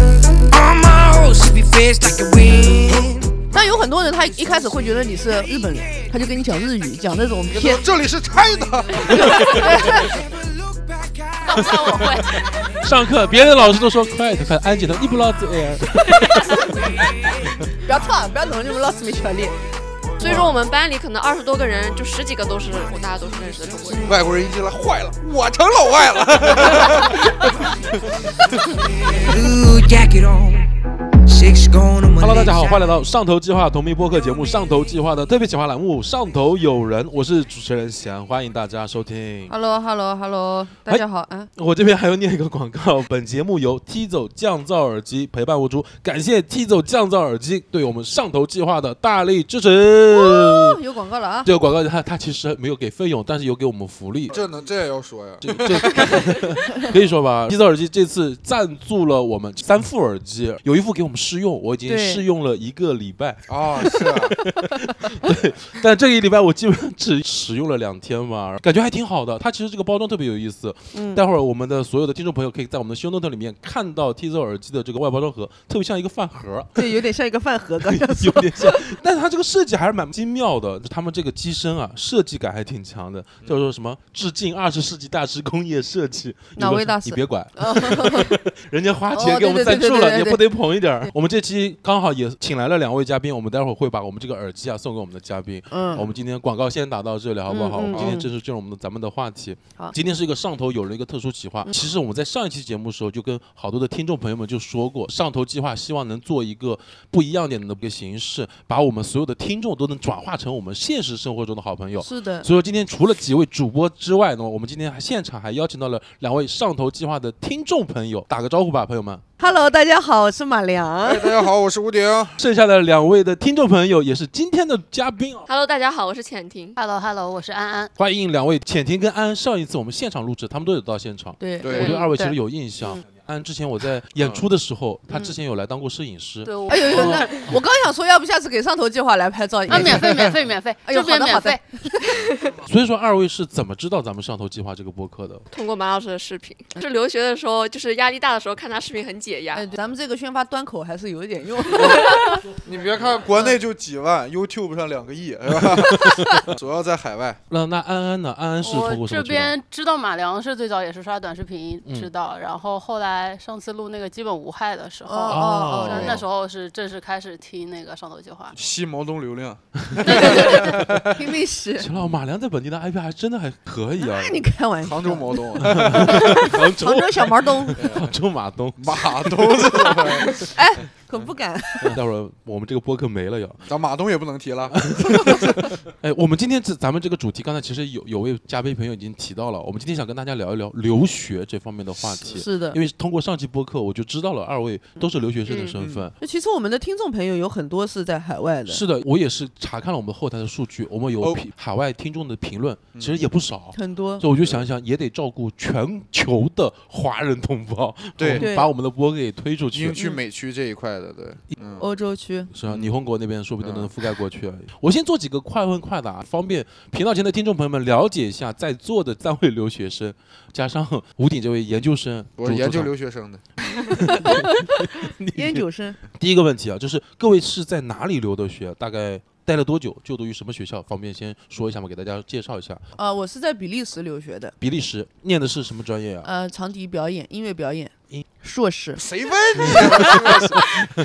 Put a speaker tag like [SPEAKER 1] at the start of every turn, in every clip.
[SPEAKER 1] On my own, she be fast like a wind.
[SPEAKER 2] 但有很多人他一开始会觉得你是日本人，他就跟你讲日语，讲那种 偏
[SPEAKER 3] 这里是 China，
[SPEAKER 4] 不然我会。
[SPEAKER 5] 上课别的老师都说 quiet，快安静的，你不老子 air。
[SPEAKER 2] 不要唱，不要弄你们老师没权利。
[SPEAKER 4] 所以说我们班里可能二十多个人，就十几个都是大家都是认识的中国人。
[SPEAKER 3] 外国人一进来坏了，我成老外了。
[SPEAKER 1] Blue jacket on, six gone on my
[SPEAKER 5] Hello，大
[SPEAKER 1] legs.
[SPEAKER 5] 家好，欢迎来到上头计划同名播客节目《上头计划》的特别企划栏目《上头有人》，我是主持人翔，欢迎大家收听。
[SPEAKER 2] Hello，Hello，Hello，大
[SPEAKER 4] 哎
[SPEAKER 2] 家好啊！
[SPEAKER 5] 我这边还要念一个广告，本节目由 T 走降噪耳机陪伴播出，感谢 T 走降噪耳机对我们上头计划的大力支持。
[SPEAKER 2] 哦有广告了啊！
[SPEAKER 5] 这个广告它它其实没有给费用，但是有给我们福利。
[SPEAKER 3] 这能这也要说呀？
[SPEAKER 5] 这这 可以说吧，T 走耳机这次赞助了我们三副耳机，有一副给我们试用，我已经
[SPEAKER 2] 对
[SPEAKER 5] 试用了一个礼拜，
[SPEAKER 3] 啊，是啊，
[SPEAKER 5] 但这一礼拜我基本上只使用了两天吧，感觉还挺好的。它其实这个包装特别有意思，
[SPEAKER 2] 嗯，
[SPEAKER 5] 待会儿我们的所有的听众朋友可以在我们的 show note 里面看到 T 走耳机的这个外包装盒，特别像一个饭盒，
[SPEAKER 2] 对，有点像一个饭 盒，刚刚
[SPEAKER 5] 有
[SPEAKER 2] 说。
[SPEAKER 5] 点像，但是它这个设计还是蛮精妙的。他们这个机身啊，设计感还挺强的，叫做什么“致敬二十世纪大师工业设计”。
[SPEAKER 2] 哪
[SPEAKER 5] 你别
[SPEAKER 2] 位大师
[SPEAKER 5] 你别管，
[SPEAKER 2] 哦
[SPEAKER 5] 人家花
[SPEAKER 2] 哦
[SPEAKER 5] 钱给我
[SPEAKER 2] 对对
[SPEAKER 5] 们赞
[SPEAKER 2] 对
[SPEAKER 5] 助
[SPEAKER 2] 对
[SPEAKER 5] 了，
[SPEAKER 2] 对
[SPEAKER 5] 也
[SPEAKER 2] 对
[SPEAKER 5] 不得捧一点儿。我们这期刚好也请来了两位嘉宾，我们待会儿会把我们这个耳机啊送给我们的嘉宾。我
[SPEAKER 2] 嗯，
[SPEAKER 5] 们今天广告先打到这里，好不好？
[SPEAKER 2] 嗯嗯
[SPEAKER 5] 我们今天
[SPEAKER 2] 嗯
[SPEAKER 5] 正式进入我们的咱们的话题。
[SPEAKER 2] 好嗯
[SPEAKER 5] 今天是一个上头有了一个特殊企划。其实我们在上一期节目的时候，就跟好多的听众朋友们就说过，上头计划希望能做一个不一样点的一个形式，把我们所有的听众都能转化成我们现实生活中的好朋友。
[SPEAKER 2] 是的，
[SPEAKER 5] 所以说今天除了几位主播之外呢，我们今天还现场还邀请到了两位上头计划的听众朋友，打个招呼吧，朋友们。
[SPEAKER 2] Hello，大家好，我是马良
[SPEAKER 3] 哎，。大家好，我是吴鼎。
[SPEAKER 5] 剩下的两位的听众朋友也是今天的嘉宾啊，
[SPEAKER 4] Hello，大家好，我是浅婷。
[SPEAKER 6] Hello Hello，我是安安。
[SPEAKER 5] 欢迎两位浅婷跟安安。上一次我们现场录制，他们都有到现场，
[SPEAKER 2] 对
[SPEAKER 3] 对
[SPEAKER 5] 我对二位其实
[SPEAKER 6] 对
[SPEAKER 5] 有印象
[SPEAKER 4] 嗯。
[SPEAKER 5] 安之前我在演出的时候，他之前有来当过摄影师。
[SPEAKER 4] 对，我
[SPEAKER 2] 哎呦呦，那我刚想说，要不下次给上头计划来拍照
[SPEAKER 6] 啊，
[SPEAKER 2] 也
[SPEAKER 6] 免费免费免费，
[SPEAKER 2] 哎呦
[SPEAKER 6] 周边
[SPEAKER 2] 好的
[SPEAKER 6] 免
[SPEAKER 2] 好的
[SPEAKER 6] 费。
[SPEAKER 5] 所以说二位是怎么知道咱们上头计划这个播客的？
[SPEAKER 4] 通过马老师的视频，就是留学的时候，就是压力大的时候看他视频很解压。
[SPEAKER 2] 哎，咱们这个宣发端口还是有一点 用。
[SPEAKER 3] 你别看国内就几万，YouTube 上两个亿，是吧？ 主要在海外。
[SPEAKER 5] 那那安安呢？安安是通
[SPEAKER 6] 我
[SPEAKER 5] 过什
[SPEAKER 6] 这
[SPEAKER 5] 么渠道？
[SPEAKER 6] 边知道马良是最早也是刷短视频
[SPEAKER 5] 嗯
[SPEAKER 6] 知道，然后后来上次录那个基本无害的时候，
[SPEAKER 2] 哦哦
[SPEAKER 6] 那
[SPEAKER 5] 哦
[SPEAKER 6] 那时候是正式开始听那个上头计划。
[SPEAKER 3] 吸毛东流 量，
[SPEAKER 2] 哦，听历史。
[SPEAKER 5] 行了，马良在本地的 IP 还真的还可以啊。
[SPEAKER 2] 那 你开玩笑。
[SPEAKER 3] 杭州毛东，
[SPEAKER 5] 杭州
[SPEAKER 2] 杭州小毛 东，
[SPEAKER 5] 杭州 马东，
[SPEAKER 3] 马东是什么玩意儿
[SPEAKER 2] 可不敢。
[SPEAKER 5] 待会儿我们这个播客没了要。
[SPEAKER 3] 咱马东也不能提 了。
[SPEAKER 5] 哎，我们今天这咱们这个主题，刚才其实有有位嘉宾朋友已经提到了，我们今天想跟大家聊一聊留学这方面的话题。
[SPEAKER 2] 是的
[SPEAKER 5] 因。为通过上期播客，我就知道了二位都是留学生的身份。
[SPEAKER 2] 那其实我们的听众朋友有很多嗯是在海外的，
[SPEAKER 5] 是的，我也是查看了我们后台的数据，我们有
[SPEAKER 3] 哦
[SPEAKER 5] 评海外听众的评论，
[SPEAKER 2] 嗯
[SPEAKER 5] 其实也不少。
[SPEAKER 2] 很多。
[SPEAKER 5] 所以我就想一想，也得照顾全球的华人同胞，
[SPEAKER 3] 对
[SPEAKER 5] 我们
[SPEAKER 2] 对
[SPEAKER 5] 把我们的播客给推出去
[SPEAKER 3] 英。区、美区这一块的， 对，嗯，
[SPEAKER 2] 欧洲 区，
[SPEAKER 5] 是啊，霓虹国那边说不定能覆盖过去而已。嗯我先做几个快问快答，方便频道前的听众朋友们了解一下在座的三位留学生，加上吴鼎这位研究生。
[SPEAKER 3] 我
[SPEAKER 5] 主
[SPEAKER 3] 是研究
[SPEAKER 5] 主
[SPEAKER 3] 留学生的，
[SPEAKER 2] 烟酒生，
[SPEAKER 5] 第一个问题啊，就是各位是在哪里留的学？大概待了多久？就读于什么学校？方便先说一下吗？给大家介绍一下。
[SPEAKER 2] 啊，我是在比利时留学的，
[SPEAKER 5] 比利时念的是什么专业啊？
[SPEAKER 2] 呃，长笛表演、音乐表演
[SPEAKER 5] 音，
[SPEAKER 2] 硕士，
[SPEAKER 3] 谁问你 啊？是不是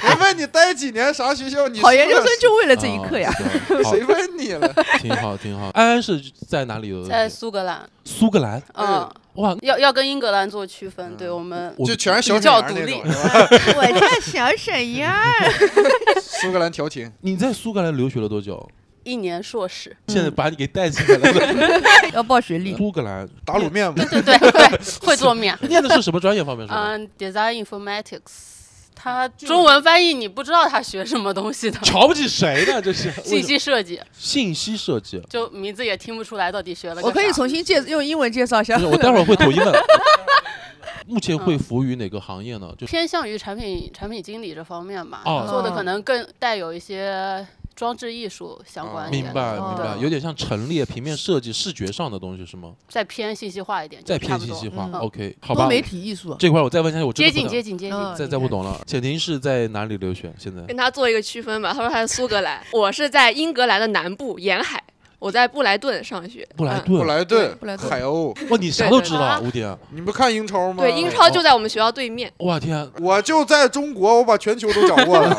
[SPEAKER 3] 我问你待几年啥学校？你
[SPEAKER 2] 考研究生
[SPEAKER 3] 是
[SPEAKER 2] 就为了呃这一刻 呀。
[SPEAKER 5] 哦。
[SPEAKER 3] 不是谁问你了？
[SPEAKER 5] 好，挺好，挺 好。安安是在哪里留的学？
[SPEAKER 6] 在苏格兰，
[SPEAKER 5] 苏格兰。
[SPEAKER 6] 嗯，
[SPEAKER 5] 哇，
[SPEAKER 6] 要要跟英格兰做区
[SPEAKER 5] 嗯
[SPEAKER 6] 分，对我们
[SPEAKER 5] 我
[SPEAKER 3] 就全是小沈
[SPEAKER 6] 比较
[SPEAKER 3] 阳
[SPEAKER 6] 独
[SPEAKER 3] 那
[SPEAKER 6] 立
[SPEAKER 3] 种，是 吧？
[SPEAKER 2] 我叫小沈阳，
[SPEAKER 3] 苏格兰调停，
[SPEAKER 5] 你在苏格兰留学了多久？
[SPEAKER 6] 一年 硕士，
[SPEAKER 2] 嗯
[SPEAKER 5] 现在把你给带进来了。
[SPEAKER 2] 要报学历。
[SPEAKER 5] 苏格兰
[SPEAKER 3] 打卤面嘛。
[SPEAKER 6] 对对对，会做面。
[SPEAKER 5] 念的 是什么专业？方便说 吗？
[SPEAKER 6] 嗯，Design Informatics，它中文翻译你不知道他学什么东西 的，
[SPEAKER 5] 瞧不起谁呢？这是
[SPEAKER 6] 信息设计。
[SPEAKER 5] 信息设计。
[SPEAKER 6] 就名字也听不出来到底学了个啥。
[SPEAKER 2] 我可以重新介用英文介绍一下
[SPEAKER 5] 不是，。我 待会儿会统一 问。目前
[SPEAKER 6] 嗯
[SPEAKER 5] 会服务于哪个行业呢？就
[SPEAKER 6] 偏向于产品产品经理这方面吧，
[SPEAKER 5] 哦
[SPEAKER 6] 做的可能更带有一些装置艺术相关
[SPEAKER 3] 哦
[SPEAKER 6] 一
[SPEAKER 5] 明
[SPEAKER 6] 点的，
[SPEAKER 5] 白明白，
[SPEAKER 6] 对
[SPEAKER 5] 有点像陈列、平面设计、视觉上的东西是吗？
[SPEAKER 6] 再偏信息化一点，
[SPEAKER 5] 再
[SPEAKER 6] 就差
[SPEAKER 5] 偏
[SPEAKER 6] 不
[SPEAKER 5] 信
[SPEAKER 6] 多
[SPEAKER 5] 息化
[SPEAKER 2] 嗯
[SPEAKER 5] ，OK，好
[SPEAKER 2] 多
[SPEAKER 5] 吧。
[SPEAKER 2] 媒体艺术，
[SPEAKER 5] 这块我再问一下，我真的
[SPEAKER 6] 接
[SPEAKER 5] 不
[SPEAKER 6] 近
[SPEAKER 5] 懂
[SPEAKER 6] 接近接近，嗯
[SPEAKER 2] 嗯
[SPEAKER 5] 再再不懂了。浅婷是在哪里留学？现在
[SPEAKER 4] 跟他做一个区分吧。他说他在苏格兰， 我是在英格兰的南部沿海，我在布莱顿上学。
[SPEAKER 5] 布莱
[SPEAKER 4] 嗯
[SPEAKER 5] 顿
[SPEAKER 3] 布，莱顿
[SPEAKER 2] 布莱、顿
[SPEAKER 3] 海鸥，
[SPEAKER 5] 哇，你啥
[SPEAKER 4] 对
[SPEAKER 5] 都
[SPEAKER 4] 对
[SPEAKER 5] 知道，吴迪啊。
[SPEAKER 3] 你不看英超吗？
[SPEAKER 4] 嗯对，英超就在我们学校对面。
[SPEAKER 5] 哇天，啊
[SPEAKER 3] 我就在中国，我把全球都掌握了。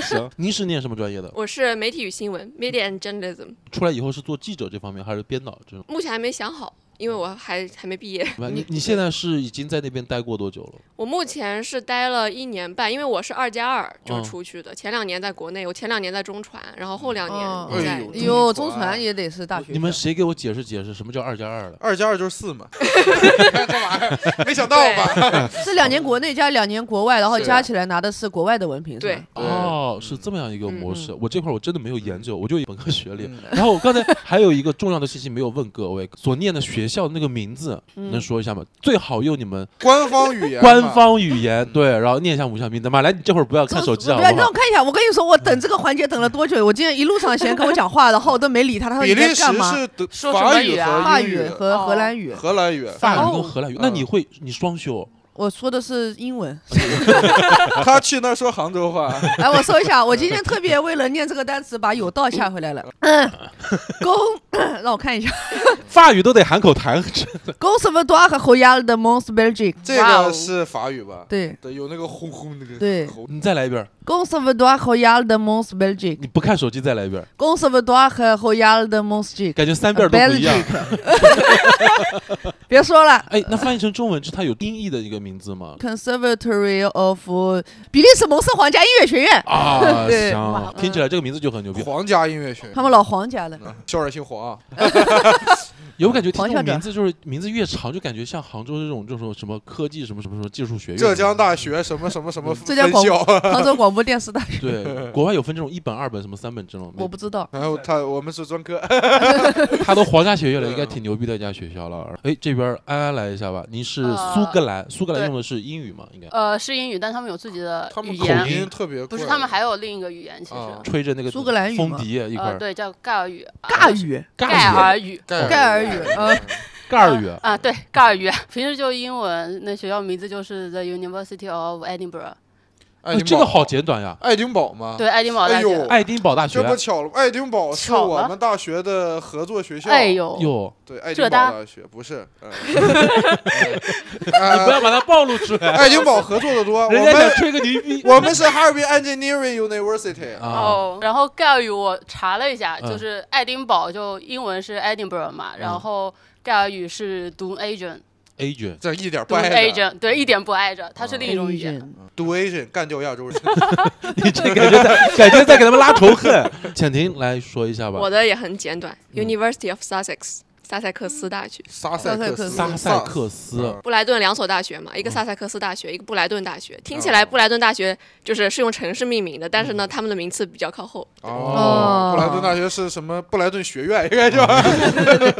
[SPEAKER 5] 行，您是念什么专业的？
[SPEAKER 4] 我是媒体与新闻 （Media and Journalism），
[SPEAKER 5] 出来以后是做记者这方面，还是编导这种？
[SPEAKER 4] 目前还没想好，因为我还还没毕业。
[SPEAKER 5] 你你现在是已经在那边待过多久了？
[SPEAKER 4] 我目前是待了一年半，因为我是二加二就是
[SPEAKER 5] 嗯
[SPEAKER 4] 出去的。前两年在国内，我前两年在中传，然后后两
[SPEAKER 2] 哦
[SPEAKER 4] 年在
[SPEAKER 3] 哎呦
[SPEAKER 2] 哎呦，中传也得是大学生，
[SPEAKER 5] 你们谁给我解释解释什么叫二加二了？
[SPEAKER 3] 二加二就是四 嘛， 干嘛呀？没想到吧？
[SPEAKER 2] 是两年国内加两年国外，然后
[SPEAKER 3] 是
[SPEAKER 2] 加起来拿的是国外的文凭，是吧？
[SPEAKER 3] 对
[SPEAKER 2] 嗯
[SPEAKER 5] 哦，是这么样一个模式。我这块我真的没有研究，我就一本科学历。
[SPEAKER 3] 嗯
[SPEAKER 5] 然后我刚才还有一个重要的信息没有问各位，所念的学校那个名字
[SPEAKER 2] 嗯
[SPEAKER 5] 能说一下吗？最好用你们
[SPEAKER 3] 官方语言嘛，
[SPEAKER 5] 官方语言对，然后念一下母校名字嘛。来，你这会儿不要看手机啊
[SPEAKER 2] 不
[SPEAKER 5] 好不
[SPEAKER 2] 要让
[SPEAKER 5] 好
[SPEAKER 2] 我？看一下。我跟啊你说，我等这个环节等了多久？我今天一路上嫌跟我讲话，然后我都没理他。他说
[SPEAKER 3] 比
[SPEAKER 2] 你
[SPEAKER 3] 利
[SPEAKER 2] 在
[SPEAKER 3] 时
[SPEAKER 2] 干嘛？
[SPEAKER 3] 是德
[SPEAKER 6] 说什
[SPEAKER 3] 法
[SPEAKER 6] 么
[SPEAKER 3] 语
[SPEAKER 6] 语啊
[SPEAKER 3] 和
[SPEAKER 2] 法
[SPEAKER 3] 英
[SPEAKER 2] 语
[SPEAKER 3] 语、
[SPEAKER 2] 和
[SPEAKER 6] 哦
[SPEAKER 2] 荷兰语，
[SPEAKER 3] 荷兰语。
[SPEAKER 5] 法语
[SPEAKER 6] 哦
[SPEAKER 5] 跟荷兰语，那你会你双修？
[SPEAKER 2] 我说的是英文。
[SPEAKER 3] 他去那儿说杭州 话，
[SPEAKER 2] 来，哎我说一下，我今天特别为了念这个单词，把有道下回来了。嗯公，让我看一下，
[SPEAKER 5] 法语都得喊口痰。
[SPEAKER 2] 公什么多和侯亚的 Mons Belgique，
[SPEAKER 3] 这个是法语吧？
[SPEAKER 2] 哦对，
[SPEAKER 3] 对，有那个轰轰那个
[SPEAKER 2] 对
[SPEAKER 3] 吼
[SPEAKER 5] 你再来一遍，
[SPEAKER 2] 公什么多和亚的 Mons Belgique，
[SPEAKER 5] 你不看手机再来一遍，
[SPEAKER 2] 公什么多和侯亚的 Mons g i
[SPEAKER 5] 感觉三遍都不一样。
[SPEAKER 2] 别说了。
[SPEAKER 5] 哎，那翻译成中文是它有音译的一个名 字吗？
[SPEAKER 2] Conservatory of 比利时蒙氏皇家音乐学院，
[SPEAKER 5] 啊，
[SPEAKER 2] 对
[SPEAKER 5] 行，听起来这个名字就很牛逼。
[SPEAKER 3] 皇家音乐学院，
[SPEAKER 2] 他们老黄 家的。
[SPEAKER 3] 校长姓黄啊，
[SPEAKER 5] 有没有感觉
[SPEAKER 2] 啊
[SPEAKER 5] 听这
[SPEAKER 2] 黄校长
[SPEAKER 5] 种名字就是名字越长，就感觉像杭州这种这种什么科技什么什么什么技术学院？
[SPEAKER 3] 浙江大学什么什么什么
[SPEAKER 2] 浙
[SPEAKER 3] 分
[SPEAKER 2] 江广
[SPEAKER 3] 校。
[SPEAKER 2] 杭州广播电视大学，
[SPEAKER 5] 对，国外有分这种一本、二本什么三本这种，
[SPEAKER 2] 我不知 道。
[SPEAKER 3] 然后他哎我们是专科，
[SPEAKER 5] 他都皇家学院了，
[SPEAKER 3] 对
[SPEAKER 5] 应该挺牛逼的一家学校了。哎，这边安安来一下吧，您是
[SPEAKER 2] 呃
[SPEAKER 5] 苏格兰，苏格兰
[SPEAKER 6] 对
[SPEAKER 5] 用的是英语吗？应该
[SPEAKER 6] 呃，是英语，但他们有自己的
[SPEAKER 3] 他
[SPEAKER 6] 语
[SPEAKER 3] 们口
[SPEAKER 6] 言，
[SPEAKER 3] 音特别怪，
[SPEAKER 6] 不是他们还有另一个语言，其实，
[SPEAKER 3] 啊
[SPEAKER 5] 吹着那个
[SPEAKER 2] 苏格兰语吗
[SPEAKER 5] 风笛哦一块
[SPEAKER 6] 呃，
[SPEAKER 5] 儿
[SPEAKER 6] 对，叫盖尔语，
[SPEAKER 2] 尬语，
[SPEAKER 6] 盖
[SPEAKER 5] 尬语
[SPEAKER 6] 尔语。
[SPEAKER 3] 盖
[SPEAKER 2] 盖尔语，呃，
[SPEAKER 5] 盖儿语，
[SPEAKER 6] 啊，对，盖尔语，平时就英文。那学校名字就是 The University of Edinburgh，
[SPEAKER 3] 爱
[SPEAKER 5] 哎
[SPEAKER 3] 丁堡
[SPEAKER 5] 这个好简短呀。
[SPEAKER 3] 爱丁堡吗？，
[SPEAKER 6] 对，爱丁堡大
[SPEAKER 3] 哎呦
[SPEAKER 6] 学。
[SPEAKER 5] 爱丁堡大学
[SPEAKER 3] 这，不巧了，爱丁堡是
[SPEAKER 6] 巧
[SPEAKER 3] 我
[SPEAKER 6] 了
[SPEAKER 3] 们大学的合作学校。
[SPEAKER 6] 哎，呦，
[SPEAKER 5] 哟，
[SPEAKER 3] 对，爱丁
[SPEAKER 6] 浙
[SPEAKER 3] 堡
[SPEAKER 6] 大
[SPEAKER 3] 大学不是， 嗯
[SPEAKER 5] 你不
[SPEAKER 3] 呃
[SPEAKER 5] 要把它暴露出来，
[SPEAKER 3] 爱丁堡合作的多，我
[SPEAKER 5] 人家想
[SPEAKER 3] 们
[SPEAKER 5] 吹个牛逼
[SPEAKER 3] 我们是哈尔滨 Engineering University，
[SPEAKER 5] 啊，
[SPEAKER 6] 哦，然后盖尔语我查了一下，
[SPEAKER 5] 嗯
[SPEAKER 6] 就是爱丁堡就英文是 Edinburgh 嘛，
[SPEAKER 5] 嗯
[SPEAKER 6] 然后盖尔语是 Do Asian，
[SPEAKER 5] a g e n
[SPEAKER 3] 这一点不
[SPEAKER 6] Do
[SPEAKER 3] 挨着。
[SPEAKER 6] Asian，对，一点不挨着，它是另一种语言。
[SPEAKER 3] Do Asian 干掉亚洲 人，
[SPEAKER 5] 你这感觉 在感觉在给他们拉仇恨。浅婷来说一下吧嗯
[SPEAKER 4] 我，的也很简短，University of Sussex，萨塞克斯大学。
[SPEAKER 3] 萨塞克斯，
[SPEAKER 5] 萨塞克斯
[SPEAKER 3] 嗯，
[SPEAKER 4] 布莱顿两所大学嘛，
[SPEAKER 5] 嗯
[SPEAKER 4] 一个萨塞克斯大学，一个布莱顿大学。听
[SPEAKER 5] 哦
[SPEAKER 4] 起来布莱顿大学就是是用城市命名的，但是
[SPEAKER 5] 嗯
[SPEAKER 4] 呢，他们的名次比较靠后。
[SPEAKER 3] 哦，
[SPEAKER 2] 哦
[SPEAKER 3] 布莱顿大学是什么？布莱顿学院应该叫
[SPEAKER 5] 哦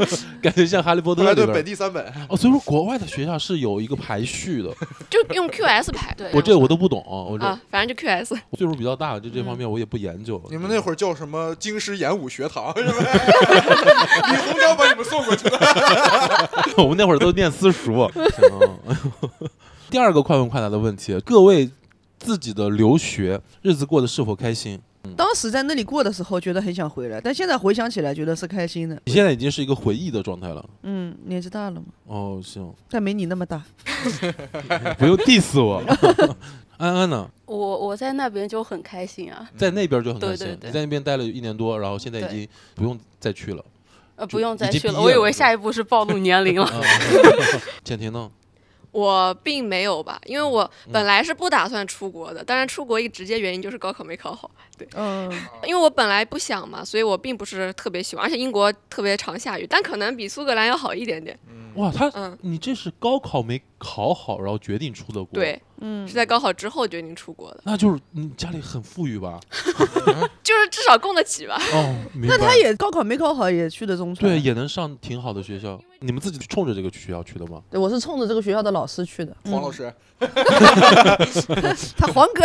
[SPEAKER 3] 布
[SPEAKER 5] 感觉像哈利波特
[SPEAKER 3] 莱
[SPEAKER 5] 里
[SPEAKER 3] 顿本
[SPEAKER 5] 边。
[SPEAKER 3] 地三本。
[SPEAKER 5] 哦，所以说国外的学校是有一个排 序的，
[SPEAKER 4] 就用 QS 排。对
[SPEAKER 5] 我这我都不懂，我这
[SPEAKER 4] 啊，反正就 QS。
[SPEAKER 5] 岁数比较大，就这方面我也不研究。
[SPEAKER 3] 嗯你们那会儿叫什么？京师演武学堂是吧？ 李鸿章把你们送过去的。
[SPEAKER 5] 我们那会儿都念 私塾。行 第二个快问快答的问题，各位自己的留学日子过得是否开心？
[SPEAKER 2] 当时在那里过的时候，觉得很想回来，但现在回想起来，觉得是开心的。
[SPEAKER 5] 你现在已经是一个回忆的状态了。
[SPEAKER 2] 嗯，年纪大了嘛，
[SPEAKER 5] 哦，行，
[SPEAKER 2] 但没你那么大。
[SPEAKER 5] 不用 diss 我。 安安
[SPEAKER 3] 嗯
[SPEAKER 5] 呢，
[SPEAKER 6] 我我在那边就很开心啊，
[SPEAKER 5] 在那边就很开心。
[SPEAKER 6] 对对对
[SPEAKER 5] 你在那边待了一年多，然后现在已经不用再去了。
[SPEAKER 6] 呃，
[SPEAKER 5] 就
[SPEAKER 6] 不用再
[SPEAKER 5] 已经
[SPEAKER 6] 去
[SPEAKER 5] 毕
[SPEAKER 6] 了，
[SPEAKER 5] 业
[SPEAKER 6] 我以
[SPEAKER 5] 了
[SPEAKER 6] 为
[SPEAKER 5] 对
[SPEAKER 6] 下一步是 暴露年龄 了。
[SPEAKER 5] 啊简婷呢？
[SPEAKER 4] 我并没有吧，因为我
[SPEAKER 5] 嗯
[SPEAKER 4] 本来是不打算出国的，当然出国一个直接原因就是高考没考好，
[SPEAKER 2] 嗯，
[SPEAKER 4] 因为我本来不想嘛，所以我并不是特别喜欢，而且英国特别常下雨，但可能比苏格兰要好一点点。
[SPEAKER 5] 哇，他、
[SPEAKER 4] 嗯
[SPEAKER 5] 你这是高考没考好，然后决定出的国，，
[SPEAKER 4] 对，
[SPEAKER 2] 嗯
[SPEAKER 4] 是在高考之后决定出国的，
[SPEAKER 5] 那就是你家里很富裕吧？
[SPEAKER 4] 就是至少供得起吧。
[SPEAKER 5] 哦，明白。
[SPEAKER 2] 那他也高嗯考没考好，也去的中传。
[SPEAKER 5] 对，也能上挺好的学校。你们自己冲着这个学校去的吗？
[SPEAKER 2] 对，我是冲着这个学校的老师去的。
[SPEAKER 5] 嗯
[SPEAKER 3] 黄老师，
[SPEAKER 2] 他黄 哥，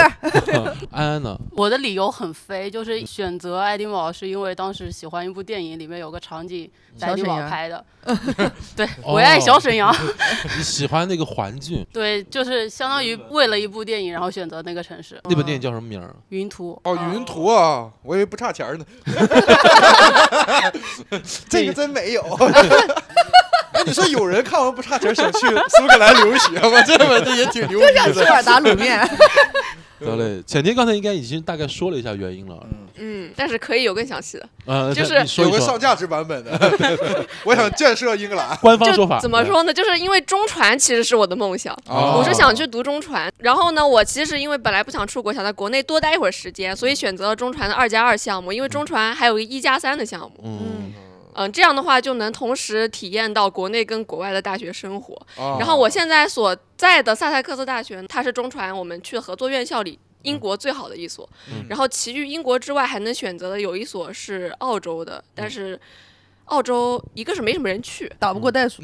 [SPEAKER 5] 安安呢？
[SPEAKER 6] 我的理由很飞，就是选择爱丁堡是因为当时喜欢一部电影，里面有个场景在爱丁堡
[SPEAKER 2] 小沈阳
[SPEAKER 6] 拍 的，对，
[SPEAKER 5] 哦
[SPEAKER 6] 我爱小沈阳，
[SPEAKER 5] 你喜欢那个环境？
[SPEAKER 6] 对，就是相当于为了一部电影，然后选择那个城市，
[SPEAKER 5] 那本电影叫什么名儿？啊
[SPEAKER 6] 云图。
[SPEAKER 3] 哦，云图啊，我以为不差钱 儿呢。这个真没有。 哎，你说有人看完不差钱儿想去苏格兰留学吗？这本这也挺牛逼
[SPEAKER 2] 吃
[SPEAKER 3] 的。
[SPEAKER 2] 碗打卤 面。
[SPEAKER 5] 得嘞，浅天刚才应该已经大概说了一下原因了。
[SPEAKER 4] 嗯，但是可以有更详细的，
[SPEAKER 5] 呃，
[SPEAKER 4] 就是
[SPEAKER 5] 那你说
[SPEAKER 3] 有
[SPEAKER 5] 一
[SPEAKER 3] 个
[SPEAKER 5] 说
[SPEAKER 3] 上价值版本的， 我想建设英格兰。
[SPEAKER 5] 官方
[SPEAKER 4] 就
[SPEAKER 5] 说法。嗯
[SPEAKER 4] 怎么说呢？就是因为中传其实是我的梦想，
[SPEAKER 5] 哦
[SPEAKER 4] 我是想去读中传。然后呢，我其实因为本来不想出国，想在国内多待一会儿时间，所以选择了中传的二加二项目，因为中传还有个一加三的项目。
[SPEAKER 5] 对？嗯，
[SPEAKER 4] 嗯，这样的话就能同时体验到国内跟国外的大学生活。
[SPEAKER 3] 然
[SPEAKER 4] 然后我现在所在的萨塞克斯大学，它是中传我们去合作院校
[SPEAKER 3] 嗯
[SPEAKER 4] 里英国最好的一所。
[SPEAKER 5] 嗯
[SPEAKER 4] 然后其余英国之外还能选择的有一所是澳洲
[SPEAKER 3] 嗯
[SPEAKER 4] 的，但是澳洲一个是没什么人去，
[SPEAKER 2] 打不过袋鼠，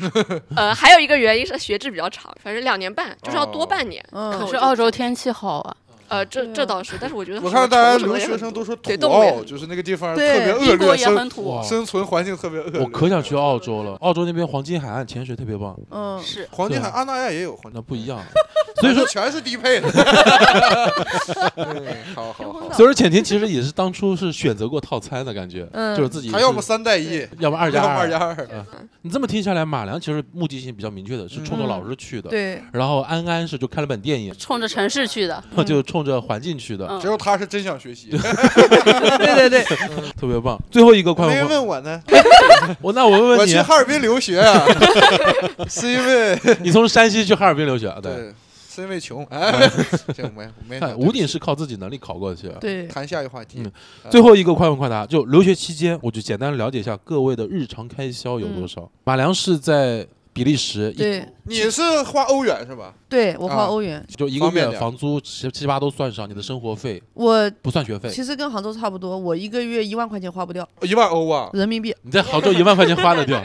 [SPEAKER 4] 呃， 还有一个原因是学制比较长，反正两年半，就是要多半年。
[SPEAKER 2] 嗯
[SPEAKER 4] 看
[SPEAKER 6] 可
[SPEAKER 4] 我
[SPEAKER 6] 是
[SPEAKER 4] 这
[SPEAKER 6] 澳洲天气好啊，
[SPEAKER 4] 呃，这
[SPEAKER 2] 对啊
[SPEAKER 4] 这倒是，但是我觉得
[SPEAKER 3] 哦我
[SPEAKER 4] 好
[SPEAKER 3] 看
[SPEAKER 4] 像
[SPEAKER 3] 大家
[SPEAKER 4] 虫什
[SPEAKER 3] 留
[SPEAKER 4] 么也
[SPEAKER 3] 学
[SPEAKER 4] 很
[SPEAKER 3] 生
[SPEAKER 4] 多
[SPEAKER 3] 都说土
[SPEAKER 4] 对动物也
[SPEAKER 3] 澳，
[SPEAKER 4] 很
[SPEAKER 3] 就是那个地方特
[SPEAKER 2] 对
[SPEAKER 3] 别 恶
[SPEAKER 6] 英国
[SPEAKER 3] 劣，
[SPEAKER 6] 也很
[SPEAKER 3] 生
[SPEAKER 6] 土，
[SPEAKER 3] 生存环境特别恶劣。
[SPEAKER 5] 我可想去澳洲了。澳洲那边黄金海岸潜水特别棒，
[SPEAKER 2] 嗯，
[SPEAKER 6] 是
[SPEAKER 3] 黄金海岸阿那亚也有黄金海
[SPEAKER 5] 那
[SPEAKER 3] 岸，
[SPEAKER 5] 不一 样。所以说，
[SPEAKER 3] 全是低配的。对好好好，
[SPEAKER 5] 所以说浅田其实也是当初是选择过套餐的感觉，
[SPEAKER 2] 嗯
[SPEAKER 5] 就是自己
[SPEAKER 3] 他要么
[SPEAKER 5] 是
[SPEAKER 3] 三带一，
[SPEAKER 5] 要么二加
[SPEAKER 3] 要么
[SPEAKER 5] 二
[SPEAKER 3] 二加二。
[SPEAKER 5] 你这么听下来，马良其实目的性比较明确的，是冲着老师去的。。
[SPEAKER 2] 嗯对，
[SPEAKER 5] 然后安安是就看了本电影，
[SPEAKER 6] 冲着城市去的，
[SPEAKER 2] 嗯
[SPEAKER 5] 就冲着环境去的，
[SPEAKER 6] 嗯
[SPEAKER 3] 只有他是真想学习，
[SPEAKER 2] 对对对，
[SPEAKER 5] 特别棒。最后一个快
[SPEAKER 3] 没人
[SPEAKER 5] 问快，
[SPEAKER 3] 问我呢。
[SPEAKER 5] 我那我问
[SPEAKER 3] 我
[SPEAKER 5] 问
[SPEAKER 3] 去
[SPEAKER 5] 你，啊
[SPEAKER 3] 哈尔滨留学啊，是因为
[SPEAKER 5] 你从山西去哈尔滨留学啊？对。
[SPEAKER 3] 对，是因为穷。哎， 行，没没
[SPEAKER 5] 看
[SPEAKER 3] 啥。
[SPEAKER 5] 吴鼎是靠自己能力考过去。
[SPEAKER 2] 对，
[SPEAKER 3] 谈下一个话题
[SPEAKER 5] 嗯，最后一个快问快答，就留学期间，我就简单了解一下各位的日常开销有多少。马良是在比利时，一
[SPEAKER 2] 嗯对，
[SPEAKER 3] 你是花欧元是吧？
[SPEAKER 2] 对我花
[SPEAKER 3] 啊
[SPEAKER 2] 欧元，
[SPEAKER 5] 就一个
[SPEAKER 3] 方便
[SPEAKER 5] 月
[SPEAKER 3] 点
[SPEAKER 5] 房租七七八都算上，你的生活费
[SPEAKER 2] 我
[SPEAKER 5] 不算学费。
[SPEAKER 2] 其实跟杭州差不多，我一个月一万块钱花不掉
[SPEAKER 3] 一万欧啊，
[SPEAKER 2] 人民币，
[SPEAKER 5] 你在杭州一万块钱花 得掉，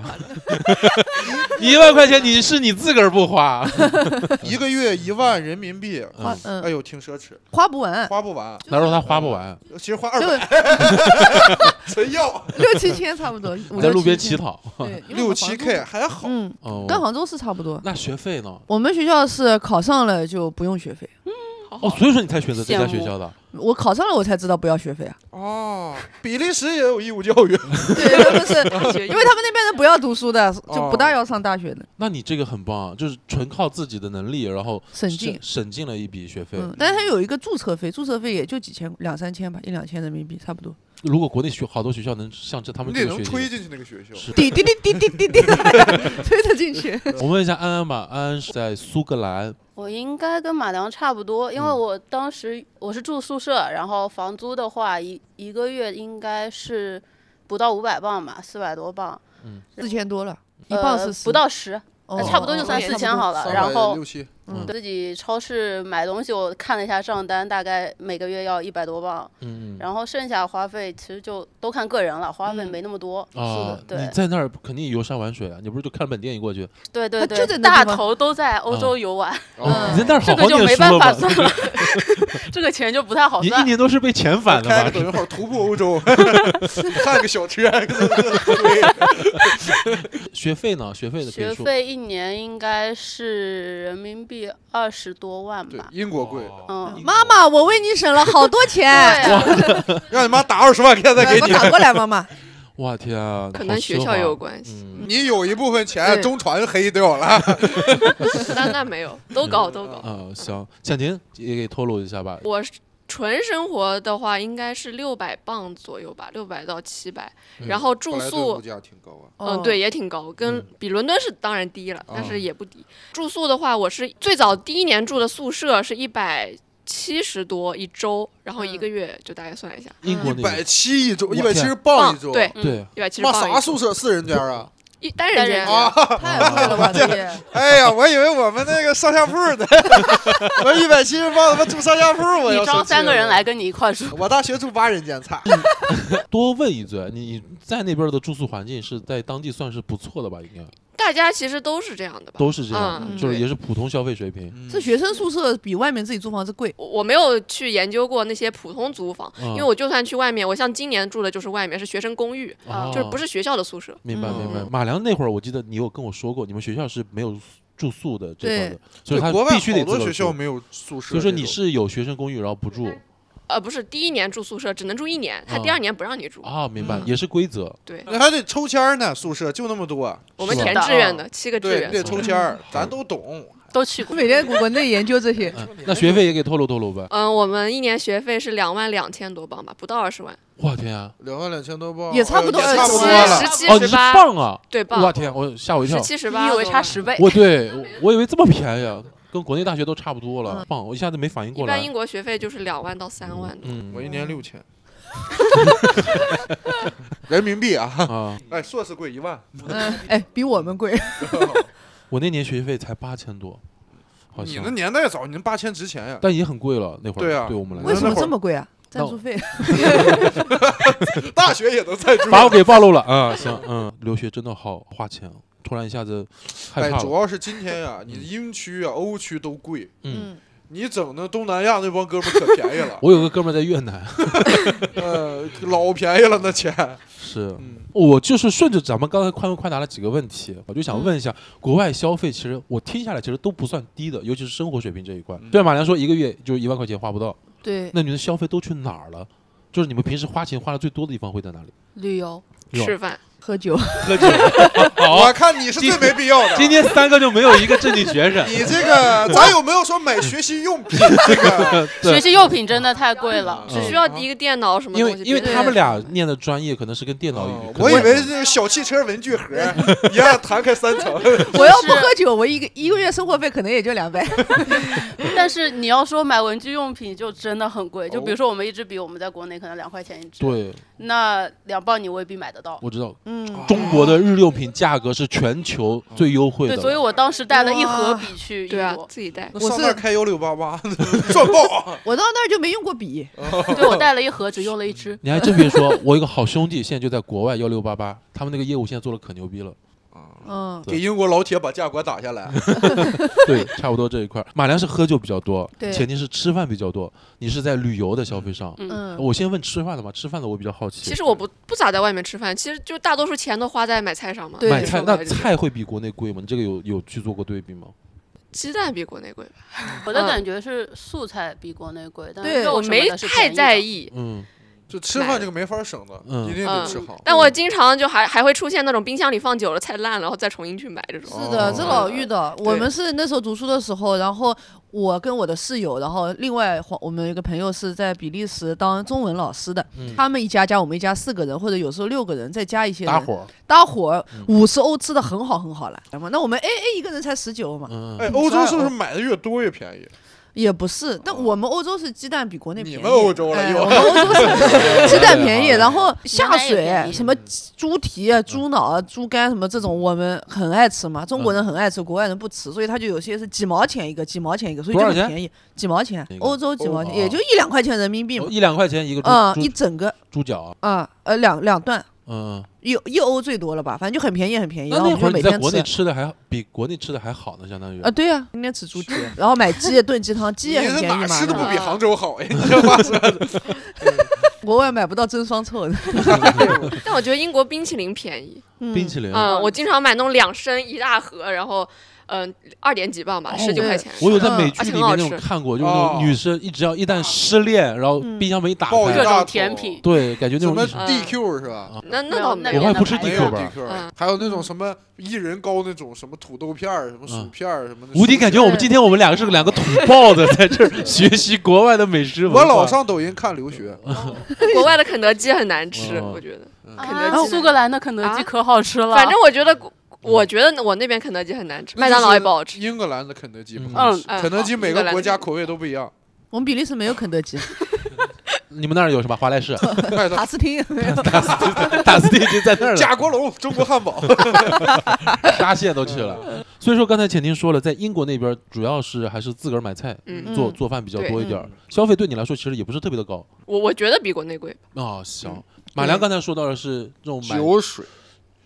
[SPEAKER 5] 一万块钱你是你自个儿不花，
[SPEAKER 3] 一个月一万人民币，
[SPEAKER 2] 花嗯
[SPEAKER 5] 嗯
[SPEAKER 3] 哎呦，挺奢侈，
[SPEAKER 2] 花不完，
[SPEAKER 3] 花不完。啊
[SPEAKER 5] 他说他花不完，
[SPEAKER 3] 其实花二
[SPEAKER 2] 就
[SPEAKER 3] 百纯要
[SPEAKER 2] 六七 千差不多，五
[SPEAKER 5] 你在路边
[SPEAKER 2] 七
[SPEAKER 5] 乞
[SPEAKER 2] 千，
[SPEAKER 5] 讨。
[SPEAKER 2] 对，因为我
[SPEAKER 3] 六
[SPEAKER 2] 们
[SPEAKER 3] 七
[SPEAKER 2] 房租
[SPEAKER 3] K 还好，
[SPEAKER 2] 嗯，
[SPEAKER 5] 哦，
[SPEAKER 2] 跟杭州是差不多。
[SPEAKER 5] 那学费呢？
[SPEAKER 2] 我们学校是考上了就不用学费，
[SPEAKER 5] 哦，所以说你才选择这家
[SPEAKER 6] 羡慕
[SPEAKER 5] 学校的。
[SPEAKER 2] 我考上了我才知道不要学费啊。
[SPEAKER 3] 哦，比利时也有义务教育，
[SPEAKER 2] 对，他们是因为他们那边人不要读书的，就不大
[SPEAKER 3] 哦
[SPEAKER 2] 要上大学的，
[SPEAKER 5] 那你这个很棒啊，就是纯靠自己的能力，然后
[SPEAKER 2] 省
[SPEAKER 5] 省
[SPEAKER 2] 劲。
[SPEAKER 5] 省进了一笔学费。
[SPEAKER 2] 嗯，但是他有一个注册费，注册费也就几千，两三千吧，一两千人民币差不多。
[SPEAKER 5] 如果国内学好多学校能像这他
[SPEAKER 3] 你
[SPEAKER 5] 们
[SPEAKER 3] 得
[SPEAKER 5] 这个
[SPEAKER 3] 能
[SPEAKER 5] 学
[SPEAKER 3] 吹
[SPEAKER 5] 习，
[SPEAKER 3] 进去那个学校。
[SPEAKER 5] 是
[SPEAKER 2] 滴滴滴滴滴滴滴，推得进去。
[SPEAKER 5] 我问一下安安吧，安安是在苏格兰，
[SPEAKER 6] 我应该跟马良差不多，因为
[SPEAKER 5] 嗯
[SPEAKER 6] 我当时我是住宿舍，然后房租的话一一个月应该是不到五百磅吧，四百多磅，
[SPEAKER 2] 四千多了，一
[SPEAKER 6] 呃
[SPEAKER 2] 磅是十
[SPEAKER 6] 不，到十，
[SPEAKER 2] 哦
[SPEAKER 6] 差不多就算
[SPEAKER 2] 哦
[SPEAKER 6] 四千好了。
[SPEAKER 3] 三
[SPEAKER 6] 然
[SPEAKER 3] 百
[SPEAKER 6] 后
[SPEAKER 3] 六七，
[SPEAKER 2] 嗯
[SPEAKER 6] 自己超市买东西，我看了一下账单，大概每个月要一百多磅，
[SPEAKER 5] 嗯，
[SPEAKER 6] 然后剩下花费其实就都看个人了，花费
[SPEAKER 2] 嗯
[SPEAKER 6] 没那么多。
[SPEAKER 5] 啊，
[SPEAKER 6] 对
[SPEAKER 5] 你在那儿肯定游山玩水啊，你不是就看本电影过去？
[SPEAKER 6] 对对
[SPEAKER 2] 他
[SPEAKER 6] 对，
[SPEAKER 2] 就在那
[SPEAKER 6] 大
[SPEAKER 2] 地方
[SPEAKER 6] 头都在
[SPEAKER 5] 啊
[SPEAKER 6] 欧洲游玩，
[SPEAKER 5] 哦
[SPEAKER 3] 嗯
[SPEAKER 5] 你在那儿好
[SPEAKER 6] 嗯这
[SPEAKER 5] 好
[SPEAKER 6] 个就
[SPEAKER 5] 念
[SPEAKER 6] 没
[SPEAKER 5] 书
[SPEAKER 6] 办
[SPEAKER 5] 了
[SPEAKER 6] 法
[SPEAKER 5] 吧？
[SPEAKER 6] 算了， 这个钱就不太好
[SPEAKER 5] 你一
[SPEAKER 6] 算。
[SPEAKER 5] 年都是被遣返的
[SPEAKER 3] 开个
[SPEAKER 5] 吧？
[SPEAKER 3] 抖音号徒步欧 洲，看个小车，
[SPEAKER 5] 学费呢？学费的可
[SPEAKER 6] 学
[SPEAKER 5] 以说。
[SPEAKER 6] 费一年应该是人民币二十多万
[SPEAKER 3] 对，
[SPEAKER 6] 吧。
[SPEAKER 3] 英国贵，
[SPEAKER 6] 嗯，
[SPEAKER 2] 妈妈，我为你省了好多钱，
[SPEAKER 6] 对，
[SPEAKER 3] 让你妈打二十万现在给
[SPEAKER 2] 我
[SPEAKER 3] 你。
[SPEAKER 2] 打过来，妈妈。
[SPEAKER 5] 哇天啊！
[SPEAKER 4] 可
[SPEAKER 5] 好
[SPEAKER 4] 能
[SPEAKER 5] 奢
[SPEAKER 4] 学
[SPEAKER 5] 华
[SPEAKER 4] 校也有关 系，
[SPEAKER 5] 嗯，
[SPEAKER 3] 你有一部分钱
[SPEAKER 2] 对
[SPEAKER 3] 中传黑掉了，
[SPEAKER 4] 那那没有，
[SPEAKER 3] 嗯
[SPEAKER 4] 都高都高。
[SPEAKER 5] 啊，行，蒋婷也给透露一下吧。
[SPEAKER 4] 我纯生活的话，应该是六百磅左右吧，六百到七百。然后住
[SPEAKER 3] 嗯后来物
[SPEAKER 4] 宿，
[SPEAKER 3] 价挺高啊。
[SPEAKER 2] 哦
[SPEAKER 4] 嗯，对，，也挺高，跟
[SPEAKER 5] 嗯
[SPEAKER 4] 比伦敦是当然低了，但
[SPEAKER 3] 哦
[SPEAKER 4] 是也不低。住宿的话，我是最早第一年住的宿舍是一百七十多一周，然后一
[SPEAKER 2] 嗯
[SPEAKER 4] 个月就大概算一下，
[SPEAKER 5] 英国那
[SPEAKER 3] 嗯一百
[SPEAKER 5] 个
[SPEAKER 3] 七一周，
[SPEAKER 5] 我
[SPEAKER 3] 一百七
[SPEAKER 5] 天
[SPEAKER 3] 十磅一周，
[SPEAKER 4] 对，
[SPEAKER 6] 嗯
[SPEAKER 5] 对
[SPEAKER 4] 一百七十
[SPEAKER 3] 妈
[SPEAKER 4] 磅一
[SPEAKER 3] 啥
[SPEAKER 4] 周。
[SPEAKER 3] 宿舍四人间啊？
[SPEAKER 4] 一单人
[SPEAKER 6] 单
[SPEAKER 4] 间
[SPEAKER 6] 人
[SPEAKER 4] 啊
[SPEAKER 6] 间，
[SPEAKER 2] 太贵了吧，这
[SPEAKER 3] 哎呀，我以为我们那个上下铺的，我一百七十磅，他妈住上下铺，我要
[SPEAKER 6] 你招
[SPEAKER 3] 生气
[SPEAKER 6] 三个人
[SPEAKER 3] 了。
[SPEAKER 6] 来跟你一块 儿住，
[SPEAKER 3] 我大学住八人间，差。
[SPEAKER 5] 多问一嘴，你在那边的住宿环境是在当地算是不错的吧？应该
[SPEAKER 4] 大家其实都是这样的吧？
[SPEAKER 5] 都是这样，
[SPEAKER 4] 嗯
[SPEAKER 5] 就是
[SPEAKER 4] 对
[SPEAKER 5] 也是普通消费水平。
[SPEAKER 2] 这学生宿舍比外面自己租房子贵。
[SPEAKER 4] 我我没有去研究过那些普通租房，
[SPEAKER 5] 嗯
[SPEAKER 4] 因为我就算去外面，我像今年住的就是外面是学生公寓，
[SPEAKER 5] 哦
[SPEAKER 4] 嗯就是不是学校的宿舍。
[SPEAKER 5] 明白
[SPEAKER 2] 嗯
[SPEAKER 5] 明白。
[SPEAKER 4] 嗯
[SPEAKER 5] 马良那会儿，我记得你有跟我说过，你们学校是没有住宿的这块的，所以他
[SPEAKER 3] 国外
[SPEAKER 5] 必须得
[SPEAKER 3] 好多
[SPEAKER 5] 自个儿
[SPEAKER 3] 学校
[SPEAKER 5] 住
[SPEAKER 3] 没有宿舍这种，
[SPEAKER 5] 所以说你是有学生公寓，然后不住
[SPEAKER 4] 呃，不是，第一年住宿舍只能住一年，他
[SPEAKER 5] 嗯
[SPEAKER 4] 第二年不让你住。
[SPEAKER 5] 啊，明白，
[SPEAKER 2] 嗯
[SPEAKER 5] 也是规则。
[SPEAKER 4] 对，
[SPEAKER 3] 那还得抽签儿呢，宿舍就那么多，
[SPEAKER 4] 我们
[SPEAKER 5] 是
[SPEAKER 4] 填
[SPEAKER 6] 的
[SPEAKER 4] 志愿
[SPEAKER 6] 哦
[SPEAKER 4] 的七个志
[SPEAKER 3] 对，你
[SPEAKER 4] 愿，
[SPEAKER 3] 得抽签儿，咱都懂。
[SPEAKER 6] 都去过
[SPEAKER 2] 我。每天国内研究这些，
[SPEAKER 5] 嗯，那学费也给透露透露呗。
[SPEAKER 4] 嗯，我们一年学费是两万两千多镑吧，不到二十万，呃
[SPEAKER 5] 我天啊！
[SPEAKER 3] 两万两千多磅，
[SPEAKER 2] 也差不多
[SPEAKER 3] 哎呀也差不
[SPEAKER 4] 十
[SPEAKER 3] 多
[SPEAKER 4] 十
[SPEAKER 3] 了。
[SPEAKER 5] 哦，
[SPEAKER 4] 七
[SPEAKER 5] 你
[SPEAKER 4] 十
[SPEAKER 5] 是
[SPEAKER 4] 八，
[SPEAKER 5] 磅啊！
[SPEAKER 4] 对
[SPEAKER 5] 我
[SPEAKER 4] 镑，
[SPEAKER 5] 天，我吓我一跳
[SPEAKER 4] 十。七十
[SPEAKER 6] 你
[SPEAKER 4] 八，
[SPEAKER 6] 以为差十倍？
[SPEAKER 5] 我对我我以为这么便宜啊，跟国内大学都差不多了。
[SPEAKER 2] 嗯
[SPEAKER 5] 磅，我一下子没反应
[SPEAKER 4] 一
[SPEAKER 5] 过
[SPEAKER 4] 般
[SPEAKER 5] 来
[SPEAKER 4] 英。国学费就是两万到三万的。
[SPEAKER 5] 嗯
[SPEAKER 3] 我一年六千，人民币啊！
[SPEAKER 5] 啊，
[SPEAKER 3] 哎，硕士贵一万，
[SPEAKER 2] 嗯，哎，比我们贵。
[SPEAKER 5] 我那年学费才八千多，好
[SPEAKER 3] 你那
[SPEAKER 5] 像，
[SPEAKER 3] 年代早，你那八千值钱呀。
[SPEAKER 5] 但也很贵了那会儿。
[SPEAKER 3] 对啊
[SPEAKER 5] 对我们来
[SPEAKER 2] 为
[SPEAKER 5] 说，
[SPEAKER 2] 什么这么贵啊？赞助费，
[SPEAKER 3] 大学也能再住，
[SPEAKER 5] 把我给暴露了啊！行，嗯，留学真的好花钱，突然一下子害
[SPEAKER 3] 哎，
[SPEAKER 5] 怕
[SPEAKER 3] 主
[SPEAKER 5] 了。
[SPEAKER 3] 要是今天呀，你英区啊、欧区都贵，
[SPEAKER 5] 嗯，，，
[SPEAKER 3] 你整那东南亚那帮哥们儿可便宜了
[SPEAKER 5] 我有个哥们儿在越南，
[SPEAKER 3] 呃，老便宜了那钱。
[SPEAKER 5] 是
[SPEAKER 3] 嗯，
[SPEAKER 5] 我就是顺着咱们刚才快问快答了几个问题，我就想问一下，国外消费其实我听下来其实都不算低的，尤其是生活水平这一块。
[SPEAKER 3] 嗯
[SPEAKER 5] 对马良说一个月就一万块钱花不到，
[SPEAKER 2] 对，
[SPEAKER 5] 那你们的消费都去哪儿了？就是你们平时花钱花的最多的地方会在哪里？
[SPEAKER 6] 旅游，
[SPEAKER 5] 有
[SPEAKER 4] 吃饭，
[SPEAKER 2] 喝酒，
[SPEAKER 5] 喝酒。 好啊
[SPEAKER 3] 我，看你是最没必要的。
[SPEAKER 5] 今天三个就没有一个正经学生。
[SPEAKER 3] 你这 个，咱有没有说买学习用品？啊这个
[SPEAKER 6] 学习用品真的太贵了。
[SPEAKER 4] 只
[SPEAKER 5] 嗯
[SPEAKER 4] 需要一个电脑什么
[SPEAKER 5] 因
[SPEAKER 4] 东
[SPEAKER 5] 为
[SPEAKER 4] 西。
[SPEAKER 5] 因为
[SPEAKER 4] 别的
[SPEAKER 5] 他们俩念的专业可能是跟电脑有
[SPEAKER 3] 哦，
[SPEAKER 5] 可能
[SPEAKER 3] 我以
[SPEAKER 5] 是
[SPEAKER 3] 为这小汽车文具 盒一样弹开三层。
[SPEAKER 2] 我要不喝酒，我一个一个月生活费可能也就两百。
[SPEAKER 6] 但是你要说买文具用品，就真的很贵。就比如说我们一支笔，我们在国内可能两块钱一支，
[SPEAKER 5] 对，
[SPEAKER 6] 那两磅你未必买得到。
[SPEAKER 5] 我知道
[SPEAKER 2] 嗯，
[SPEAKER 5] 中国的日用品价格是全球最优惠
[SPEAKER 6] 对，
[SPEAKER 5] 的，
[SPEAKER 6] 所以我当时带了一盒笔去英
[SPEAKER 4] 对啊，
[SPEAKER 6] 国，
[SPEAKER 4] 自己带。
[SPEAKER 3] 那
[SPEAKER 2] 我
[SPEAKER 3] 上
[SPEAKER 2] 是
[SPEAKER 3] 那儿开幺六八 八，赚爆啊！
[SPEAKER 2] 我到那儿就没用过笔，
[SPEAKER 6] 对 我带了一盒，只用了一支。
[SPEAKER 5] 你还真别说，我有个好兄弟现在就在国外幺六八八，他们那个业务现在做的可牛逼了。啊
[SPEAKER 2] 嗯，
[SPEAKER 5] 对
[SPEAKER 3] 给英国老铁把价格打下来，
[SPEAKER 5] 对，差不多这一块儿。马良是喝酒比较多，
[SPEAKER 2] 对
[SPEAKER 5] 前提是吃饭比较多。你是在旅游的消费上，
[SPEAKER 2] 嗯
[SPEAKER 5] 我先问吃饭的吧，吃饭的我比较好奇。
[SPEAKER 4] 其实我不不咋在外面吃饭，其实就大多数钱都花在买菜上嘛。
[SPEAKER 2] 对
[SPEAKER 5] 买
[SPEAKER 4] 就
[SPEAKER 5] 菜
[SPEAKER 4] 是
[SPEAKER 5] 那
[SPEAKER 4] 我就是
[SPEAKER 5] 菜会比国内贵吗？你这个有有去做过对比吗？
[SPEAKER 4] 鸡蛋比国内贵吧？
[SPEAKER 6] 我的感觉是素菜比国内贵，但
[SPEAKER 2] 对
[SPEAKER 6] 是
[SPEAKER 4] 我
[SPEAKER 6] 肉什么
[SPEAKER 4] 没
[SPEAKER 6] 的是
[SPEAKER 4] 太
[SPEAKER 6] 便宜
[SPEAKER 4] 在
[SPEAKER 6] 的。
[SPEAKER 4] 意，
[SPEAKER 5] 嗯，
[SPEAKER 3] 就吃饭这个没法省的，
[SPEAKER 5] 嗯
[SPEAKER 3] 一定得吃好。嗯
[SPEAKER 4] 但
[SPEAKER 6] 嗯
[SPEAKER 4] 我经常就还还会出现那种冰箱里放久了菜烂了，然后再重新去买这种。
[SPEAKER 2] 是的，
[SPEAKER 3] 哦
[SPEAKER 2] 这老遇到。我们是那时候读书的时候，然后我跟我的室友，然后另外黄我们有一个朋友是在比利时当中文老师的，
[SPEAKER 5] 嗯
[SPEAKER 2] 他们一家加我们一家四个人，或者有时候六个人，再加一些人
[SPEAKER 5] 搭伙儿，嗯
[SPEAKER 2] 搭伙五十欧吃的很好很好了。那我们 A A 一个人才十九嘛，
[SPEAKER 5] 嗯，
[SPEAKER 3] 哎，欧洲是不是买的越多越便宜？
[SPEAKER 2] 也不是，但
[SPEAKER 3] 哦
[SPEAKER 2] 我们欧洲是鸡蛋比国内
[SPEAKER 3] 你
[SPEAKER 2] 便宜。
[SPEAKER 3] 们欧洲了
[SPEAKER 2] 哎
[SPEAKER 3] 又
[SPEAKER 2] 我们欧洲是鸡蛋便宜，然 后下
[SPEAKER 6] 牛奶也便
[SPEAKER 2] 水
[SPEAKER 6] 宜
[SPEAKER 2] 什么猪蹄、
[SPEAKER 5] 嗯
[SPEAKER 2] 啊、猪脑、啊、猪肝什么这种，我们很爱吃嘛。中国人很爱吃，国外人不吃，所以他就有些是几毛钱一个，几毛钱一个，所以就
[SPEAKER 5] 多少
[SPEAKER 2] 很
[SPEAKER 5] 钱
[SPEAKER 2] 便宜，几毛钱
[SPEAKER 5] 那。个
[SPEAKER 2] 欧洲几毛
[SPEAKER 5] 哦
[SPEAKER 2] 钱，也就一两块钱人民币嘛。
[SPEAKER 5] 一两块钱一个猪
[SPEAKER 2] 啊，
[SPEAKER 5] 猪
[SPEAKER 2] 一整个
[SPEAKER 5] 猪脚啊，
[SPEAKER 2] 啊，呃，两两段。
[SPEAKER 5] 嗯，
[SPEAKER 2] 一一欧最多了吧，反正就很便宜，很便宜。
[SPEAKER 5] 那
[SPEAKER 2] 然后
[SPEAKER 5] 那
[SPEAKER 2] 我们
[SPEAKER 5] 会
[SPEAKER 2] 就每
[SPEAKER 5] 儿你在
[SPEAKER 2] 天
[SPEAKER 5] 国内
[SPEAKER 2] 吃
[SPEAKER 5] 吃的还比国内吃的还好呢，相当于
[SPEAKER 2] 啊，。对啊，天天吃猪 蹄，然后买鸡啊炖鸡汤，鸡
[SPEAKER 3] 你
[SPEAKER 2] 也很
[SPEAKER 3] 是
[SPEAKER 2] 便宜
[SPEAKER 3] 哪
[SPEAKER 2] 嘛。
[SPEAKER 3] 吃
[SPEAKER 2] 对
[SPEAKER 3] 的
[SPEAKER 2] 吧嗯
[SPEAKER 3] 不比杭州好呀？ 你这话说的，
[SPEAKER 2] 国外买不到蒸双臭的，
[SPEAKER 4] 但我觉得英国冰淇淋便宜，
[SPEAKER 2] 嗯
[SPEAKER 5] 冰淇淋，
[SPEAKER 4] 嗯，我经常买那种两升一大盒，然后嗯二点几磅吧，十九
[SPEAKER 2] 对
[SPEAKER 4] 块钱。
[SPEAKER 5] 我有在美
[SPEAKER 4] 嗯
[SPEAKER 5] 剧
[SPEAKER 4] 而且
[SPEAKER 5] 里
[SPEAKER 4] 很
[SPEAKER 5] 面
[SPEAKER 4] 好
[SPEAKER 5] 那种
[SPEAKER 4] 吃
[SPEAKER 5] 看过，就是那种女生一只要一旦失恋，然后冰箱门一打
[SPEAKER 3] 哦爆一
[SPEAKER 6] 各
[SPEAKER 5] 开，
[SPEAKER 3] 炸
[SPEAKER 6] 种
[SPEAKER 3] 桶
[SPEAKER 6] 甜品
[SPEAKER 5] 对，感觉那
[SPEAKER 3] 什
[SPEAKER 5] 种
[SPEAKER 3] 么
[SPEAKER 5] 一
[SPEAKER 2] 嗯
[SPEAKER 5] 场
[SPEAKER 3] DQ 是吧？
[SPEAKER 4] 那那
[SPEAKER 6] 没有
[SPEAKER 4] 倒
[SPEAKER 6] 那
[SPEAKER 4] 没
[SPEAKER 5] 我
[SPEAKER 4] 有
[SPEAKER 6] 边
[SPEAKER 5] 还
[SPEAKER 6] 的
[SPEAKER 5] 不吃
[SPEAKER 6] 牌
[SPEAKER 3] 没
[SPEAKER 6] 子
[SPEAKER 3] 有
[SPEAKER 5] DQ 嗯吧？
[SPEAKER 3] DQ，
[SPEAKER 4] 嗯
[SPEAKER 3] 还有那种什么一人高那种什么土豆片儿、什么薯片儿什么的。
[SPEAKER 5] 嗯无敌感觉我们今天我们两个是两个土豹子，在这儿学习国外的美食文化。
[SPEAKER 3] 我老上抖音看留学，
[SPEAKER 4] 国外的肯德基很难吃，
[SPEAKER 5] 嗯
[SPEAKER 4] 我觉得。肯德基
[SPEAKER 6] 啊，
[SPEAKER 4] 呢
[SPEAKER 6] 苏格兰的肯德基
[SPEAKER 4] 啊
[SPEAKER 6] 可好吃了，
[SPEAKER 4] 反正我觉得国，我觉得我那边肯德基很难
[SPEAKER 3] 嗯
[SPEAKER 4] 吃，麦当劳也不好吃。
[SPEAKER 3] 英格兰的肯德基不好
[SPEAKER 6] 嗯
[SPEAKER 3] 吃，肯德基每个国家口味都不一样。
[SPEAKER 2] 我们比利时没有肯德基，
[SPEAKER 5] 你们那儿有什么华莱士、啊
[SPEAKER 3] 快的
[SPEAKER 2] 塔斯汀，
[SPEAKER 5] 塔斯汀已经在那 儿了，
[SPEAKER 3] 贾国龙，中国汉堡，
[SPEAKER 5] 大蟹都去了。所以说，刚才浅听说了，在英国那边主要是还是自个儿买菜、
[SPEAKER 4] 嗯，
[SPEAKER 5] 做
[SPEAKER 2] 嗯
[SPEAKER 5] 做饭比较
[SPEAKER 4] 对
[SPEAKER 5] 多一点儿
[SPEAKER 3] 嗯，
[SPEAKER 5] 消费对你来说其实也不是特别的高。
[SPEAKER 4] 我我觉得比国内贵。
[SPEAKER 5] 哦，行。马良刚才说到的是这种买
[SPEAKER 3] 水，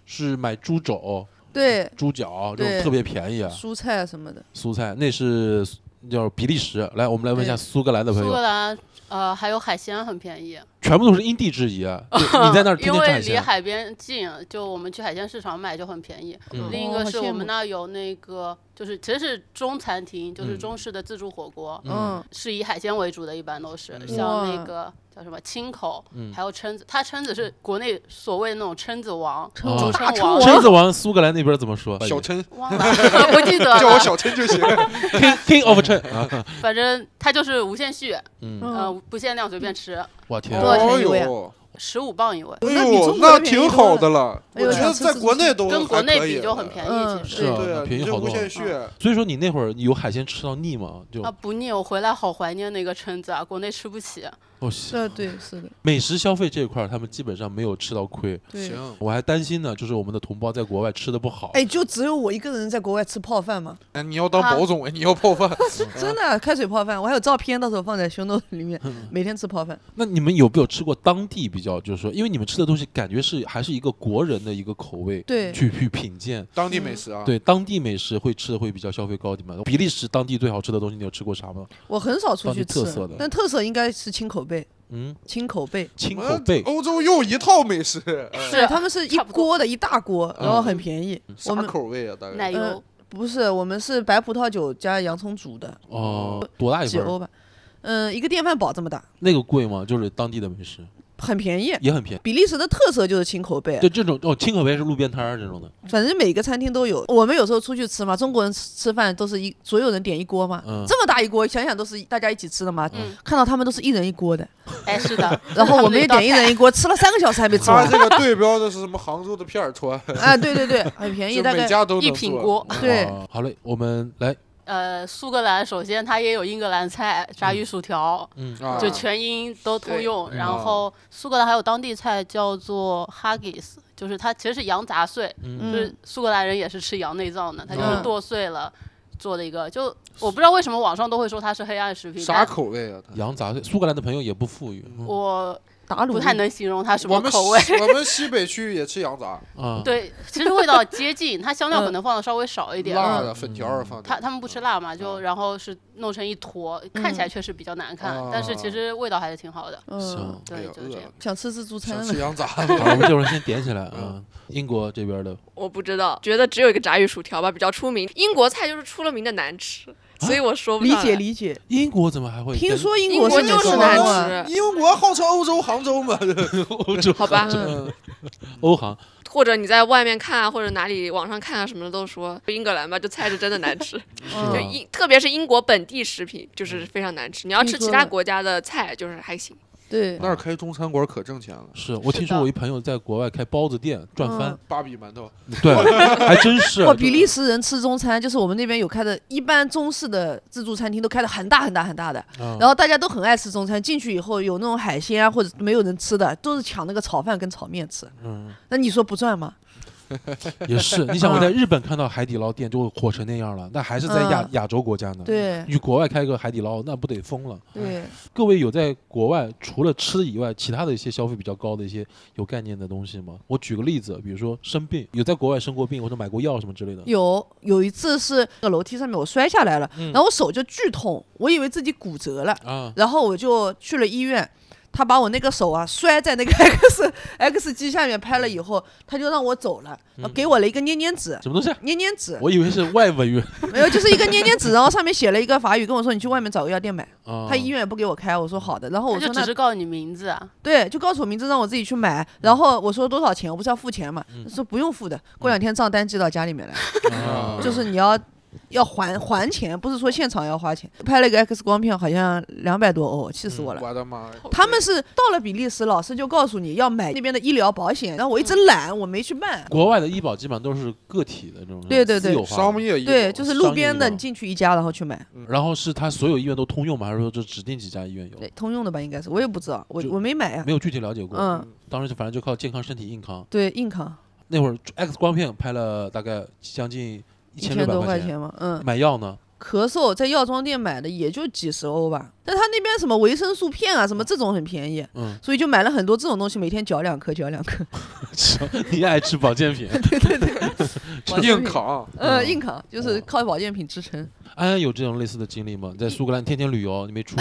[SPEAKER 5] 是买猪肘、
[SPEAKER 2] 对，
[SPEAKER 5] 猪脚这种
[SPEAKER 2] 对
[SPEAKER 5] 特别便宜啊，
[SPEAKER 2] 蔬菜什么的，
[SPEAKER 5] 蔬菜那是叫比利时。来，我们来问一下
[SPEAKER 2] 对
[SPEAKER 5] 苏格兰的朋
[SPEAKER 6] 苏格
[SPEAKER 5] 友，
[SPEAKER 6] 兰呃还有海鲜很便宜，
[SPEAKER 5] 全部都是因地制宜啊。对你在那儿天
[SPEAKER 6] 因
[SPEAKER 5] 天吃
[SPEAKER 6] 为
[SPEAKER 5] 海
[SPEAKER 6] 离
[SPEAKER 5] 鲜，
[SPEAKER 6] 海边近，就我们去海鲜市场买就很便宜。
[SPEAKER 5] 嗯
[SPEAKER 6] 另一
[SPEAKER 2] 哦
[SPEAKER 6] 个
[SPEAKER 2] 好
[SPEAKER 6] 是
[SPEAKER 2] 羡
[SPEAKER 6] 我
[SPEAKER 2] 慕
[SPEAKER 6] 们那儿有那个就是其实是中餐厅，就是
[SPEAKER 5] 嗯
[SPEAKER 6] 中式的自助火锅，
[SPEAKER 5] 嗯
[SPEAKER 2] 嗯，
[SPEAKER 6] 是以海鲜为主的，一般都是
[SPEAKER 5] 嗯
[SPEAKER 6] 像那
[SPEAKER 2] 哇
[SPEAKER 6] 个叫什么青口
[SPEAKER 5] 嗯，
[SPEAKER 6] 还有蛏子，它蛏子是国内所谓那种蛏子王，
[SPEAKER 5] 哦
[SPEAKER 6] 竹
[SPEAKER 2] 大
[SPEAKER 6] 蛏王，
[SPEAKER 5] 蛏子王苏格兰那边怎么说
[SPEAKER 3] 小琛，
[SPEAKER 6] 忘了 不记得
[SPEAKER 3] 叫我
[SPEAKER 6] 了，
[SPEAKER 3] 小琛 就行。
[SPEAKER 5] ？King King of Chen 啊。
[SPEAKER 6] 反正它就是无限续，
[SPEAKER 5] 嗯，
[SPEAKER 2] 嗯
[SPEAKER 6] 呃，不限量随便吃，
[SPEAKER 5] 我天啊，
[SPEAKER 2] 多少钱一位啊
[SPEAKER 3] 哎呦，
[SPEAKER 6] 十五磅一位，
[SPEAKER 3] 哎
[SPEAKER 2] 那比
[SPEAKER 3] 呦
[SPEAKER 2] 中，国
[SPEAKER 3] 那
[SPEAKER 2] 人便宜
[SPEAKER 3] 挺
[SPEAKER 2] 多
[SPEAKER 3] 好
[SPEAKER 2] 了
[SPEAKER 3] 的了。
[SPEAKER 2] 哎
[SPEAKER 3] 我
[SPEAKER 2] 呦
[SPEAKER 3] 觉得
[SPEAKER 2] 想吃
[SPEAKER 3] 在
[SPEAKER 2] 自
[SPEAKER 3] 国
[SPEAKER 2] 助
[SPEAKER 3] 内都
[SPEAKER 6] 跟国
[SPEAKER 3] 还
[SPEAKER 6] 内
[SPEAKER 3] 可以
[SPEAKER 6] 比就很
[SPEAKER 3] 了
[SPEAKER 6] 便宜，
[SPEAKER 2] 嗯
[SPEAKER 6] 其实。
[SPEAKER 5] 是啊
[SPEAKER 3] 对啊，
[SPEAKER 5] 便宜
[SPEAKER 3] 你这
[SPEAKER 5] 好多
[SPEAKER 3] 无
[SPEAKER 5] 啊
[SPEAKER 3] 限续，
[SPEAKER 5] 所以说你那会儿有海鲜吃到腻吗？就
[SPEAKER 6] 啊，不腻！我回来好怀念那个蛏子啊，国内吃不起。
[SPEAKER 5] 哦，
[SPEAKER 2] 这对是的，
[SPEAKER 5] 美食消费这一块儿，他们基本上没有吃到亏。
[SPEAKER 6] 嗯
[SPEAKER 2] 对。，
[SPEAKER 5] 我还担心呢，就是我们的同胞在国外吃的不好。
[SPEAKER 2] 哎，就只有我一个人在国外吃泡饭吗？
[SPEAKER 3] 哎你要当保
[SPEAKER 6] 啊
[SPEAKER 3] 总哎，你要泡饭，
[SPEAKER 5] 嗯
[SPEAKER 2] 真的啊开水泡饭，我还有照片，到时候放在 show note 里面。
[SPEAKER 5] 嗯
[SPEAKER 2] 每天吃泡饭，
[SPEAKER 5] 那你们有没有吃过当地比较，就是说，因为你们吃的东西感觉是还是一个国人的一个口味，
[SPEAKER 2] 对
[SPEAKER 5] 去去品鉴。
[SPEAKER 3] 当地美食啊，
[SPEAKER 5] 对当地美食会吃的会比较消费高一点嘛？比利时当地最好吃的东西，你有吃过啥吗？
[SPEAKER 2] 我很少出去
[SPEAKER 5] 当地特
[SPEAKER 2] 吃
[SPEAKER 5] 色的，
[SPEAKER 2] 但特色应该是清口贝，
[SPEAKER 5] 嗯，
[SPEAKER 2] 清口贝。
[SPEAKER 5] 青
[SPEAKER 3] 我
[SPEAKER 5] 口
[SPEAKER 3] 们
[SPEAKER 5] 贝，
[SPEAKER 3] 欧洲又一套美 食，哎
[SPEAKER 6] 是
[SPEAKER 2] 他们是啊一
[SPEAKER 6] 差不多
[SPEAKER 2] 锅的一大锅，然后很便宜。
[SPEAKER 5] 嗯
[SPEAKER 3] 啥
[SPEAKER 2] 我们
[SPEAKER 3] 口味啊？大
[SPEAKER 6] 奶
[SPEAKER 3] 概
[SPEAKER 6] 油、
[SPEAKER 2] 呃不是，我们是白葡萄酒加洋葱煮的，
[SPEAKER 5] 哦，多大一
[SPEAKER 2] 几
[SPEAKER 5] 份儿？
[SPEAKER 2] 欧吧，嗯，一个电饭煲这么大，
[SPEAKER 5] 那个贵吗？就是当地的美食
[SPEAKER 2] 很便宜。
[SPEAKER 5] 也很便宜。
[SPEAKER 2] 比利时的特色就是清口贝，啊
[SPEAKER 5] 就这种哦，青口贝是路边摊儿这种的，
[SPEAKER 2] 反正每个餐厅都有。我们有时候出去吃嘛，中国人吃吃饭都是一所有人点一锅嘛，
[SPEAKER 5] 嗯
[SPEAKER 2] 这么大一锅，想想都是大家一起吃的嘛。
[SPEAKER 6] 嗯
[SPEAKER 2] 看到他们都是一人一锅的，。
[SPEAKER 6] 哎，是的
[SPEAKER 2] 然后我们也
[SPEAKER 6] 也
[SPEAKER 2] 点一人一锅，吃了三个小时还没吃
[SPEAKER 3] 他
[SPEAKER 2] 完。
[SPEAKER 3] 这个对标的是什么？杭州的片儿川，
[SPEAKER 2] 啊，对对对，很便宜，
[SPEAKER 3] 就
[SPEAKER 2] 大
[SPEAKER 3] 每
[SPEAKER 2] 概
[SPEAKER 3] 家都能
[SPEAKER 6] 一品
[SPEAKER 3] 做嗯
[SPEAKER 6] 锅，
[SPEAKER 2] 对
[SPEAKER 5] 哦好嘞，我们来，
[SPEAKER 6] 呃，苏格兰首先它也有英格兰菜、炸鱼薯条，
[SPEAKER 5] 嗯，
[SPEAKER 3] 啊，
[SPEAKER 6] 就全英都通用。
[SPEAKER 3] 对
[SPEAKER 6] 然
[SPEAKER 3] 嗯
[SPEAKER 6] 后苏格兰还有当地菜叫做 haggis，就是它其实是羊杂碎，
[SPEAKER 5] 嗯
[SPEAKER 2] 嗯
[SPEAKER 6] 就是苏格兰人也是吃羊内脏的，它就是
[SPEAKER 2] 嗯
[SPEAKER 6] 剁碎了。做的一个，就我不知道为什么网上都会说它是黑暗食品，
[SPEAKER 3] 啥
[SPEAKER 6] 但
[SPEAKER 3] 口味啊？他
[SPEAKER 5] 羊杂碎，苏格兰的朋友也不富裕，嗯
[SPEAKER 6] 我
[SPEAKER 2] 打卤
[SPEAKER 6] 不太能形容它什
[SPEAKER 3] 我
[SPEAKER 6] 么
[SPEAKER 3] 们
[SPEAKER 6] 口味。
[SPEAKER 3] 西我们西北区也吃羊杂，
[SPEAKER 5] 啊，
[SPEAKER 6] 对，其实味道接近，它香料可能放的稍微少一点。
[SPEAKER 3] 嗯辣
[SPEAKER 6] 嗯
[SPEAKER 3] 的嗯粉条儿放的。
[SPEAKER 6] 他他们不吃辣嘛，就然后是弄成一坨，看起
[SPEAKER 3] 嗯
[SPEAKER 6] 来确实比较难看，但是其实味道还是挺好的。
[SPEAKER 2] 嗯
[SPEAKER 5] 行，，
[SPEAKER 3] 哦哎
[SPEAKER 6] 对，
[SPEAKER 3] 呀
[SPEAKER 6] 就是这样。
[SPEAKER 2] 想吃自助
[SPEAKER 3] 饿了
[SPEAKER 2] 餐
[SPEAKER 3] 想吃
[SPEAKER 2] 了。
[SPEAKER 3] 羊 杂，
[SPEAKER 5] 好，我们这会儿先点起来啊。英国这边的
[SPEAKER 4] 我不知道，觉得只有一个炸鱼薯条吧比较出名。英国菜就是出了名的难吃，
[SPEAKER 5] 啊
[SPEAKER 4] 所以我说不
[SPEAKER 2] 理
[SPEAKER 4] 上来
[SPEAKER 2] 解理解，
[SPEAKER 5] 英国怎么还会跟？
[SPEAKER 2] 听说英
[SPEAKER 4] 英国
[SPEAKER 2] 是
[SPEAKER 4] 就是
[SPEAKER 2] 美国
[SPEAKER 4] 难
[SPEAKER 2] 梦啊
[SPEAKER 4] 吃，
[SPEAKER 3] 英国号称欧洲杭州 嘛，
[SPEAKER 5] 欧洲
[SPEAKER 4] 好吧？
[SPEAKER 5] 嗯 欧航
[SPEAKER 4] 或者你在外面看啊，或者哪里网上看啊，什么的都说英格兰吧，这菜是真的难吃。就
[SPEAKER 5] 嗯
[SPEAKER 4] 英，特别是英国本地食品就是非常难吃。你要吃其他国家的菜，就是还行。
[SPEAKER 2] 对，
[SPEAKER 3] 那儿开中餐馆可挣钱了，
[SPEAKER 5] 是我听说我一朋友在国外开包子店赚 翻，
[SPEAKER 3] 芭比馒头，
[SPEAKER 5] 对，还真是
[SPEAKER 2] 嗯哇，比利时人吃中餐，就是我们那边有开的，一般中式的自助餐厅都开的很大很大很大的，
[SPEAKER 5] 然
[SPEAKER 2] 然后大家都很爱吃中餐。进去以后有那种海鲜啊，或者没有人吃的，都是抢那个炒饭跟炒面吃。
[SPEAKER 5] 嗯
[SPEAKER 2] 那你说不赚吗？
[SPEAKER 5] 也是，你想我在日本看到海底捞店就火成那样了，那还是在亚
[SPEAKER 2] 嗯
[SPEAKER 5] 亚洲国家呢。。
[SPEAKER 2] 对
[SPEAKER 5] 与国外开个海底捞，那不得疯了？
[SPEAKER 2] 对，
[SPEAKER 5] 各位有在国外除了吃以外，其他的一些消费比较高的一些有概念的东西吗？我举个例子，比如说生病，有在国外生过病或者买过药什么之类的。
[SPEAKER 2] 有有一次是那个楼梯上面我摔下来了，然后我手就剧痛，我以为自己骨折了，
[SPEAKER 5] 啊，
[SPEAKER 2] 然后我就去了医院。他把我那个手啊摔在那个 X X 机下面拍了以后，他就让我走了，然后给我了一个捏捏纸，
[SPEAKER 5] 什么东西啊？
[SPEAKER 2] 捏捏纸，
[SPEAKER 5] 我以为是外文员
[SPEAKER 2] 没有，就是一个捏捏纸，然后上面写了一个法语，跟我说你去外面找个药店买。
[SPEAKER 5] 啊。
[SPEAKER 2] 他医院也不给我开，我说好的，然后
[SPEAKER 6] 他
[SPEAKER 2] 我
[SPEAKER 6] 就
[SPEAKER 2] 说
[SPEAKER 6] 只
[SPEAKER 2] 那
[SPEAKER 6] 是告诉你名字啊，
[SPEAKER 2] 对，就告诉我名字让我自己去
[SPEAKER 5] 嗯
[SPEAKER 2] 买，然后我说多少钱，我
[SPEAKER 5] 嗯
[SPEAKER 2] 不是要付钱嘛，他说不用付的，过两天账单寄到家里面来，
[SPEAKER 5] 啊
[SPEAKER 2] 就是你要要还还钱，不是说现场要花钱。拍了一个 X 光片，好像两百多欧，气死我了。
[SPEAKER 5] 嗯
[SPEAKER 3] 我的妈呀！
[SPEAKER 2] 他们是到了比利时，老师就告诉你要买那边的医疗保险，然后我一直
[SPEAKER 5] 嗯
[SPEAKER 2] 懒，我没去办。
[SPEAKER 5] 国外的医保基本上都是个体的这种，
[SPEAKER 2] 对对对
[SPEAKER 5] 私有化
[SPEAKER 3] 商
[SPEAKER 5] 的。
[SPEAKER 3] 业医疗
[SPEAKER 2] 对，就是路边
[SPEAKER 5] 商业医
[SPEAKER 2] 的，
[SPEAKER 5] 保
[SPEAKER 2] 你进去一家，然后去买，
[SPEAKER 5] 然后是他所有医院都通用吗？还是说就指定几家医院有？
[SPEAKER 2] 对，通用的吧，应该是，我也不知道，我
[SPEAKER 5] 就
[SPEAKER 2] 我没买呀、
[SPEAKER 5] 没有具体了解过。
[SPEAKER 2] 嗯，
[SPEAKER 5] 当时就反正就靠健康身体硬扛。
[SPEAKER 2] 对，硬扛
[SPEAKER 5] 那会儿 X 光片拍了大概将近
[SPEAKER 2] 一
[SPEAKER 5] 一千
[SPEAKER 2] 千
[SPEAKER 5] 六百
[SPEAKER 2] 多
[SPEAKER 5] 块
[SPEAKER 2] 块钱嘛，嗯，
[SPEAKER 5] 买药呢，
[SPEAKER 2] 咳嗽在药妆店买的也就几十欧吧，但他那边什么维生素片啊，什么这种很便宜，
[SPEAKER 5] 嗯，
[SPEAKER 2] 所以就买了很多这种东西，每天嚼两颗，嚼两颗，
[SPEAKER 5] 你也爱吃保健品。
[SPEAKER 3] 硬 扛，
[SPEAKER 2] 呃，
[SPEAKER 5] 嗯
[SPEAKER 2] 硬扛就是
[SPEAKER 5] 哇
[SPEAKER 2] 靠保健品支撑。
[SPEAKER 5] 安安哎有这种类似的经历吗？在苏格兰天天旅游，你 没出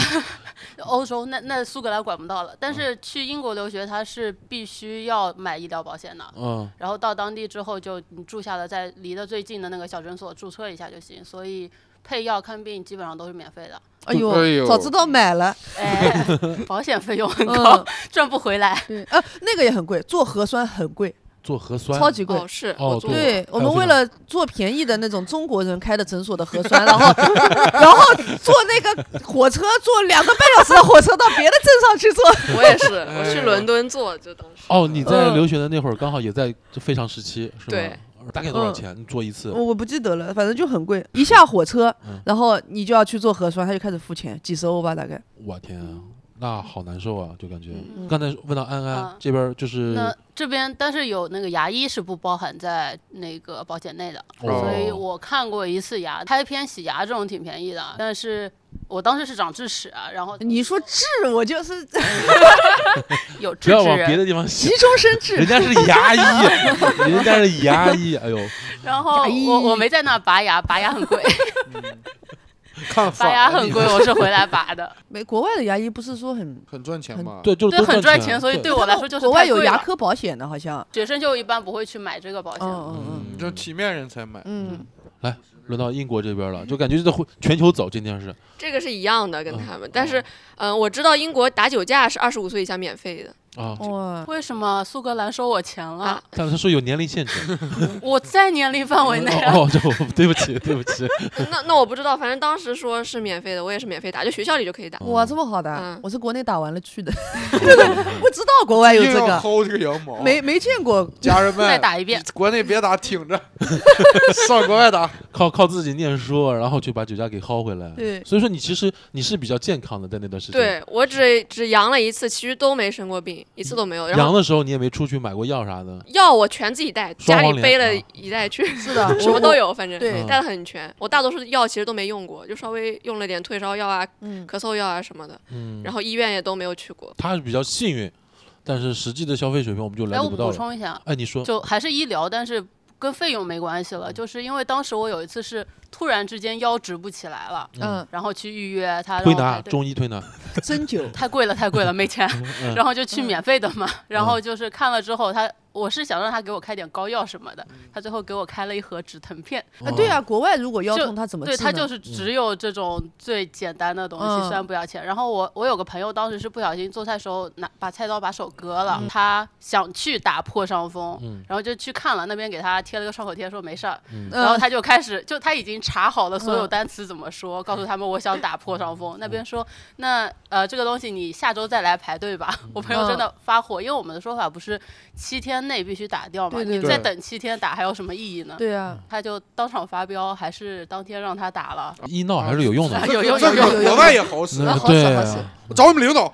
[SPEAKER 6] 欧洲那那苏格兰管不到了，
[SPEAKER 3] 嗯
[SPEAKER 6] 但是去英国留学他是必须要买医疗保险的。
[SPEAKER 5] 嗯，
[SPEAKER 6] 然后到当地之后，就你住下了，在离得最近的那个小诊所注册一下就行。所以配药看病基本上都是免 费的，
[SPEAKER 2] 哎呦，
[SPEAKER 3] 哎呦
[SPEAKER 2] 早知道买了，
[SPEAKER 6] 哎，保险费用很高，
[SPEAKER 2] 嗯，
[SPEAKER 6] 赚不回来。
[SPEAKER 2] 对，呃，那个也很贵，做核酸很贵，
[SPEAKER 5] 做核酸，
[SPEAKER 2] 超级贵
[SPEAKER 4] 哦，。是
[SPEAKER 5] 哦
[SPEAKER 4] 我
[SPEAKER 5] 对
[SPEAKER 4] 做过
[SPEAKER 2] 对
[SPEAKER 5] 还
[SPEAKER 2] 我
[SPEAKER 5] 有
[SPEAKER 2] 们
[SPEAKER 5] 这
[SPEAKER 2] 为
[SPEAKER 5] 种
[SPEAKER 2] 了做便宜的那种中国人开的诊所的核酸，然后然后坐那个火车坐两个半小时的火车到别的镇上去做，
[SPEAKER 4] 我也是，我去伦敦做，就当时
[SPEAKER 5] 哦，你在
[SPEAKER 2] 嗯
[SPEAKER 5] 留学的那会儿刚好也在这非常时期，是吧？
[SPEAKER 4] 对，
[SPEAKER 5] 大概多
[SPEAKER 2] 嗯
[SPEAKER 5] 少钱？你做一次？
[SPEAKER 2] 我我不记得了，反正就很贵。一下火车
[SPEAKER 5] 嗯，
[SPEAKER 2] 然后你就要去做核酸，他就开始付钱，几十欧吧大概。
[SPEAKER 5] 我天啊，那好难受啊，就感觉。
[SPEAKER 6] 嗯
[SPEAKER 5] 刚才问到安安
[SPEAKER 6] 嗯
[SPEAKER 5] 这边，就是
[SPEAKER 6] 那这边但是有那个牙医是不包含在那个保险内的，
[SPEAKER 5] 哦
[SPEAKER 6] 所以我看过一次牙开片洗牙这种挺便宜的，但是我当时是长智齿啊，然后
[SPEAKER 2] 你说治，我就是
[SPEAKER 6] 有智
[SPEAKER 5] 不要往
[SPEAKER 6] 齿
[SPEAKER 5] 别
[SPEAKER 6] 人，
[SPEAKER 5] 的地方
[SPEAKER 2] 急
[SPEAKER 5] 想，
[SPEAKER 2] 中生
[SPEAKER 5] 人
[SPEAKER 2] 智，
[SPEAKER 5] 家是牙医，啊人家是牙医，哎呦，
[SPEAKER 6] 然后我我没在那儿拔牙，拔牙 很贵，
[SPEAKER 3] 嗯看
[SPEAKER 6] 拔
[SPEAKER 3] 反
[SPEAKER 6] 牙
[SPEAKER 3] 了
[SPEAKER 6] 很
[SPEAKER 3] 你
[SPEAKER 6] 贵，我是回来拔的，
[SPEAKER 2] 没国外的牙医不是说很，
[SPEAKER 3] 很赚钱嘛。
[SPEAKER 5] 对，就是
[SPEAKER 6] 对，
[SPEAKER 5] 都
[SPEAKER 6] 很赚
[SPEAKER 5] 赚
[SPEAKER 6] 钱，所以
[SPEAKER 5] 对
[SPEAKER 6] 对我来说就是
[SPEAKER 2] 国外
[SPEAKER 6] 太
[SPEAKER 2] 有
[SPEAKER 6] 贵
[SPEAKER 2] 牙
[SPEAKER 6] 了
[SPEAKER 2] 科保险的，好像。
[SPEAKER 6] 学生就一般不会去买这个保险。
[SPEAKER 2] 嗯
[SPEAKER 3] 你这体面人才买
[SPEAKER 2] 嗯，嗯
[SPEAKER 5] 轮到英国这边了，就感觉就在回全球走，今天是
[SPEAKER 4] 这个是一样的，跟
[SPEAKER 5] 嗯
[SPEAKER 4] 他们。但是，嗯、我知道英国打酒驾是二十五岁以下免费的，
[SPEAKER 5] 啊。
[SPEAKER 2] 嗯，哇，
[SPEAKER 6] 为什么苏格兰收我钱了？
[SPEAKER 4] 啊
[SPEAKER 5] 但是他说有年龄限制，
[SPEAKER 6] 我在年龄范围内啊。
[SPEAKER 5] 哦，哦这我对不起，对不起，
[SPEAKER 4] 那那我不知道，反正当时说是免费的，我也是免费打，就学校里就可以
[SPEAKER 5] 哦
[SPEAKER 4] 打。
[SPEAKER 2] 哇，这么好的啊
[SPEAKER 4] 嗯，
[SPEAKER 2] 我是国内打完了去的，不知道国外有
[SPEAKER 3] 硬
[SPEAKER 2] 这
[SPEAKER 3] 要
[SPEAKER 2] 个，
[SPEAKER 3] 薅这个羊毛。
[SPEAKER 2] 没没见 过。
[SPEAKER 3] 家人们，
[SPEAKER 6] 再打一遍，
[SPEAKER 3] 国内别打，挺 着，上国外打。
[SPEAKER 5] 靠靠自己念书，啊然后就把酒驾给薅回来。
[SPEAKER 2] 对
[SPEAKER 5] 所以说你其实你是比较健康的，在那段时间。，
[SPEAKER 4] 对我只只阳了一次，其余都没生过病，一次都没有。然
[SPEAKER 5] 阳
[SPEAKER 4] 后
[SPEAKER 5] 的时候你也没出去买过药啥的。
[SPEAKER 4] 药我全自己带，
[SPEAKER 5] 双
[SPEAKER 4] 家
[SPEAKER 5] 黄
[SPEAKER 4] 里
[SPEAKER 5] 连
[SPEAKER 4] 背了
[SPEAKER 5] 啊
[SPEAKER 4] 一袋去，
[SPEAKER 2] 是的，
[SPEAKER 4] 什么都。有，反正
[SPEAKER 2] 对
[SPEAKER 4] 带的很全。我大多数药其实都没用过，就稍微用了点退烧药啊、
[SPEAKER 2] 嗯，
[SPEAKER 4] 咳嗽药啊什么的，
[SPEAKER 5] 嗯，
[SPEAKER 4] 然后医院也都没有去过。
[SPEAKER 5] 他是比较幸运，但是实际的消费水平我们就
[SPEAKER 6] 来
[SPEAKER 5] 了
[SPEAKER 6] 我
[SPEAKER 5] 解不到
[SPEAKER 6] 补
[SPEAKER 5] 了。
[SPEAKER 6] 充一下，
[SPEAKER 5] 哎，你说，
[SPEAKER 6] 就还是医疗，但是跟费用没关系了，就是因为当时我有一次是突然之间腰直不起来了，
[SPEAKER 2] 嗯，
[SPEAKER 6] 然后去预约，他让
[SPEAKER 5] 推
[SPEAKER 6] 我
[SPEAKER 5] 拿
[SPEAKER 6] 排队。
[SPEAKER 5] 中医推拿，
[SPEAKER 2] 针灸，
[SPEAKER 6] 太贵了，太贵了，没钱，
[SPEAKER 5] 嗯
[SPEAKER 6] 然后就去免费的嘛。然后就是看了之后，他我是想让他给我开点膏药什么的，
[SPEAKER 5] 嗯
[SPEAKER 6] 他最后给我开了一盒止疼片，
[SPEAKER 2] 啊，对啊，国外如果腰
[SPEAKER 6] 就
[SPEAKER 2] 痛，他怎么
[SPEAKER 6] 对，
[SPEAKER 2] 治
[SPEAKER 6] 它
[SPEAKER 2] 呢
[SPEAKER 6] 就是只有这种最简单的东西，
[SPEAKER 2] 嗯
[SPEAKER 6] 虽然不要钱。然后我我有个朋友当时是不小心做菜时候拿把菜刀把手割
[SPEAKER 2] 嗯
[SPEAKER 6] 了，他想去打破伤风，
[SPEAKER 5] 嗯
[SPEAKER 6] 然后就去看了，那边给他贴了个创口贴，说没事儿。
[SPEAKER 5] 嗯
[SPEAKER 6] 然后
[SPEAKER 2] 嗯
[SPEAKER 6] 他就开始，就他已经查好了所有
[SPEAKER 2] 嗯
[SPEAKER 6] 单词怎么说，告诉他们我想打破伤风。那边说，那呃这个东西你下周再来排队吧。
[SPEAKER 2] 嗯
[SPEAKER 6] 我朋友真的发火，因为我们的说法不是七天内必须打掉嘛，
[SPEAKER 2] 对对
[SPEAKER 6] 你
[SPEAKER 3] 对
[SPEAKER 6] 再等七天打还有什么意义呢？
[SPEAKER 2] 对啊，
[SPEAKER 6] 他就当场发飙，还是当天让他打了。
[SPEAKER 5] 医闹还是有用
[SPEAKER 3] 啊
[SPEAKER 5] 的。
[SPEAKER 6] 啊有有
[SPEAKER 3] 这
[SPEAKER 6] 有有
[SPEAKER 3] 个
[SPEAKER 6] 有
[SPEAKER 3] 国外也好使，
[SPEAKER 5] 嗯
[SPEAKER 2] 好
[SPEAKER 5] 对
[SPEAKER 2] 使好
[SPEAKER 5] 啊
[SPEAKER 2] 使
[SPEAKER 3] 找你们领导。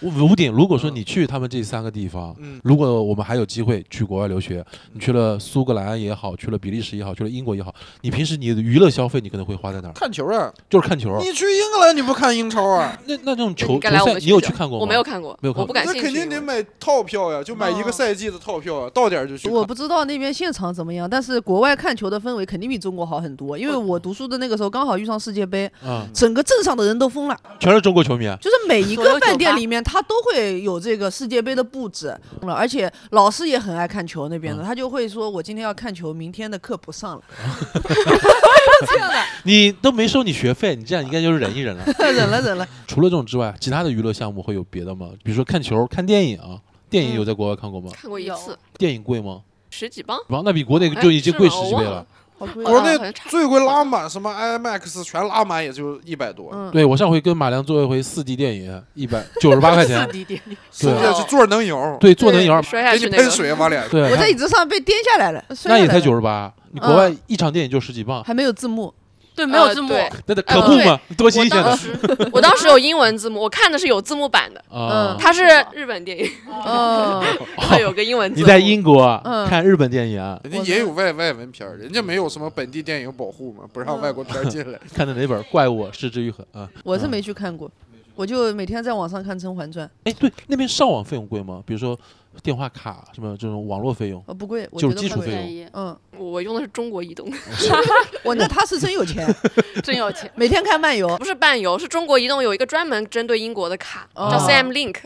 [SPEAKER 5] 吴吴鼎，如果说你去他们这三个地方，
[SPEAKER 3] 嗯
[SPEAKER 5] 如果我们还有机会去国外留学，你去了苏格兰也好，去了比利时也好，去了英国也好，你平时你的娱乐消费你可能会花在哪儿？
[SPEAKER 3] 看球啊！
[SPEAKER 5] 就是看球。
[SPEAKER 3] 你去英格兰你不看英超啊？
[SPEAKER 5] 那那这种
[SPEAKER 4] 你
[SPEAKER 5] 球
[SPEAKER 4] 该
[SPEAKER 5] 球
[SPEAKER 4] 来我
[SPEAKER 5] 赛
[SPEAKER 4] 们
[SPEAKER 5] 你有
[SPEAKER 4] 学
[SPEAKER 5] 去
[SPEAKER 4] 校
[SPEAKER 5] 看过吗？
[SPEAKER 4] 我没有看过，
[SPEAKER 5] 没有看
[SPEAKER 4] 我不
[SPEAKER 5] 过
[SPEAKER 4] 感
[SPEAKER 3] 那
[SPEAKER 4] 兴趣。
[SPEAKER 3] 肯定得
[SPEAKER 4] 我嗯
[SPEAKER 3] 买套票呀，就买一个赛季的套票啊，到点儿就去看。
[SPEAKER 2] 我不知道那边现场怎么样，但是国外看球的氛围肯定比中国好很多。因为我读书的那个时候刚好遇上世界杯，
[SPEAKER 5] 啊、
[SPEAKER 2] 整个镇上的人都疯了，
[SPEAKER 5] 全是中国球迷啊。
[SPEAKER 2] 就是每一
[SPEAKER 6] 所
[SPEAKER 2] 个
[SPEAKER 6] 有酒
[SPEAKER 2] 饭店
[SPEAKER 6] 吧
[SPEAKER 2] 里面他都会有这个世界杯的布置，而且老师也很爱看球那边的，
[SPEAKER 5] 嗯
[SPEAKER 2] 他就会说我今天要看球，明天的课不 上了，
[SPEAKER 5] 你都没收你学费，你这样应该就是忍一忍了。
[SPEAKER 2] 忍了忍了。
[SPEAKER 5] 除了这种之外，其他的娱乐项目会有别的吗？比如说看球、看电影啊。电影有在国外看过吗？
[SPEAKER 4] 看过一
[SPEAKER 6] 有
[SPEAKER 4] 次，
[SPEAKER 5] 电影贵吗？
[SPEAKER 4] 十几磅，
[SPEAKER 5] 哇，那比国内
[SPEAKER 4] 哎
[SPEAKER 5] 就已经
[SPEAKER 4] 是
[SPEAKER 5] 贵
[SPEAKER 4] 吗
[SPEAKER 5] 十
[SPEAKER 4] 我
[SPEAKER 5] 几倍
[SPEAKER 4] 忘
[SPEAKER 5] 了
[SPEAKER 4] 了。
[SPEAKER 2] 好贵啊
[SPEAKER 3] 国
[SPEAKER 4] 啊
[SPEAKER 3] 内
[SPEAKER 4] 好像差不
[SPEAKER 3] 最贵拉满，什么 IMAX 全拉满也就一百多，
[SPEAKER 2] 嗯，
[SPEAKER 5] 对我上回跟马良做一回四 D 电影，一百九十八块钱
[SPEAKER 6] 四，D 电影，
[SPEAKER 5] 对
[SPEAKER 3] 这
[SPEAKER 4] 哦
[SPEAKER 3] 这座儿能摇，
[SPEAKER 5] 对，坐能
[SPEAKER 4] 对
[SPEAKER 5] 摇，
[SPEAKER 4] 摔下
[SPEAKER 3] 给
[SPEAKER 4] 去
[SPEAKER 3] 你
[SPEAKER 4] 那
[SPEAKER 3] 喷
[SPEAKER 4] 个。
[SPEAKER 3] 水往脸。
[SPEAKER 5] 对，
[SPEAKER 2] 我在椅
[SPEAKER 5] 它
[SPEAKER 2] 子上被颠下来了，摔
[SPEAKER 5] 那也
[SPEAKER 2] 下
[SPEAKER 5] 才
[SPEAKER 2] 来了
[SPEAKER 5] 九十八，你国外一场电影就十几 磅，
[SPEAKER 2] 还没有字幕，
[SPEAKER 6] 对，没有
[SPEAKER 4] 呃
[SPEAKER 6] 字幕，
[SPEAKER 4] 对
[SPEAKER 5] 那得
[SPEAKER 4] 呃
[SPEAKER 5] 可不
[SPEAKER 4] 对
[SPEAKER 5] 嘛，多新
[SPEAKER 4] 我
[SPEAKER 5] 鲜
[SPEAKER 4] 当
[SPEAKER 5] 的
[SPEAKER 4] 时我当时有英文字幕，我看的是有字幕版的，
[SPEAKER 5] 啊！
[SPEAKER 4] 它是日 本电影，
[SPEAKER 2] 嗯，
[SPEAKER 4] 然后有个英文字幕。
[SPEAKER 5] 你在英国
[SPEAKER 2] 嗯
[SPEAKER 5] 看日本电影，啊
[SPEAKER 3] 人家也有外外文片儿，人家没有什么本地电影保护嘛，不
[SPEAKER 4] 嗯
[SPEAKER 3] 让外国片儿 进来。
[SPEAKER 5] 看的哪本《怪物失之愈合》啊？
[SPEAKER 2] 我是
[SPEAKER 5] 嗯
[SPEAKER 2] 没去看过，我就每天在网上看《甄嬛传》，
[SPEAKER 5] 哎，对，那边上网费用贵吗？比如说电话卡什么这种网络费用？
[SPEAKER 2] 呃，不贵，我
[SPEAKER 5] 就
[SPEAKER 2] 觉得
[SPEAKER 5] 是基
[SPEAKER 2] 不
[SPEAKER 5] 础
[SPEAKER 6] 很
[SPEAKER 5] 费
[SPEAKER 2] 贵。
[SPEAKER 5] 用
[SPEAKER 6] 便宜，
[SPEAKER 2] 嗯，
[SPEAKER 4] 我我用的是中国移动，
[SPEAKER 2] 我那他是真有钱，
[SPEAKER 6] 真有 钱。
[SPEAKER 2] 每天看漫游，
[SPEAKER 4] 不是漫游，是中国移动有一个专门针对英国的卡，
[SPEAKER 2] 哦
[SPEAKER 4] 叫 CM Link。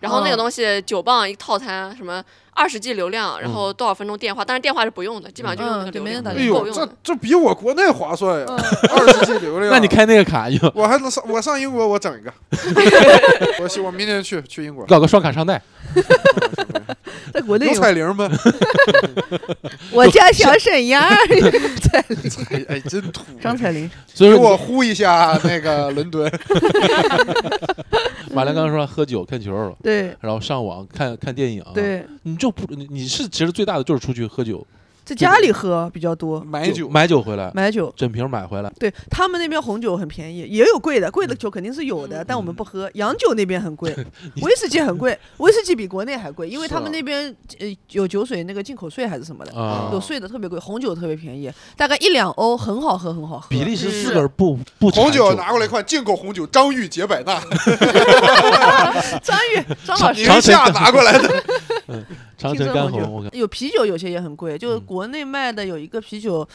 [SPEAKER 4] 然后那
[SPEAKER 2] 哦
[SPEAKER 4] 个东西九磅一套餐，什么二十 G 流量，然后多少分钟电话，但是电话是不用的，基本上就用那
[SPEAKER 2] 嗯
[SPEAKER 4] 个
[SPEAKER 2] 对
[SPEAKER 4] 流
[SPEAKER 2] 没人
[SPEAKER 4] 量
[SPEAKER 2] 打
[SPEAKER 3] 哎
[SPEAKER 2] 电话
[SPEAKER 3] 呦，
[SPEAKER 4] 够用
[SPEAKER 3] 这
[SPEAKER 4] 的。嗯
[SPEAKER 3] 这比我国内划算呀，二十 G 流量。
[SPEAKER 5] 那你开那个卡用
[SPEAKER 3] 我还能上，我上英国我 整一个，我希我明天去去英国，
[SPEAKER 5] 搞个双卡上贷，
[SPEAKER 2] 在国内
[SPEAKER 3] 有
[SPEAKER 2] 有
[SPEAKER 3] 彩铃 吗？
[SPEAKER 2] 我家小沈阳，
[SPEAKER 3] 哎哎，真土！
[SPEAKER 2] 张彩玲，
[SPEAKER 5] 所以
[SPEAKER 3] 给
[SPEAKER 5] 说
[SPEAKER 3] 我呼 一下那个伦敦，
[SPEAKER 5] 马良刚刚说他喝酒、看球了，
[SPEAKER 2] 对
[SPEAKER 5] 然后上网看看电影，，啊
[SPEAKER 2] 对，
[SPEAKER 5] 你就不你你是其实最大的就是出去喝酒，
[SPEAKER 2] 在家里喝比较多，
[SPEAKER 3] 买酒
[SPEAKER 5] 买酒回来，
[SPEAKER 2] 买酒。
[SPEAKER 5] 整瓶买回来，
[SPEAKER 2] 对他们那边红酒很便宜，也有贵的，贵的酒肯定是有的，但我们不喝。洋酒那边很贵，威士忌很贵，威士忌比国内还贵，因为他们
[SPEAKER 3] 是
[SPEAKER 2] 那边呃有酒水那个进口税还是什么的，
[SPEAKER 5] 啊
[SPEAKER 2] 有税的特别贵，红酒特别便宜，大概一两欧，很好喝，很好喝。
[SPEAKER 5] 比利时自个儿不不产
[SPEAKER 3] 红酒拿过来看，进口红酒张裕杰百纳，
[SPEAKER 2] 张宇，张老师
[SPEAKER 5] 长
[SPEAKER 3] 宁夏拿过来的，
[SPEAKER 5] 长
[SPEAKER 2] 听
[SPEAKER 5] 城
[SPEAKER 2] 说
[SPEAKER 5] 干
[SPEAKER 2] 红
[SPEAKER 5] 红，我看
[SPEAKER 2] 有啤酒，有些也很贵，就是
[SPEAKER 5] 嗯
[SPEAKER 2] 国内卖的有一个啤酒。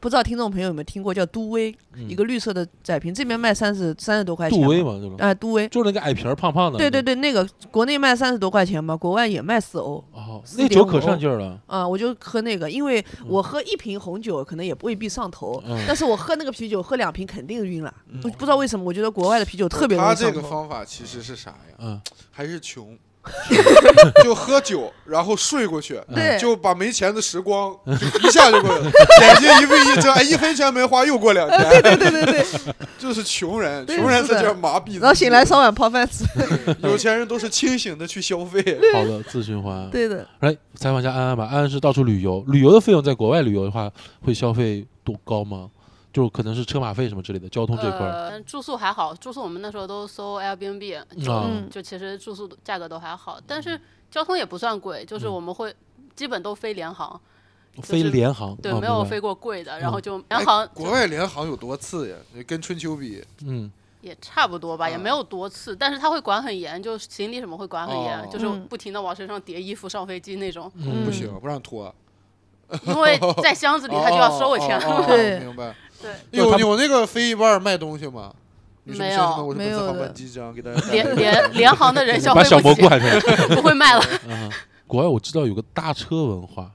[SPEAKER 2] 不知道听众朋友有没有听过叫都威，
[SPEAKER 5] 嗯
[SPEAKER 2] 一个绿色的窄瓶，这边卖三十三十多块钱
[SPEAKER 5] 杜
[SPEAKER 2] 嘛。
[SPEAKER 5] 威嘛，就是
[SPEAKER 2] 啊，都威，
[SPEAKER 5] 就是那个矮瓶儿胖胖的，
[SPEAKER 2] 对对对，
[SPEAKER 5] 对，
[SPEAKER 2] 那个国内卖三十多块钱嘛，国外也卖四欧。
[SPEAKER 5] 哦，
[SPEAKER 2] 4.5
[SPEAKER 5] 那酒可上劲儿了，
[SPEAKER 2] 啊，我就喝那个，因为我喝一瓶红酒可能也未必上头，
[SPEAKER 5] 嗯
[SPEAKER 2] 但是我喝那个啤酒喝两瓶肯定晕了。我不知道为什么，我觉得国外的啤酒特别容
[SPEAKER 3] 他
[SPEAKER 2] 易上
[SPEAKER 3] 这
[SPEAKER 2] 头。
[SPEAKER 3] 个方法其实是啥呀？
[SPEAKER 5] 嗯，
[SPEAKER 3] 还是 穷，就喝酒然后睡过去。
[SPEAKER 2] 对，
[SPEAKER 3] 嗯就把没钱的时光就一下就过 去了，眼睛一闭一睁，哎，一分钱没花，又过两天，
[SPEAKER 2] 对对对 对，
[SPEAKER 3] 就是穷人，
[SPEAKER 2] 对
[SPEAKER 3] 穷人
[SPEAKER 2] 是的
[SPEAKER 3] 在这儿麻痹自己。
[SPEAKER 2] 然后醒来烧碗泡饭吃。
[SPEAKER 3] 有钱人都是清醒的去消费。
[SPEAKER 5] 好的自循环。
[SPEAKER 2] 对的，
[SPEAKER 5] 来采访一下安安吧，安安是到处旅游，旅游的费用在国外旅游的话，会消费多高吗？就可能是车马费什么之类的，交通这块儿，
[SPEAKER 6] 呃，住宿还好，住宿我们那时候都搜 Airbnb，就、
[SPEAKER 5] 啊
[SPEAKER 2] 嗯
[SPEAKER 6] 就其实住宿价格都还好，但是交通也不算贵，就是
[SPEAKER 5] 嗯
[SPEAKER 6] 我们会。基本都飞联航，
[SPEAKER 5] 飞联航
[SPEAKER 6] 对，
[SPEAKER 5] 啊
[SPEAKER 6] 没有
[SPEAKER 5] 明白
[SPEAKER 6] 飞过贵的，然后就
[SPEAKER 3] 哎
[SPEAKER 6] 联航
[SPEAKER 3] 国外联航有多次呀？跟春秋比，
[SPEAKER 5] 嗯，
[SPEAKER 6] 也差不多吧，也没有多次，但是他会管很严，就行李什么会管很
[SPEAKER 3] 哦
[SPEAKER 6] 严，就是
[SPEAKER 2] 嗯
[SPEAKER 6] 不停的往身上叠衣服上飞机那种，
[SPEAKER 5] 嗯
[SPEAKER 3] 不行，不让拖。啊
[SPEAKER 6] 因为在箱子里他就要收我钱
[SPEAKER 3] 哦哦哦
[SPEAKER 6] 了。
[SPEAKER 3] 哦
[SPEAKER 2] 对
[SPEAKER 3] 明白。
[SPEAKER 6] 对，
[SPEAKER 3] 有有那个飞一半卖东西吗？你说
[SPEAKER 6] 没
[SPEAKER 3] 你
[SPEAKER 6] 有
[SPEAKER 3] 相信吗我是
[SPEAKER 2] 没
[SPEAKER 3] 本次
[SPEAKER 2] 有
[SPEAKER 3] 航
[SPEAKER 2] 的
[SPEAKER 3] 班机长，给大家带来
[SPEAKER 6] 联
[SPEAKER 3] 一个
[SPEAKER 6] 联联航的人消费
[SPEAKER 5] 把小
[SPEAKER 6] 不
[SPEAKER 5] 蘑菇
[SPEAKER 6] 起，
[SPEAKER 5] 喊出 来。
[SPEAKER 6] 不会卖了。
[SPEAKER 5] 嗯，国外我知道有个搭车文化，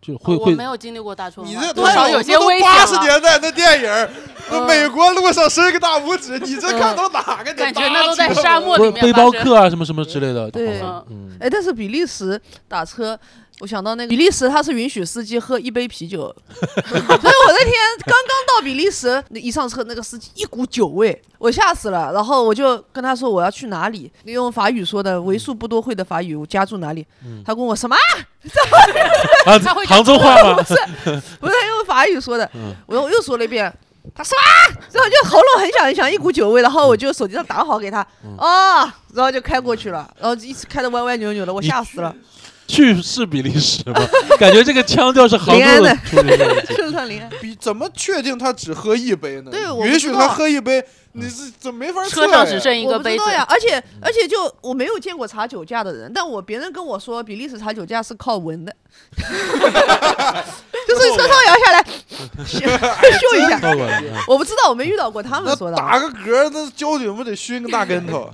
[SPEAKER 5] 就 会
[SPEAKER 6] 我
[SPEAKER 5] 会
[SPEAKER 6] 没有经历过大 春
[SPEAKER 3] 你
[SPEAKER 6] 晚，
[SPEAKER 3] 这
[SPEAKER 6] 多少有些危险
[SPEAKER 3] 八十
[SPEAKER 6] 了嗯
[SPEAKER 3] 年代的电影儿，那美国路上伸个大拇指，你这看到哪个？
[SPEAKER 6] 感觉那都在沙漠
[SPEAKER 5] 不
[SPEAKER 6] 里
[SPEAKER 5] 是
[SPEAKER 6] 面
[SPEAKER 5] 背
[SPEAKER 6] 发
[SPEAKER 5] 包
[SPEAKER 6] 生
[SPEAKER 5] 客啊什么什么之类的，
[SPEAKER 2] 对
[SPEAKER 5] 好吧嗯，
[SPEAKER 2] 哎，但是比利时打车，我想到那个比利时，它是允许司机喝一杯啤酒， 所以我那天刚刚到比利时，那一上车那个司机一股酒味，我吓死了。然后我就跟他说我要去哪里，用法语说的，为数不多会的法语，我家住哪里？他跟我什么？
[SPEAKER 5] 啊
[SPEAKER 6] 他会，
[SPEAKER 5] 杭州话吗？
[SPEAKER 2] 不是他用法语说的，
[SPEAKER 5] 嗯
[SPEAKER 2] 我又又说了一遍。他什么？ 然后就喉咙很响很响，一股酒味。然后我就手机上打好给他，哦，然后就开过去了，然后一直开的歪歪扭扭的，我
[SPEAKER 5] 你
[SPEAKER 2] 吓死 了。
[SPEAKER 5] 去是比利时吗？ 感觉这个腔调是杭
[SPEAKER 2] 临安
[SPEAKER 5] 州
[SPEAKER 2] 的
[SPEAKER 5] 的出来的。
[SPEAKER 2] 顺畅林安，
[SPEAKER 3] 比怎么确定他只喝一杯呢？
[SPEAKER 2] 对我不
[SPEAKER 3] 允许
[SPEAKER 2] 知
[SPEAKER 3] 他
[SPEAKER 2] 道
[SPEAKER 3] 喝一杯，
[SPEAKER 2] 嗯
[SPEAKER 3] 你是怎么没法测
[SPEAKER 6] 车
[SPEAKER 3] 呀
[SPEAKER 6] 上只剩一
[SPEAKER 2] 我
[SPEAKER 6] 个
[SPEAKER 2] 不
[SPEAKER 6] 杯
[SPEAKER 2] 知
[SPEAKER 6] 子
[SPEAKER 2] 道，呀，而且而且就我没有见过查酒驾的人，但我别人跟我说比利时查酒驾是靠闻的， 就是车上摇下来嗅一 下，
[SPEAKER 5] 倒过来， 嗯
[SPEAKER 2] 我不知道，我没遇到过他
[SPEAKER 3] 那
[SPEAKER 2] 们说的啊，
[SPEAKER 3] 打个嗝，那交警不得熏个大 跟头？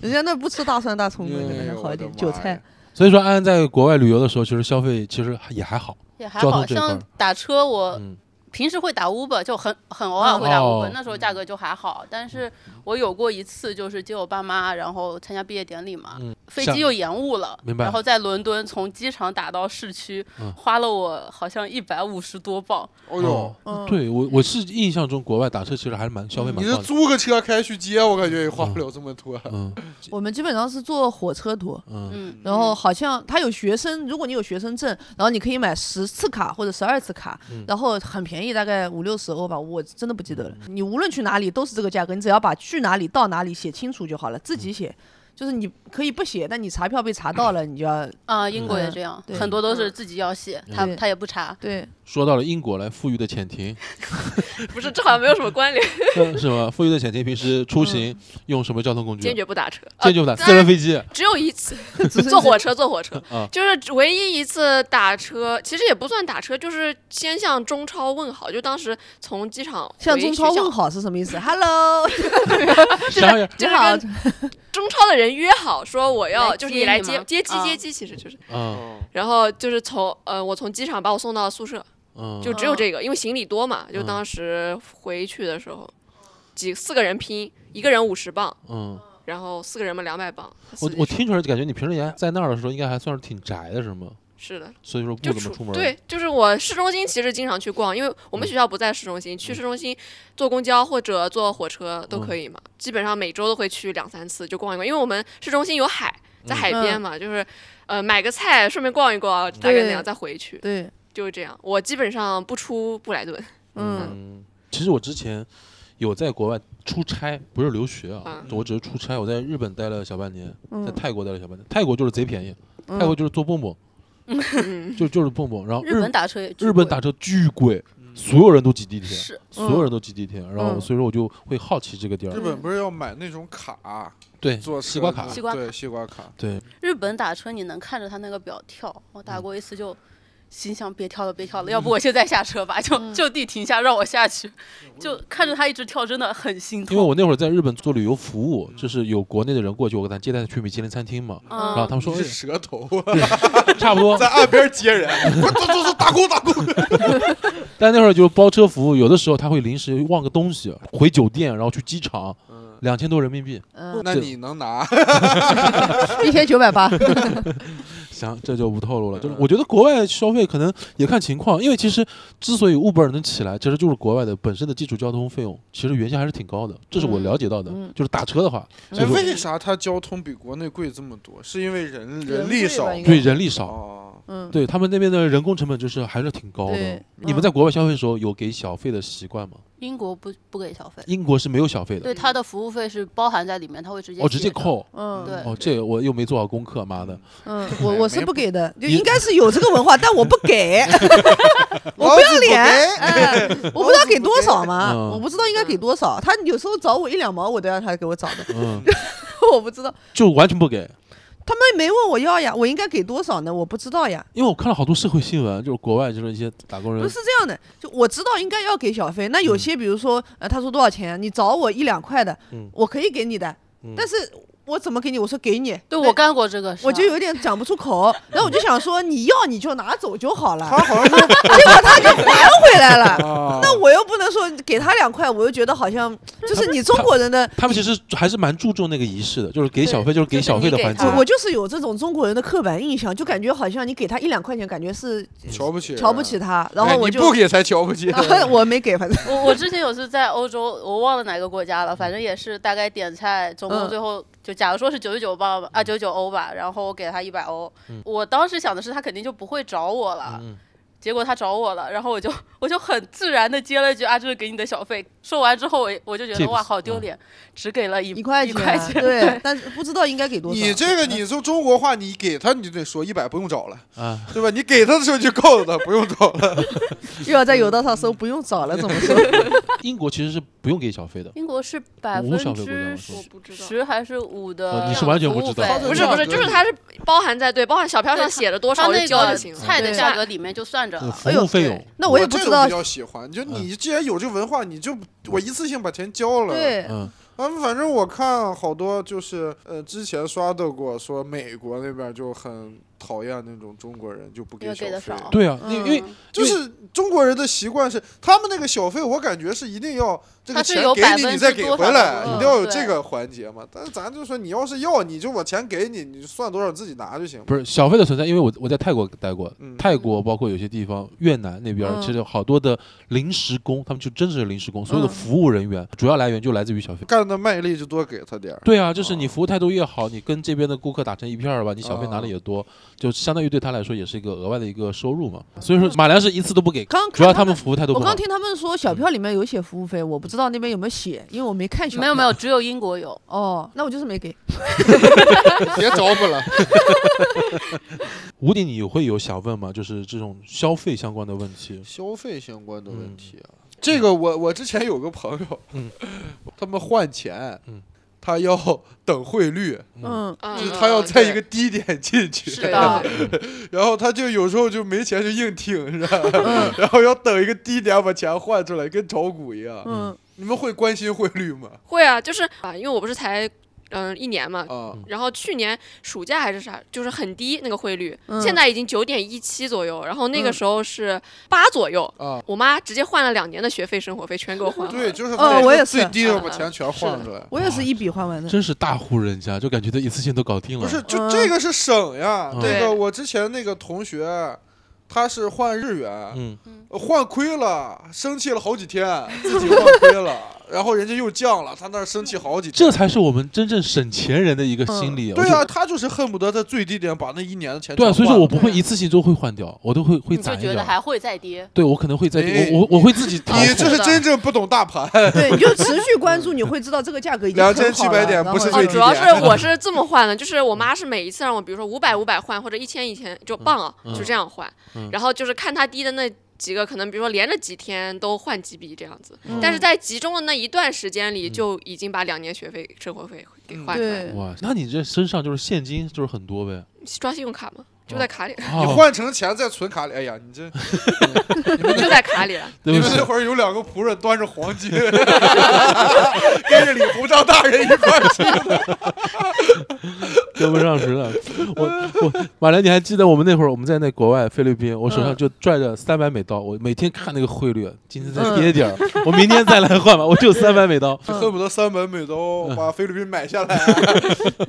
[SPEAKER 2] 人家那不吃大蒜大葱的，可
[SPEAKER 3] 哎呦
[SPEAKER 6] 嗯
[SPEAKER 2] 能好一
[SPEAKER 3] 我
[SPEAKER 2] 点，
[SPEAKER 3] 的
[SPEAKER 2] 韭
[SPEAKER 3] 妈
[SPEAKER 2] 菜
[SPEAKER 3] 呀。
[SPEAKER 5] 所以说安安在国外旅游的时候，其实消费其实也还好。
[SPEAKER 6] 也还
[SPEAKER 5] 交通
[SPEAKER 6] 好
[SPEAKER 5] 这一块
[SPEAKER 6] 像打车我
[SPEAKER 5] 嗯
[SPEAKER 6] 平时会打 Uber，就很很偶尔会打
[SPEAKER 5] 哦
[SPEAKER 6] Uber，、那时候价格就还好。但是我有过一次，就是接我爸妈，然后参加毕业典礼嘛，
[SPEAKER 5] 嗯
[SPEAKER 6] 啊飞
[SPEAKER 5] 像
[SPEAKER 6] 机又延误了，
[SPEAKER 5] 明白
[SPEAKER 6] 然后在伦敦从机场打到市区，
[SPEAKER 5] 嗯
[SPEAKER 6] 花了我好像一百五十多镑。
[SPEAKER 3] 哦呦，
[SPEAKER 2] 嗯
[SPEAKER 5] 对我我是印象中国外打车其实还是蛮消费
[SPEAKER 3] 嗯
[SPEAKER 5] 蛮
[SPEAKER 3] 你
[SPEAKER 5] 高
[SPEAKER 3] 是
[SPEAKER 5] 的。
[SPEAKER 3] 租个车开去接，我感觉也花不了这么多。
[SPEAKER 5] 嗯
[SPEAKER 2] 我们基本上是坐火车图，
[SPEAKER 5] 嗯，
[SPEAKER 6] 嗯，
[SPEAKER 2] 然后好像他有学生，如果你有学生证，然后你可以买十次卡或者十二次卡，
[SPEAKER 5] 嗯
[SPEAKER 2] 然后很便宜，大概五六十欧吧，我真的不记得了。你无论去哪里都是这个价格，你只要把去哪里到哪里写清楚就好了，自己写。就是你可以不写，但你查票被查到了，你就要
[SPEAKER 6] 啊、英国也
[SPEAKER 2] 嗯
[SPEAKER 6] 这样，
[SPEAKER 2] 对
[SPEAKER 6] 很多都是自己要写，
[SPEAKER 5] 嗯
[SPEAKER 6] 他
[SPEAKER 2] 对
[SPEAKER 6] 他也不 查。
[SPEAKER 2] 对
[SPEAKER 5] 说到了英国来富裕的潜艇，
[SPEAKER 4] 不是，这好像没有什么关联，
[SPEAKER 5] 嗯 是吗？富裕的潜艇平时出行用什么交通工具？
[SPEAKER 4] 坚决不打车。啊
[SPEAKER 5] 坚决不打
[SPEAKER 4] 当
[SPEAKER 5] 私人
[SPEAKER 4] 然
[SPEAKER 5] 飞机。
[SPEAKER 4] 只有一次
[SPEAKER 2] 只是嗯
[SPEAKER 4] 坐火车，坐火车
[SPEAKER 5] 啊，
[SPEAKER 4] 就是唯一一次打车，其实也不算打车，就是先向中超问好，就当时从机场
[SPEAKER 2] 向
[SPEAKER 4] 回
[SPEAKER 2] 中
[SPEAKER 4] 学
[SPEAKER 2] 超
[SPEAKER 4] 校
[SPEAKER 2] 问好是什么意思？Hello，
[SPEAKER 5] 啥 玩意儿？
[SPEAKER 2] 你好，
[SPEAKER 4] 中超的人约好说我要
[SPEAKER 6] 来
[SPEAKER 4] 就是
[SPEAKER 6] 接
[SPEAKER 4] 你来
[SPEAKER 6] 你
[SPEAKER 4] 接
[SPEAKER 6] 吗
[SPEAKER 4] 接机
[SPEAKER 6] 啊
[SPEAKER 4] 接机，其实就是，
[SPEAKER 5] 嗯
[SPEAKER 3] 嗯，
[SPEAKER 4] 然后就是从呃我从机场把我送到宿舍，
[SPEAKER 5] 嗯，
[SPEAKER 4] 就只有这个，因为行李多嘛，就
[SPEAKER 5] 嗯
[SPEAKER 4] 当时回去的时候几四个人拼，一个人五十磅，
[SPEAKER 5] 嗯，
[SPEAKER 4] 然后四个人嘛两百磅，
[SPEAKER 5] 我
[SPEAKER 4] 四
[SPEAKER 5] 我听出来就感觉你平时也在那儿的时候应该还算是挺宅的，是吗？
[SPEAKER 4] 是的，
[SPEAKER 5] 所以说
[SPEAKER 4] 就
[SPEAKER 5] 不怎么出
[SPEAKER 4] 出
[SPEAKER 5] 门。嗯
[SPEAKER 4] 对，就是我市中心其实经常去逛，因为我们学校不在市中心，去市中心坐公交或者坐火车
[SPEAKER 5] 嗯
[SPEAKER 4] 都可以嘛。基本上每周都会去两三次，就逛一逛，因为我们市中心有海，
[SPEAKER 5] 嗯
[SPEAKER 4] 在海边嘛，就是呃买个菜，顺便逛一逛，大概那样
[SPEAKER 2] 对
[SPEAKER 4] 再回去，
[SPEAKER 2] 对，
[SPEAKER 4] 就是这样。我基本上不出布莱顿，
[SPEAKER 2] 嗯，
[SPEAKER 5] 嗯，其实我之前有在国外出差，不是留学啊
[SPEAKER 4] 啊，
[SPEAKER 5] 我只是出差。我在日本待了小半年，在
[SPEAKER 2] 嗯
[SPEAKER 5] 泰国待了小半年。泰国就是贼便宜，
[SPEAKER 2] 嗯
[SPEAKER 5] 泰国就是坐蹦蹦，
[SPEAKER 4] 嗯，
[SPEAKER 5] 就就是蹦蹦。然后
[SPEAKER 6] 日本打车也巨
[SPEAKER 5] 哦日本
[SPEAKER 6] 贵
[SPEAKER 5] 打车巨贵，所有人都挤地铁，
[SPEAKER 6] 是
[SPEAKER 5] 所有人都挤地铁。然后
[SPEAKER 2] 嗯
[SPEAKER 5] 所以说我就会好奇这个 地
[SPEAKER 3] 日
[SPEAKER 5] 儿，
[SPEAKER 3] 本嗯不是要买那种卡
[SPEAKER 5] 对，
[SPEAKER 3] 做
[SPEAKER 5] 西瓜卡嗯
[SPEAKER 6] 西，瓜卡
[SPEAKER 3] 对西瓜卡，
[SPEAKER 5] 对，
[SPEAKER 6] 日本打车，你能看着他那个表跳。我
[SPEAKER 5] 嗯
[SPEAKER 6] 打过一次就心想别跳了，别跳了，要不我现在下车吧，就就地停下让我下去。就看着他一直跳，真的很心
[SPEAKER 5] 嗯因为
[SPEAKER 6] 痛。
[SPEAKER 5] 我那会儿在日本做旅游服务，就是有国内的人过去，我给他接待去米其林餐厅嘛，然后
[SPEAKER 6] 嗯
[SPEAKER 5] 他，们说
[SPEAKER 3] 你
[SPEAKER 5] 哎
[SPEAKER 3] 是舌头啊
[SPEAKER 5] 差不 多，
[SPEAKER 3] 在岸边接人， 快走走走，打工打工。
[SPEAKER 5] 但那会儿就是包车服务，有的时候他会临时忘个东西，回酒店，然后去机场，两千多人民币。
[SPEAKER 2] 嗯，
[SPEAKER 3] 那你能拿？
[SPEAKER 2] 一千九百八，
[SPEAKER 5] 行，这就不透露了。就是我觉得国外消费可能也看情况，因为其实之所以 Uber 能起来，其实就是国外的本身的基础交通费用，其实原先还是挺高的，这是我了解到的。
[SPEAKER 2] 嗯嗯
[SPEAKER 5] 就是打车的话，所
[SPEAKER 3] 哎，
[SPEAKER 5] 以说
[SPEAKER 3] 为啥它交通比国内贵这么多？是因为人
[SPEAKER 2] 人
[SPEAKER 3] 力
[SPEAKER 2] 贵
[SPEAKER 3] 少
[SPEAKER 2] 吧应该
[SPEAKER 5] 对人力少，
[SPEAKER 3] 哦，
[SPEAKER 2] 嗯，
[SPEAKER 5] 对他们那边的人工成本就是还是挺高的
[SPEAKER 2] 对。
[SPEAKER 5] 你们在国外消费的时候有给小费的习惯吗？
[SPEAKER 6] 英国不不给消费，
[SPEAKER 5] 英国是没有小费的，
[SPEAKER 6] 对他的服务费是包含在里面，他会直接
[SPEAKER 5] 哦，直接
[SPEAKER 6] 写的。
[SPEAKER 5] 扣。
[SPEAKER 2] 嗯，
[SPEAKER 6] 对
[SPEAKER 5] 哦，这我又没做好功课，妈的！
[SPEAKER 2] 嗯，我我是
[SPEAKER 3] 没
[SPEAKER 2] 不给的，就
[SPEAKER 5] 你
[SPEAKER 2] 应该是有这个文化，但我不给， 我不要脸，哎，我不知道给多少嘛，
[SPEAKER 5] 嗯
[SPEAKER 2] 我不知道应该给多少，他有时候找我一两毛，我都要他给我找 的，
[SPEAKER 5] 嗯，
[SPEAKER 2] 我不知道，
[SPEAKER 5] 就完全不给。
[SPEAKER 2] 他们没问我要呀，我应该给多少呢？我不知道呀，
[SPEAKER 5] 因为我看了好多社会新闻，就是国外就是一些打工人
[SPEAKER 2] 不是这样的，就我知道应该要给小费，那有些比如说，呃，他说多少钱，你找我一两块的
[SPEAKER 5] 嗯，
[SPEAKER 2] 我可以给你的
[SPEAKER 5] 嗯，
[SPEAKER 2] 但是我怎么给你？我说给你，
[SPEAKER 6] 对我干过这个事儿，
[SPEAKER 2] 我就有点讲不出 口，然后我就想说你要你就拿走就好了，
[SPEAKER 3] 它好像 是
[SPEAKER 2] 结果他就还回来了。
[SPEAKER 3] 啊，
[SPEAKER 2] 那我又不能说给他两块，我又觉得好像就是你中国人的，
[SPEAKER 5] 他们其实还是蛮注重那个仪式的，就是给小费，
[SPEAKER 4] 对
[SPEAKER 5] 就是给
[SPEAKER 4] 就是
[SPEAKER 5] 小费的
[SPEAKER 4] 你给
[SPEAKER 5] 环节
[SPEAKER 4] 他。
[SPEAKER 2] 我就是有这种中国人的刻板印象，就感觉好像你给他一两块钱，感觉是
[SPEAKER 3] 瞧不起人，啊
[SPEAKER 2] 瞧不起他，然后
[SPEAKER 3] 哎
[SPEAKER 2] 我
[SPEAKER 3] 你
[SPEAKER 2] 就、
[SPEAKER 3] 不给才 瞧不起人。
[SPEAKER 2] 我没给，反正
[SPEAKER 6] 我我之前有次在欧洲，我忘了哪个国家了，反正也是大概点菜，总
[SPEAKER 2] 嗯
[SPEAKER 6] 共最后就假如说是九十九磅吧啊九九欧吧，然后我给他一百欧
[SPEAKER 5] 嗯，
[SPEAKER 6] 我当时想的是他肯定就不会找我了，
[SPEAKER 5] 嗯，
[SPEAKER 6] 结果他找我了，然后我就我就很自然的接了一句啊这是给你的小费，说完之后我我就觉
[SPEAKER 5] 这
[SPEAKER 6] 得
[SPEAKER 5] 不
[SPEAKER 6] 哇
[SPEAKER 5] 是嗯
[SPEAKER 6] 好丢脸，只给了一
[SPEAKER 2] 一块
[SPEAKER 6] 一
[SPEAKER 2] 钱，啊
[SPEAKER 6] 块钱，
[SPEAKER 2] 对，但是不知道应该给多少。嗯
[SPEAKER 3] 你这个，你说中国话，你给他你就得说一百不用找了，
[SPEAKER 5] 啊，
[SPEAKER 3] 对吧？你给他的时候就告诉他不用找了。
[SPEAKER 2] 又要在有道上搜，不用找了，怎么 说？
[SPEAKER 5] 英国其实是不用给小费的。
[SPEAKER 6] 英国是百
[SPEAKER 5] 无
[SPEAKER 6] 分
[SPEAKER 5] 小费国家
[SPEAKER 6] 之
[SPEAKER 5] 我说
[SPEAKER 4] 我不知道。
[SPEAKER 6] 十还是五的
[SPEAKER 5] 哦
[SPEAKER 6] 服务费、
[SPEAKER 5] 你是完全不知道
[SPEAKER 3] 这
[SPEAKER 4] 不是不是，
[SPEAKER 3] 价格
[SPEAKER 4] 就是它是包含在对，包含小票上写了多
[SPEAKER 6] 他
[SPEAKER 4] 少我
[SPEAKER 6] 那
[SPEAKER 4] 就交
[SPEAKER 6] 个
[SPEAKER 4] 就行了。
[SPEAKER 6] 菜的
[SPEAKER 2] 对
[SPEAKER 6] 价格里面就算着
[SPEAKER 5] 对
[SPEAKER 6] 了。
[SPEAKER 5] 嗯服务费
[SPEAKER 6] 啊对
[SPEAKER 5] 用，
[SPEAKER 2] 那我也
[SPEAKER 3] 这
[SPEAKER 2] 不知
[SPEAKER 3] 种
[SPEAKER 2] 道
[SPEAKER 3] 比，较喜欢，
[SPEAKER 6] 嗯
[SPEAKER 3] 就你既然有这个文化，你就我一次性把钱交了。
[SPEAKER 2] 对，
[SPEAKER 5] 嗯
[SPEAKER 3] 啊，反正我看好多就是呃，之前刷到过，说美国那边就很讨厌那种中国人就不
[SPEAKER 6] 因为
[SPEAKER 3] 小
[SPEAKER 6] 给的
[SPEAKER 3] 费，
[SPEAKER 6] 少
[SPEAKER 5] 对啊，因为因为
[SPEAKER 6] 嗯
[SPEAKER 3] 就是中国人的习惯是，他们那个小费，我感觉是一定要这个
[SPEAKER 6] 它是
[SPEAKER 3] 钱
[SPEAKER 6] 有
[SPEAKER 3] 给
[SPEAKER 6] 百
[SPEAKER 3] 你，
[SPEAKER 6] 分
[SPEAKER 3] 你
[SPEAKER 6] 之
[SPEAKER 3] 再给
[SPEAKER 6] 多少
[SPEAKER 3] 回来，
[SPEAKER 6] 的
[SPEAKER 3] 一
[SPEAKER 6] 嗯
[SPEAKER 3] 定要有
[SPEAKER 6] 对
[SPEAKER 3] 这个环节嘛。但是咱就说，你要是要，你就我钱给你，你就算多少自己拿就行。
[SPEAKER 5] 不是小费的存在，因为我我在泰国待过，
[SPEAKER 3] 嗯
[SPEAKER 5] 泰国包括有些地方越南那边儿，
[SPEAKER 2] 嗯
[SPEAKER 5] 其实好多的临时工，他们就真的是临时工，所有的
[SPEAKER 2] 嗯
[SPEAKER 5] 服务人员主要来源就来自于小费。
[SPEAKER 3] 干的卖力就多给他点儿。
[SPEAKER 5] 对啊，就是你
[SPEAKER 3] 哦
[SPEAKER 5] 服务态度越好，你跟这边的顾客打成一片儿吧，你小
[SPEAKER 2] 哦
[SPEAKER 5] 费拿的也多，就相当于对他来说也是一个额外的一个收入嘛。所以说马良是一次都不给，
[SPEAKER 2] 刚
[SPEAKER 5] 主要他
[SPEAKER 2] 们
[SPEAKER 5] 们，服务态度
[SPEAKER 2] 我
[SPEAKER 5] 不好
[SPEAKER 2] 刚。听他们说小票里面有写服务费，我不知道那边有没有写，因为我没看小票。
[SPEAKER 6] 没有没有，只有英国有。
[SPEAKER 2] 哦，那我就是没给。
[SPEAKER 3] 别招呼了。
[SPEAKER 5] 吴迪，你会有想问吗？就是这种消费相关的问题。
[SPEAKER 3] 消费相关的问
[SPEAKER 5] 嗯
[SPEAKER 3] 题啊，这个我我之前有个朋友，
[SPEAKER 5] 嗯
[SPEAKER 3] 他们换钱，
[SPEAKER 5] 嗯
[SPEAKER 3] 他要等汇率，
[SPEAKER 5] 嗯
[SPEAKER 2] 嗯，
[SPEAKER 4] 嗯
[SPEAKER 3] 就是
[SPEAKER 4] 嗯
[SPEAKER 3] 他要在
[SPEAKER 4] 对
[SPEAKER 3] 一个低点进去，
[SPEAKER 4] 是
[SPEAKER 6] 的
[SPEAKER 4] 对对
[SPEAKER 3] 然后他就有时候就没钱就硬挺着，
[SPEAKER 2] 嗯
[SPEAKER 3] 然后要等一个低点把钱换出来，跟炒股一样。
[SPEAKER 2] 嗯，
[SPEAKER 3] 你们会关心汇率吗？
[SPEAKER 4] 会啊，就是啊，因为我不是才嗯、一年嘛，
[SPEAKER 3] 啊，
[SPEAKER 4] 然后去年暑假还是啥，就是很低那个汇率，
[SPEAKER 2] 嗯
[SPEAKER 4] 现在已经九点一七左右，然后那
[SPEAKER 2] 嗯
[SPEAKER 4] 个时候是八左右。
[SPEAKER 3] 啊
[SPEAKER 4] 我妈直接换了两年的学费、生活费全给我换了。
[SPEAKER 3] 对，就是
[SPEAKER 2] 呃
[SPEAKER 3] 他
[SPEAKER 2] 我也是
[SPEAKER 3] 最低的把钱全换出来。
[SPEAKER 2] 我也是一笔换完的。
[SPEAKER 5] 真是大户人家，就感觉他一次性都搞定了。
[SPEAKER 3] 不是，就
[SPEAKER 2] 嗯
[SPEAKER 3] 这个是省呀。
[SPEAKER 5] 嗯
[SPEAKER 3] 这
[SPEAKER 4] 对
[SPEAKER 3] 个我之前那个同学，他是换日元，
[SPEAKER 5] 嗯，
[SPEAKER 3] 呃换亏了，生气了好几天，自己换亏了，然后人家又降了，他那儿生气好几天
[SPEAKER 5] 这。才是我们真正省钱人的一个心
[SPEAKER 2] 嗯
[SPEAKER 5] 理。哦
[SPEAKER 3] 对
[SPEAKER 5] 我
[SPEAKER 3] 啊，
[SPEAKER 5] 就，
[SPEAKER 3] 他就是恨不得在最低点把那一年的钱
[SPEAKER 5] 对啊，
[SPEAKER 3] 全
[SPEAKER 5] 所以
[SPEAKER 3] 换
[SPEAKER 5] 说我
[SPEAKER 3] 了
[SPEAKER 5] 不会一次性都会换掉，我都会会
[SPEAKER 6] 你就
[SPEAKER 5] 攒一
[SPEAKER 6] 觉得
[SPEAKER 5] 点。
[SPEAKER 6] 还会再跌，
[SPEAKER 5] 对，我可能会在
[SPEAKER 3] 哎
[SPEAKER 5] 我我我会自己淘。
[SPEAKER 3] 你这是
[SPEAKER 6] 是的
[SPEAKER 3] 真正不懂大盘。
[SPEAKER 5] 哦
[SPEAKER 2] 对，你就持续关注，你会知道这个价格已经很好了
[SPEAKER 3] 2700点不是
[SPEAKER 2] 然后
[SPEAKER 3] 最
[SPEAKER 4] 哦，
[SPEAKER 3] 低
[SPEAKER 4] 主 要是我是这么换的，就是我妈是每一次让我，比如说五百五百换，或者一千一千就磅啊，
[SPEAKER 5] 嗯
[SPEAKER 4] 就这样换
[SPEAKER 5] 嗯。
[SPEAKER 4] 然后就是看她低的那几个，可能比如说连着几天都换几笔这样子
[SPEAKER 2] 嗯，
[SPEAKER 4] 但是在集中的那一段时间里，
[SPEAKER 5] 嗯
[SPEAKER 4] 就已经把两年学费、生活费给换出来了。
[SPEAKER 2] 对，
[SPEAKER 5] 哇，那你这身上就是现金就是很多呗。
[SPEAKER 4] 刷信用卡嘛，就在卡里，
[SPEAKER 3] 你
[SPEAKER 5] 啊，
[SPEAKER 3] 换成钱再存卡里，哎呀，你这
[SPEAKER 4] 就在卡里了。
[SPEAKER 5] 对
[SPEAKER 3] 你
[SPEAKER 5] 不
[SPEAKER 3] 们
[SPEAKER 5] 起
[SPEAKER 3] 那，会儿有两个仆人端着黄金， 跟着李鸿章大人一块儿去。
[SPEAKER 5] 跟不上时了。我我马来，你还记得我们那会儿我们在那国外菲律宾，我手
[SPEAKER 6] 嗯
[SPEAKER 5] 上就拽着三百美刀，我每天看那个汇率，今天再
[SPEAKER 6] 嗯
[SPEAKER 5] 跌点儿，我明天再来换吧，我只有三百美 刀。
[SPEAKER 3] 恨不得三本美刀
[SPEAKER 5] 嗯
[SPEAKER 3] 把菲律宾买下 来，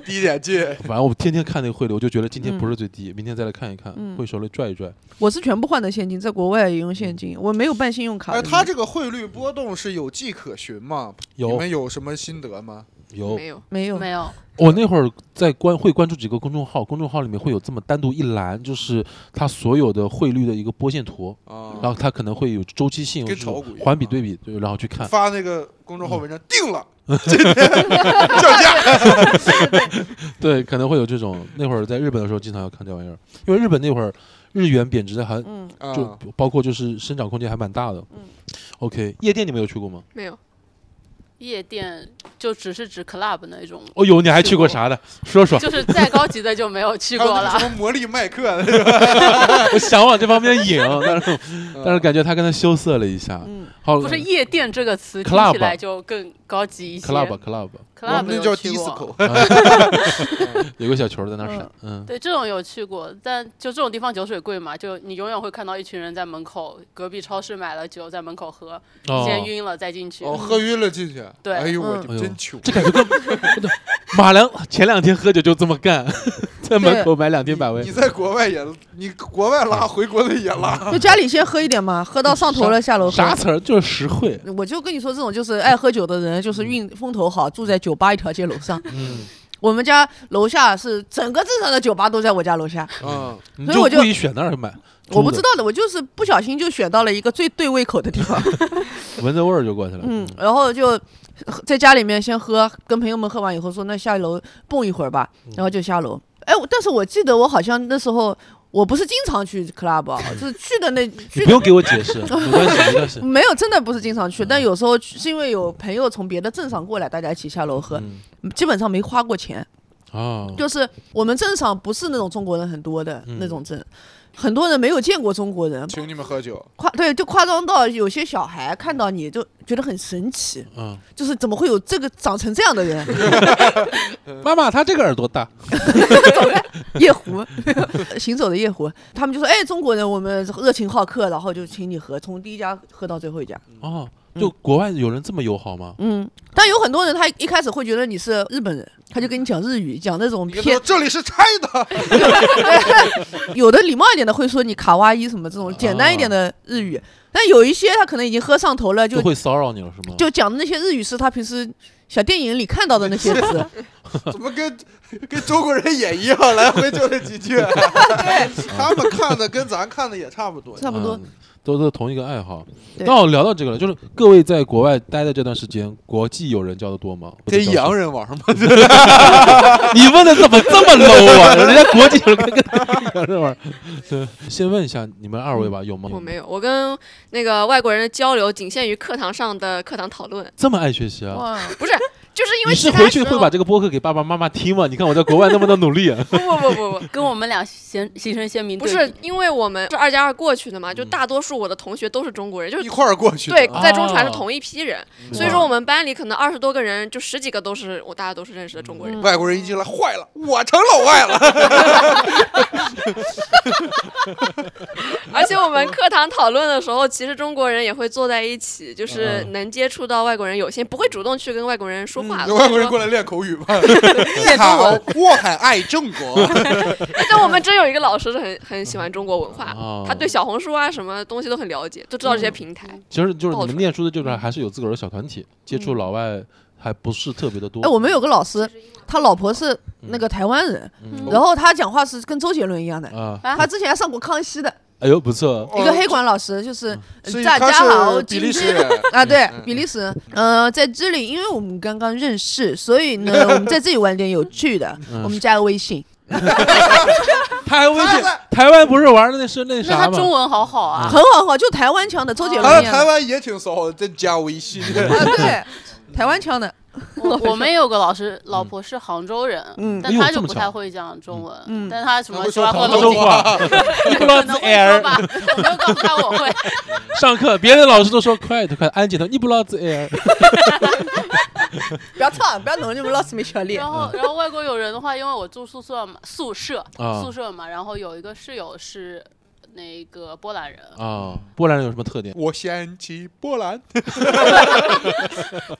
[SPEAKER 3] 低点进。
[SPEAKER 5] 反正我天天看那个汇率，我就觉得今天
[SPEAKER 6] 嗯
[SPEAKER 5] 不是最低，明天再来看一看，会手里拽一拽。
[SPEAKER 2] 我是全部换的现金，在国外也用现金，我没有办信用卡的。
[SPEAKER 3] 哎，他这个汇率波动是有迹可循吗？你
[SPEAKER 5] 有
[SPEAKER 3] 们有什么心得吗？
[SPEAKER 5] 有
[SPEAKER 4] 没，有，
[SPEAKER 2] 没有
[SPEAKER 6] 没有？
[SPEAKER 5] 我那会儿在关会关注几个公众号，公众号里面会有这么单独一栏，就是它所有的汇率的一个波线图，
[SPEAKER 3] 啊，
[SPEAKER 5] 然后它可能会有周期性，
[SPEAKER 3] 跟
[SPEAKER 5] 是
[SPEAKER 3] 炒股一样
[SPEAKER 5] 环比对比，对，然后去看。
[SPEAKER 3] 发那个公众号文章
[SPEAKER 5] 嗯
[SPEAKER 3] 定了，今天降价。
[SPEAKER 5] 对，可能会有这种。那会儿在日本的时候，经常要看这玩意儿，因为日本那会儿日元贬值的还
[SPEAKER 2] 嗯，
[SPEAKER 5] 就
[SPEAKER 3] 啊，
[SPEAKER 5] 包括就是生长空间还蛮大
[SPEAKER 6] 嗯
[SPEAKER 5] 的。OK，夜店你们有去过吗？
[SPEAKER 4] 没有，
[SPEAKER 6] 夜店就只是指 club 那种，
[SPEAKER 5] 哦有，你还去
[SPEAKER 6] 去
[SPEAKER 5] 过
[SPEAKER 6] 过
[SPEAKER 5] 啥的？说说，
[SPEAKER 6] 就是再高级的就没有去
[SPEAKER 3] 还
[SPEAKER 6] 过
[SPEAKER 3] 有那个
[SPEAKER 6] 了。
[SPEAKER 3] 什么魔力麦克啊 那个，
[SPEAKER 5] 我想往这方面引，啊但 是但是感觉他跟他羞涩了一下。
[SPEAKER 2] 嗯
[SPEAKER 5] 好，
[SPEAKER 6] 不是夜店这个词
[SPEAKER 5] club
[SPEAKER 6] 听起来就更高级一些
[SPEAKER 5] club club，
[SPEAKER 3] 我
[SPEAKER 6] club
[SPEAKER 3] 们那
[SPEAKER 6] 有
[SPEAKER 3] 叫
[SPEAKER 6] 去过
[SPEAKER 3] disco。
[SPEAKER 5] 有个小球在那闪，嗯，
[SPEAKER 6] 对，这种有去过，但就这种地方酒水贵嘛，就你永远会看到一群人在门口，隔壁超市买了酒在门口喝，
[SPEAKER 5] 哦，
[SPEAKER 6] 先晕了再进去。
[SPEAKER 3] 哦，喝晕了进去。
[SPEAKER 6] 对
[SPEAKER 3] 哎呦我
[SPEAKER 2] 嗯
[SPEAKER 5] 哎呦
[SPEAKER 3] 真穷。
[SPEAKER 5] 这感觉跟马良前两天喝酒就这么干， 在门口买两
[SPEAKER 3] 你
[SPEAKER 5] 斤百威啊
[SPEAKER 3] 你。在国外也，你国外拉，回国内也拉。
[SPEAKER 2] 就家里先喝一点嘛，喝到上头了下楼喝。
[SPEAKER 5] 啥词儿就是实惠，
[SPEAKER 2] 我就跟你说，这种就是爱喝酒的人，
[SPEAKER 3] 嗯
[SPEAKER 2] 就是运风头好，住在酒吧一条街楼上。
[SPEAKER 5] 嗯，
[SPEAKER 2] 我们家楼下是整个镇上的酒吧都在我家楼下，
[SPEAKER 3] 嗯，
[SPEAKER 5] 你
[SPEAKER 2] 所以我就
[SPEAKER 5] 故意选那儿买，
[SPEAKER 2] 我不知
[SPEAKER 5] 租的
[SPEAKER 2] 道的，我就是不小心就选到了一个最对胃口的地方。
[SPEAKER 5] 闻着味儿就过去了。
[SPEAKER 2] 嗯，然后就喝在家里面先喝，跟朋友们喝完以后说那下楼蹦一会儿吧，
[SPEAKER 5] 嗯
[SPEAKER 2] 然后就下楼。哎，我但是我记得我好像那时候我不是经常去 club，啊，就是去的 那
[SPEAKER 5] 你
[SPEAKER 2] 去
[SPEAKER 5] 不嗯用给我解释，没关系，没关系。
[SPEAKER 2] 没有真的不是经常去，但有时候去是因为有朋友从别的镇上过来，大家一起下楼喝，
[SPEAKER 5] 嗯
[SPEAKER 2] 基本上没花过钱。
[SPEAKER 5] 啊，
[SPEAKER 2] 就是我们镇上不是那种中国人很多的
[SPEAKER 5] 嗯
[SPEAKER 2] 那种镇，很多人没有见过中国人，
[SPEAKER 3] 请你们喝酒。
[SPEAKER 2] 夸对就夸张到有些小孩看到你就觉得很神奇，
[SPEAKER 5] 嗯，
[SPEAKER 2] 就是怎么会有这个长成这样的人？
[SPEAKER 5] 妈妈，他这个耳朵大，
[SPEAKER 2] 夜壶，行走的夜壶，他们就说，哎，中国人我们热情好客，然后就请你喝，从第一家喝到最后一家。
[SPEAKER 5] 哦，就国外有人这么友好吗？
[SPEAKER 2] 嗯，但有很多人他一开始会觉得你是日本人，他就跟你讲日语，讲那种
[SPEAKER 3] 你跟他说
[SPEAKER 2] 偏
[SPEAKER 3] 这里是 China，
[SPEAKER 2] 有的礼貌一点的会说你卡哇伊什么这
[SPEAKER 3] 啊
[SPEAKER 2] 种简单一点的日语，但有一些他可能已经喝上头了，就
[SPEAKER 5] 就会骚扰你了是吗？
[SPEAKER 2] 就讲的那些日语是他平时小电影里看到的那些词，
[SPEAKER 3] 怎么跟 跟中国人也一样，来回就那几 句？他们看的跟咱看的也差不多。
[SPEAKER 2] 差不多。
[SPEAKER 5] 嗯都都同一个爱好。
[SPEAKER 2] 对
[SPEAKER 5] 那我聊到这个了，就是各位在国外待的这段时间，国际友人交的多吗？
[SPEAKER 3] 跟洋人玩 吗？
[SPEAKER 5] 你问的怎么这么 low 啊？人家国际友人跟跟洋人玩。 嗯对，先问一下你们二位吧，有吗？
[SPEAKER 4] 我没有，我跟那个外国人的交流仅限于课堂上的课堂讨论，
[SPEAKER 5] 这么爱学习啊？
[SPEAKER 2] 哇，
[SPEAKER 4] 不是，就是因为
[SPEAKER 5] 你是
[SPEAKER 4] 其他
[SPEAKER 5] 回去
[SPEAKER 4] 时
[SPEAKER 5] 会
[SPEAKER 4] 候
[SPEAKER 5] 把这个播客给爸爸妈妈听吗？你看我在国外那么的努力啊！
[SPEAKER 4] 不不不不不。
[SPEAKER 6] 跟我们俩形形成鲜明
[SPEAKER 4] 不
[SPEAKER 6] 对
[SPEAKER 4] 是
[SPEAKER 6] 比，
[SPEAKER 4] 因为我们是二加二过去的嘛，就
[SPEAKER 5] 嗯
[SPEAKER 4] 大多数我的同学都是中国人，就是
[SPEAKER 3] 一块儿过去的。嗯
[SPEAKER 4] 对，
[SPEAKER 5] 啊
[SPEAKER 4] 在中传是同一批人，所以说
[SPEAKER 5] 哇
[SPEAKER 4] 我们班里可能二十多个人，就十几个都是我大家都是认识的中国人。
[SPEAKER 3] 外国人一进来，坏了，我成老外了。
[SPEAKER 4] 而且我
[SPEAKER 3] 嗯
[SPEAKER 4] 们课堂讨论的时候，其实中国人也会坐在一起，
[SPEAKER 3] 嗯
[SPEAKER 4] 就是能接触到外国人，有些不会主动去跟外国人说话。
[SPEAKER 3] 有
[SPEAKER 4] 所
[SPEAKER 3] 嗯外
[SPEAKER 4] 以
[SPEAKER 3] 国人
[SPEAKER 4] 说
[SPEAKER 3] 过来练口语吗？你好，我很爱中国。
[SPEAKER 4] 但我们真有一个老师是很很喜欢中国文
[SPEAKER 3] 嗯
[SPEAKER 4] 化
[SPEAKER 5] 哦，
[SPEAKER 4] 他对小红书啊什么东西都很了解，都知道这些平台。
[SPEAKER 5] 其实就是你
[SPEAKER 4] 爆出
[SPEAKER 5] 们
[SPEAKER 4] 来
[SPEAKER 5] 念书的这段还是有自个儿的小团体，接触老外还不是特别的多。
[SPEAKER 2] 哎，我们有个老师，他老婆是那个台湾人，
[SPEAKER 5] 嗯
[SPEAKER 2] 然后他讲话是跟周杰伦一样的。
[SPEAKER 5] 啊，
[SPEAKER 6] 啊
[SPEAKER 2] 他之前还上过《康熙》的
[SPEAKER 5] 哎呦不错，
[SPEAKER 3] 哦
[SPEAKER 2] 一个黑管老师，就是
[SPEAKER 3] 嗯
[SPEAKER 2] 呃
[SPEAKER 3] 所以
[SPEAKER 2] 大
[SPEAKER 3] 他
[SPEAKER 2] 家好，
[SPEAKER 3] 是比
[SPEAKER 2] 今
[SPEAKER 3] 利时
[SPEAKER 2] 天
[SPEAKER 3] 人。
[SPEAKER 2] 啊，对
[SPEAKER 3] 嗯，
[SPEAKER 2] 比利时人，呃，在这里，因为我们刚刚认识，所以呢，我们在这里玩点有趣的，
[SPEAKER 5] 嗯
[SPEAKER 2] 我们加个微信。
[SPEAKER 5] 他还微
[SPEAKER 3] 他
[SPEAKER 5] 信
[SPEAKER 3] 在，
[SPEAKER 5] 台湾不是玩的那是那
[SPEAKER 6] 那
[SPEAKER 5] 啥
[SPEAKER 6] 他
[SPEAKER 5] 吗？
[SPEAKER 6] 中文好好啊，
[SPEAKER 2] 很好，很好，就台湾腔的周杰
[SPEAKER 3] 他
[SPEAKER 2] 伦
[SPEAKER 3] 在
[SPEAKER 2] 一
[SPEAKER 3] 啊台
[SPEAKER 2] 样的，
[SPEAKER 3] 湾也挺骚的，在加微信。
[SPEAKER 2] 啊，对，台湾腔的，
[SPEAKER 6] 我我们有个老师，老婆是杭州人，
[SPEAKER 2] 嗯
[SPEAKER 6] 但
[SPEAKER 5] 哎呦
[SPEAKER 6] 她
[SPEAKER 5] 这
[SPEAKER 6] 就
[SPEAKER 5] 么
[SPEAKER 6] 不
[SPEAKER 5] 巧
[SPEAKER 6] 太会讲中文，
[SPEAKER 2] 嗯
[SPEAKER 6] 但她什么
[SPEAKER 3] 会
[SPEAKER 6] 喜欢
[SPEAKER 3] 说
[SPEAKER 6] 喝
[SPEAKER 5] 杭
[SPEAKER 6] 龙
[SPEAKER 5] 州
[SPEAKER 6] 井
[SPEAKER 5] 话，不老
[SPEAKER 6] 可
[SPEAKER 5] 子
[SPEAKER 6] 能会说
[SPEAKER 5] air，
[SPEAKER 6] 吧， 我没有搞不看我 会。
[SPEAKER 5] 上课别的老师都说快点快点，安检他你不老子 air，
[SPEAKER 2] 不要唱，不要弄你们老师没笑脸
[SPEAKER 6] 然。
[SPEAKER 5] 嗯
[SPEAKER 6] 后然后外国友人的话，因为我住宿舍嘛，宿舍
[SPEAKER 5] 啊
[SPEAKER 6] 宿舍嘛，然后有一个室友是那个波兰人，
[SPEAKER 5] 啊，波兰人有什么特点？
[SPEAKER 3] 我先去波兰，
[SPEAKER 6] 波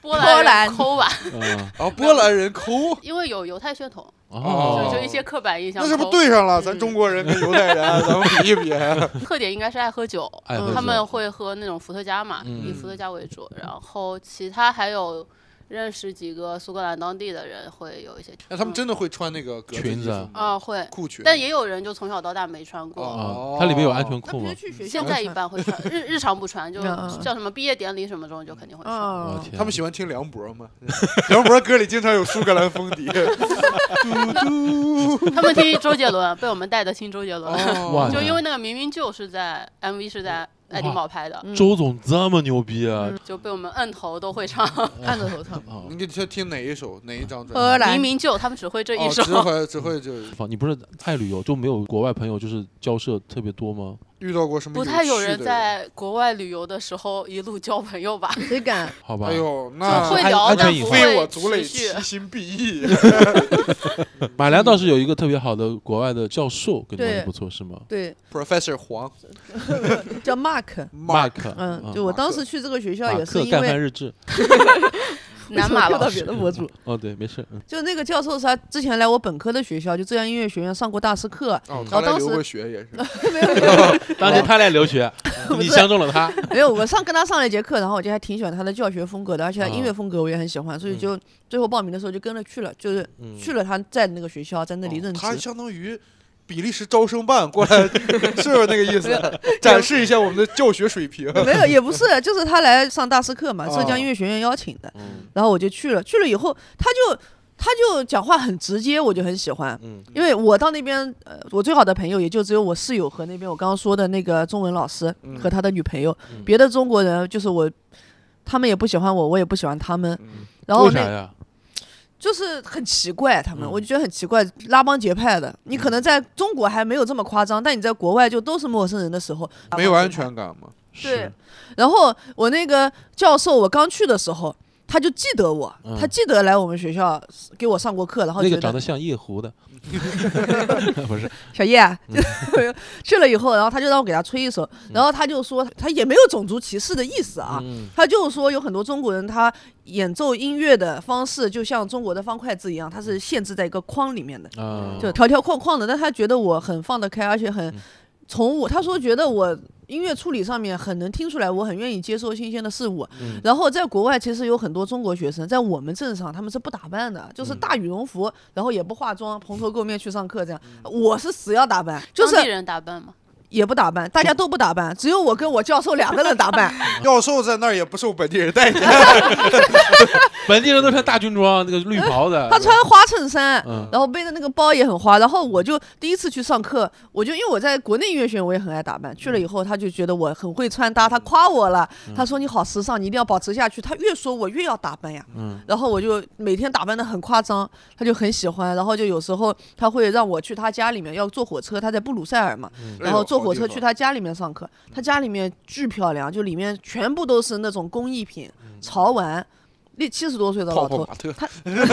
[SPEAKER 2] 波
[SPEAKER 6] 兰
[SPEAKER 2] 兰
[SPEAKER 6] 人抠吧，
[SPEAKER 5] 啊
[SPEAKER 3] 然后哦波兰人抠，
[SPEAKER 6] 因为有犹太血统，
[SPEAKER 5] 哦
[SPEAKER 6] 就就一些刻板印象
[SPEAKER 3] 那
[SPEAKER 6] 抠。
[SPEAKER 3] 这不对上了？咱中国人跟犹太人，啊咱们比一比。
[SPEAKER 6] 特点应该是爱喝酒，
[SPEAKER 5] 爱喝
[SPEAKER 6] 嗯
[SPEAKER 5] 酒
[SPEAKER 6] 他们会喝那种伏特加嘛，
[SPEAKER 5] 嗯
[SPEAKER 6] 以伏特加为主。然后其他还有认识几个苏格兰当地的人，会有一 些。嗯
[SPEAKER 3] 那他们真的会穿那个格子
[SPEAKER 5] 裙子
[SPEAKER 3] 衣服吗
[SPEAKER 6] 啊会，
[SPEAKER 3] 裤裙，
[SPEAKER 6] 但也有人就从小到大没穿
[SPEAKER 3] 哦
[SPEAKER 6] 过。
[SPEAKER 5] 啊，它里面有安全
[SPEAKER 2] 那
[SPEAKER 5] 裤吗？
[SPEAKER 2] 去学
[SPEAKER 6] 现在一般会穿，日日常不穿，就
[SPEAKER 2] 嗯嗯
[SPEAKER 6] 叫什么毕业典礼什么中就肯定会穿。
[SPEAKER 5] 我
[SPEAKER 2] 嗯，
[SPEAKER 5] 啊天，
[SPEAKER 3] 他们喜欢听梁博吗？ 梁博歌里经常有苏格兰风笛。
[SPEAKER 6] 他们听周杰伦，被我们带的听周杰伦，
[SPEAKER 5] 哇
[SPEAKER 3] 哦
[SPEAKER 6] 就因为那个明明就是在 MV 是在爱丁堡拍的，
[SPEAKER 3] 嗯
[SPEAKER 2] 嗯
[SPEAKER 5] 周总这么牛逼啊！
[SPEAKER 6] 就被我们摁头都会唱。
[SPEAKER 2] 按着头 唱。
[SPEAKER 5] 啊，
[SPEAKER 3] 你给他听哪一首？哪一张专辑？
[SPEAKER 2] 荷兰
[SPEAKER 6] 明，明就他们只会这一
[SPEAKER 3] 哦，
[SPEAKER 6] 首，
[SPEAKER 3] 只会只会就
[SPEAKER 5] 你不是爱旅游，就没有国外朋友就是交涉特别多吗？
[SPEAKER 3] 遇到过什么？
[SPEAKER 6] 不太有人。在国外旅游的时候一路交朋友吧，
[SPEAKER 2] 谁敢？
[SPEAKER 5] 好吧
[SPEAKER 3] 哎，呦，
[SPEAKER 5] 啊
[SPEAKER 3] 那
[SPEAKER 6] 会
[SPEAKER 5] 安
[SPEAKER 6] 聊
[SPEAKER 5] 安全
[SPEAKER 6] 但
[SPEAKER 5] 隐
[SPEAKER 6] 不
[SPEAKER 5] 患
[SPEAKER 3] 非我
[SPEAKER 6] 会
[SPEAKER 3] 族类，
[SPEAKER 6] 持续
[SPEAKER 3] 其。心必 异。
[SPEAKER 5] 马来倒是有一个特别好的国外的教授，跟你关系不错是吗
[SPEAKER 2] 对，
[SPEAKER 3] Professor 黄
[SPEAKER 2] 叫 Mark。
[SPEAKER 3] Mark，
[SPEAKER 5] ？Mark，
[SPEAKER 2] 嗯，
[SPEAKER 5] 啊
[SPEAKER 2] 就我当时去这个学校
[SPEAKER 5] 马
[SPEAKER 2] 也是
[SPEAKER 5] 克
[SPEAKER 2] 因
[SPEAKER 5] 干
[SPEAKER 2] 为
[SPEAKER 5] 饭日志。
[SPEAKER 6] 南马
[SPEAKER 2] 跳
[SPEAKER 6] 老
[SPEAKER 2] 到
[SPEAKER 6] 师
[SPEAKER 2] 别 的博主，
[SPEAKER 5] 哦，对，没事，嗯
[SPEAKER 2] 就那个教授是他之前来我本科的学校，就浙江音乐学院上过大师课，然后
[SPEAKER 3] 哦，他来
[SPEAKER 2] 当
[SPEAKER 3] 留
[SPEAKER 2] 时
[SPEAKER 3] 过学也是。
[SPEAKER 2] 没有没有
[SPEAKER 5] 当年他来留 学，你相中了他，
[SPEAKER 2] 没有，我上跟他上了一节课，然后我就还挺喜欢他的教学风格的，而且他音乐风格我也很喜欢，所以就最后报名的时候就跟着去了，就是
[SPEAKER 5] 嗯
[SPEAKER 2] 去了他在那个学校，在那里
[SPEAKER 3] 哦
[SPEAKER 2] 任职。
[SPEAKER 3] 他相当于比利时招生办过 来，是不是那个意思？展示一下我们的教学水平。
[SPEAKER 2] 没有，也不是，就是他来上大师课嘛，浙
[SPEAKER 3] 哦
[SPEAKER 2] 江音乐学院邀请的，
[SPEAKER 5] 嗯
[SPEAKER 2] 然后我就去了。去了以后，他就他就讲话很直接，我就很喜欢。
[SPEAKER 5] 嗯
[SPEAKER 2] 因为我到那边，呃，我最好的朋友也就只有我室友和那边我刚刚说的那个中文老师
[SPEAKER 3] 嗯
[SPEAKER 2] 和他的女朋友，
[SPEAKER 5] 嗯
[SPEAKER 2] 别的中国人就是我，他们也不喜欢我，我也不喜欢他们。
[SPEAKER 3] 嗯
[SPEAKER 2] 然后
[SPEAKER 5] 为啥
[SPEAKER 2] 那
[SPEAKER 5] 呀？
[SPEAKER 2] 就是很奇怪，他们、
[SPEAKER 5] 嗯
[SPEAKER 2] 我就觉得很奇怪，拉帮结派的。你可能在中国还没有这么夸张，但你在国外就都是陌生人的时候，
[SPEAKER 3] 没有安全感吗？
[SPEAKER 5] 是
[SPEAKER 2] 然后我那个教授，我刚去的时候，他就记得我，
[SPEAKER 5] 嗯
[SPEAKER 2] 他记得来我们学校给我上过课，然后
[SPEAKER 5] 那
[SPEAKER 2] 觉
[SPEAKER 5] 个
[SPEAKER 2] 得
[SPEAKER 5] 长得像夜壶的，不是
[SPEAKER 2] 小叶啊
[SPEAKER 5] 嗯
[SPEAKER 2] 去了以后，然后他就让我给他吹一首，然后他就说他也没有种族歧视的意思啊，
[SPEAKER 5] 嗯
[SPEAKER 2] 他就说有很多中国人他演奏音乐的方式就像中国的方块字一样，他是限制在一个框里面的，
[SPEAKER 5] 啊，
[SPEAKER 2] 就条条框框的，但他觉得我很放得开，而且很
[SPEAKER 5] 嗯
[SPEAKER 2] 从我他说觉得我音乐处理上面很能听出来，我很愿意接受新鲜的事物。
[SPEAKER 5] 嗯
[SPEAKER 2] 然后在国外其实有很多中国学生，在我们镇上他们是不打扮的，就是
[SPEAKER 5] 嗯
[SPEAKER 2] 大羽绒服，然后也不化妆，蓬头垢面去上课这样。我是死要打扮， 就
[SPEAKER 6] 当地
[SPEAKER 2] 是
[SPEAKER 6] 人打扮嘛，
[SPEAKER 2] 也不打扮，大家都不打扮，只有我跟我教授两个人打扮。
[SPEAKER 3] 教授在那儿也不受本地人待见，
[SPEAKER 5] 本地人都穿大军装，那个绿袍的，
[SPEAKER 2] 他穿花衬衫，
[SPEAKER 5] 嗯
[SPEAKER 2] 然后背的那个包也很花。然后我就第一次去上课，我就因为我在国内音乐学院我也很爱打扮，去了以后他就觉得我很会穿搭，他夸我了，他说你好时尚，你一定要保持下去。他越说我越要打扮呀，
[SPEAKER 5] 嗯
[SPEAKER 2] 然后我就每天打扮的很夸张，他就很喜欢。然后就有时候他会让我去他家里面，要坐火车，他在布鲁塞尔嘛，
[SPEAKER 3] 哎
[SPEAKER 2] 然后坐火车去他家里面上课，他家里面巨漂亮，就里面全部都是那种工艺品、潮玩。那七十多岁的老
[SPEAKER 3] 泡嗯泡
[SPEAKER 2] 头
[SPEAKER 3] 玛，特，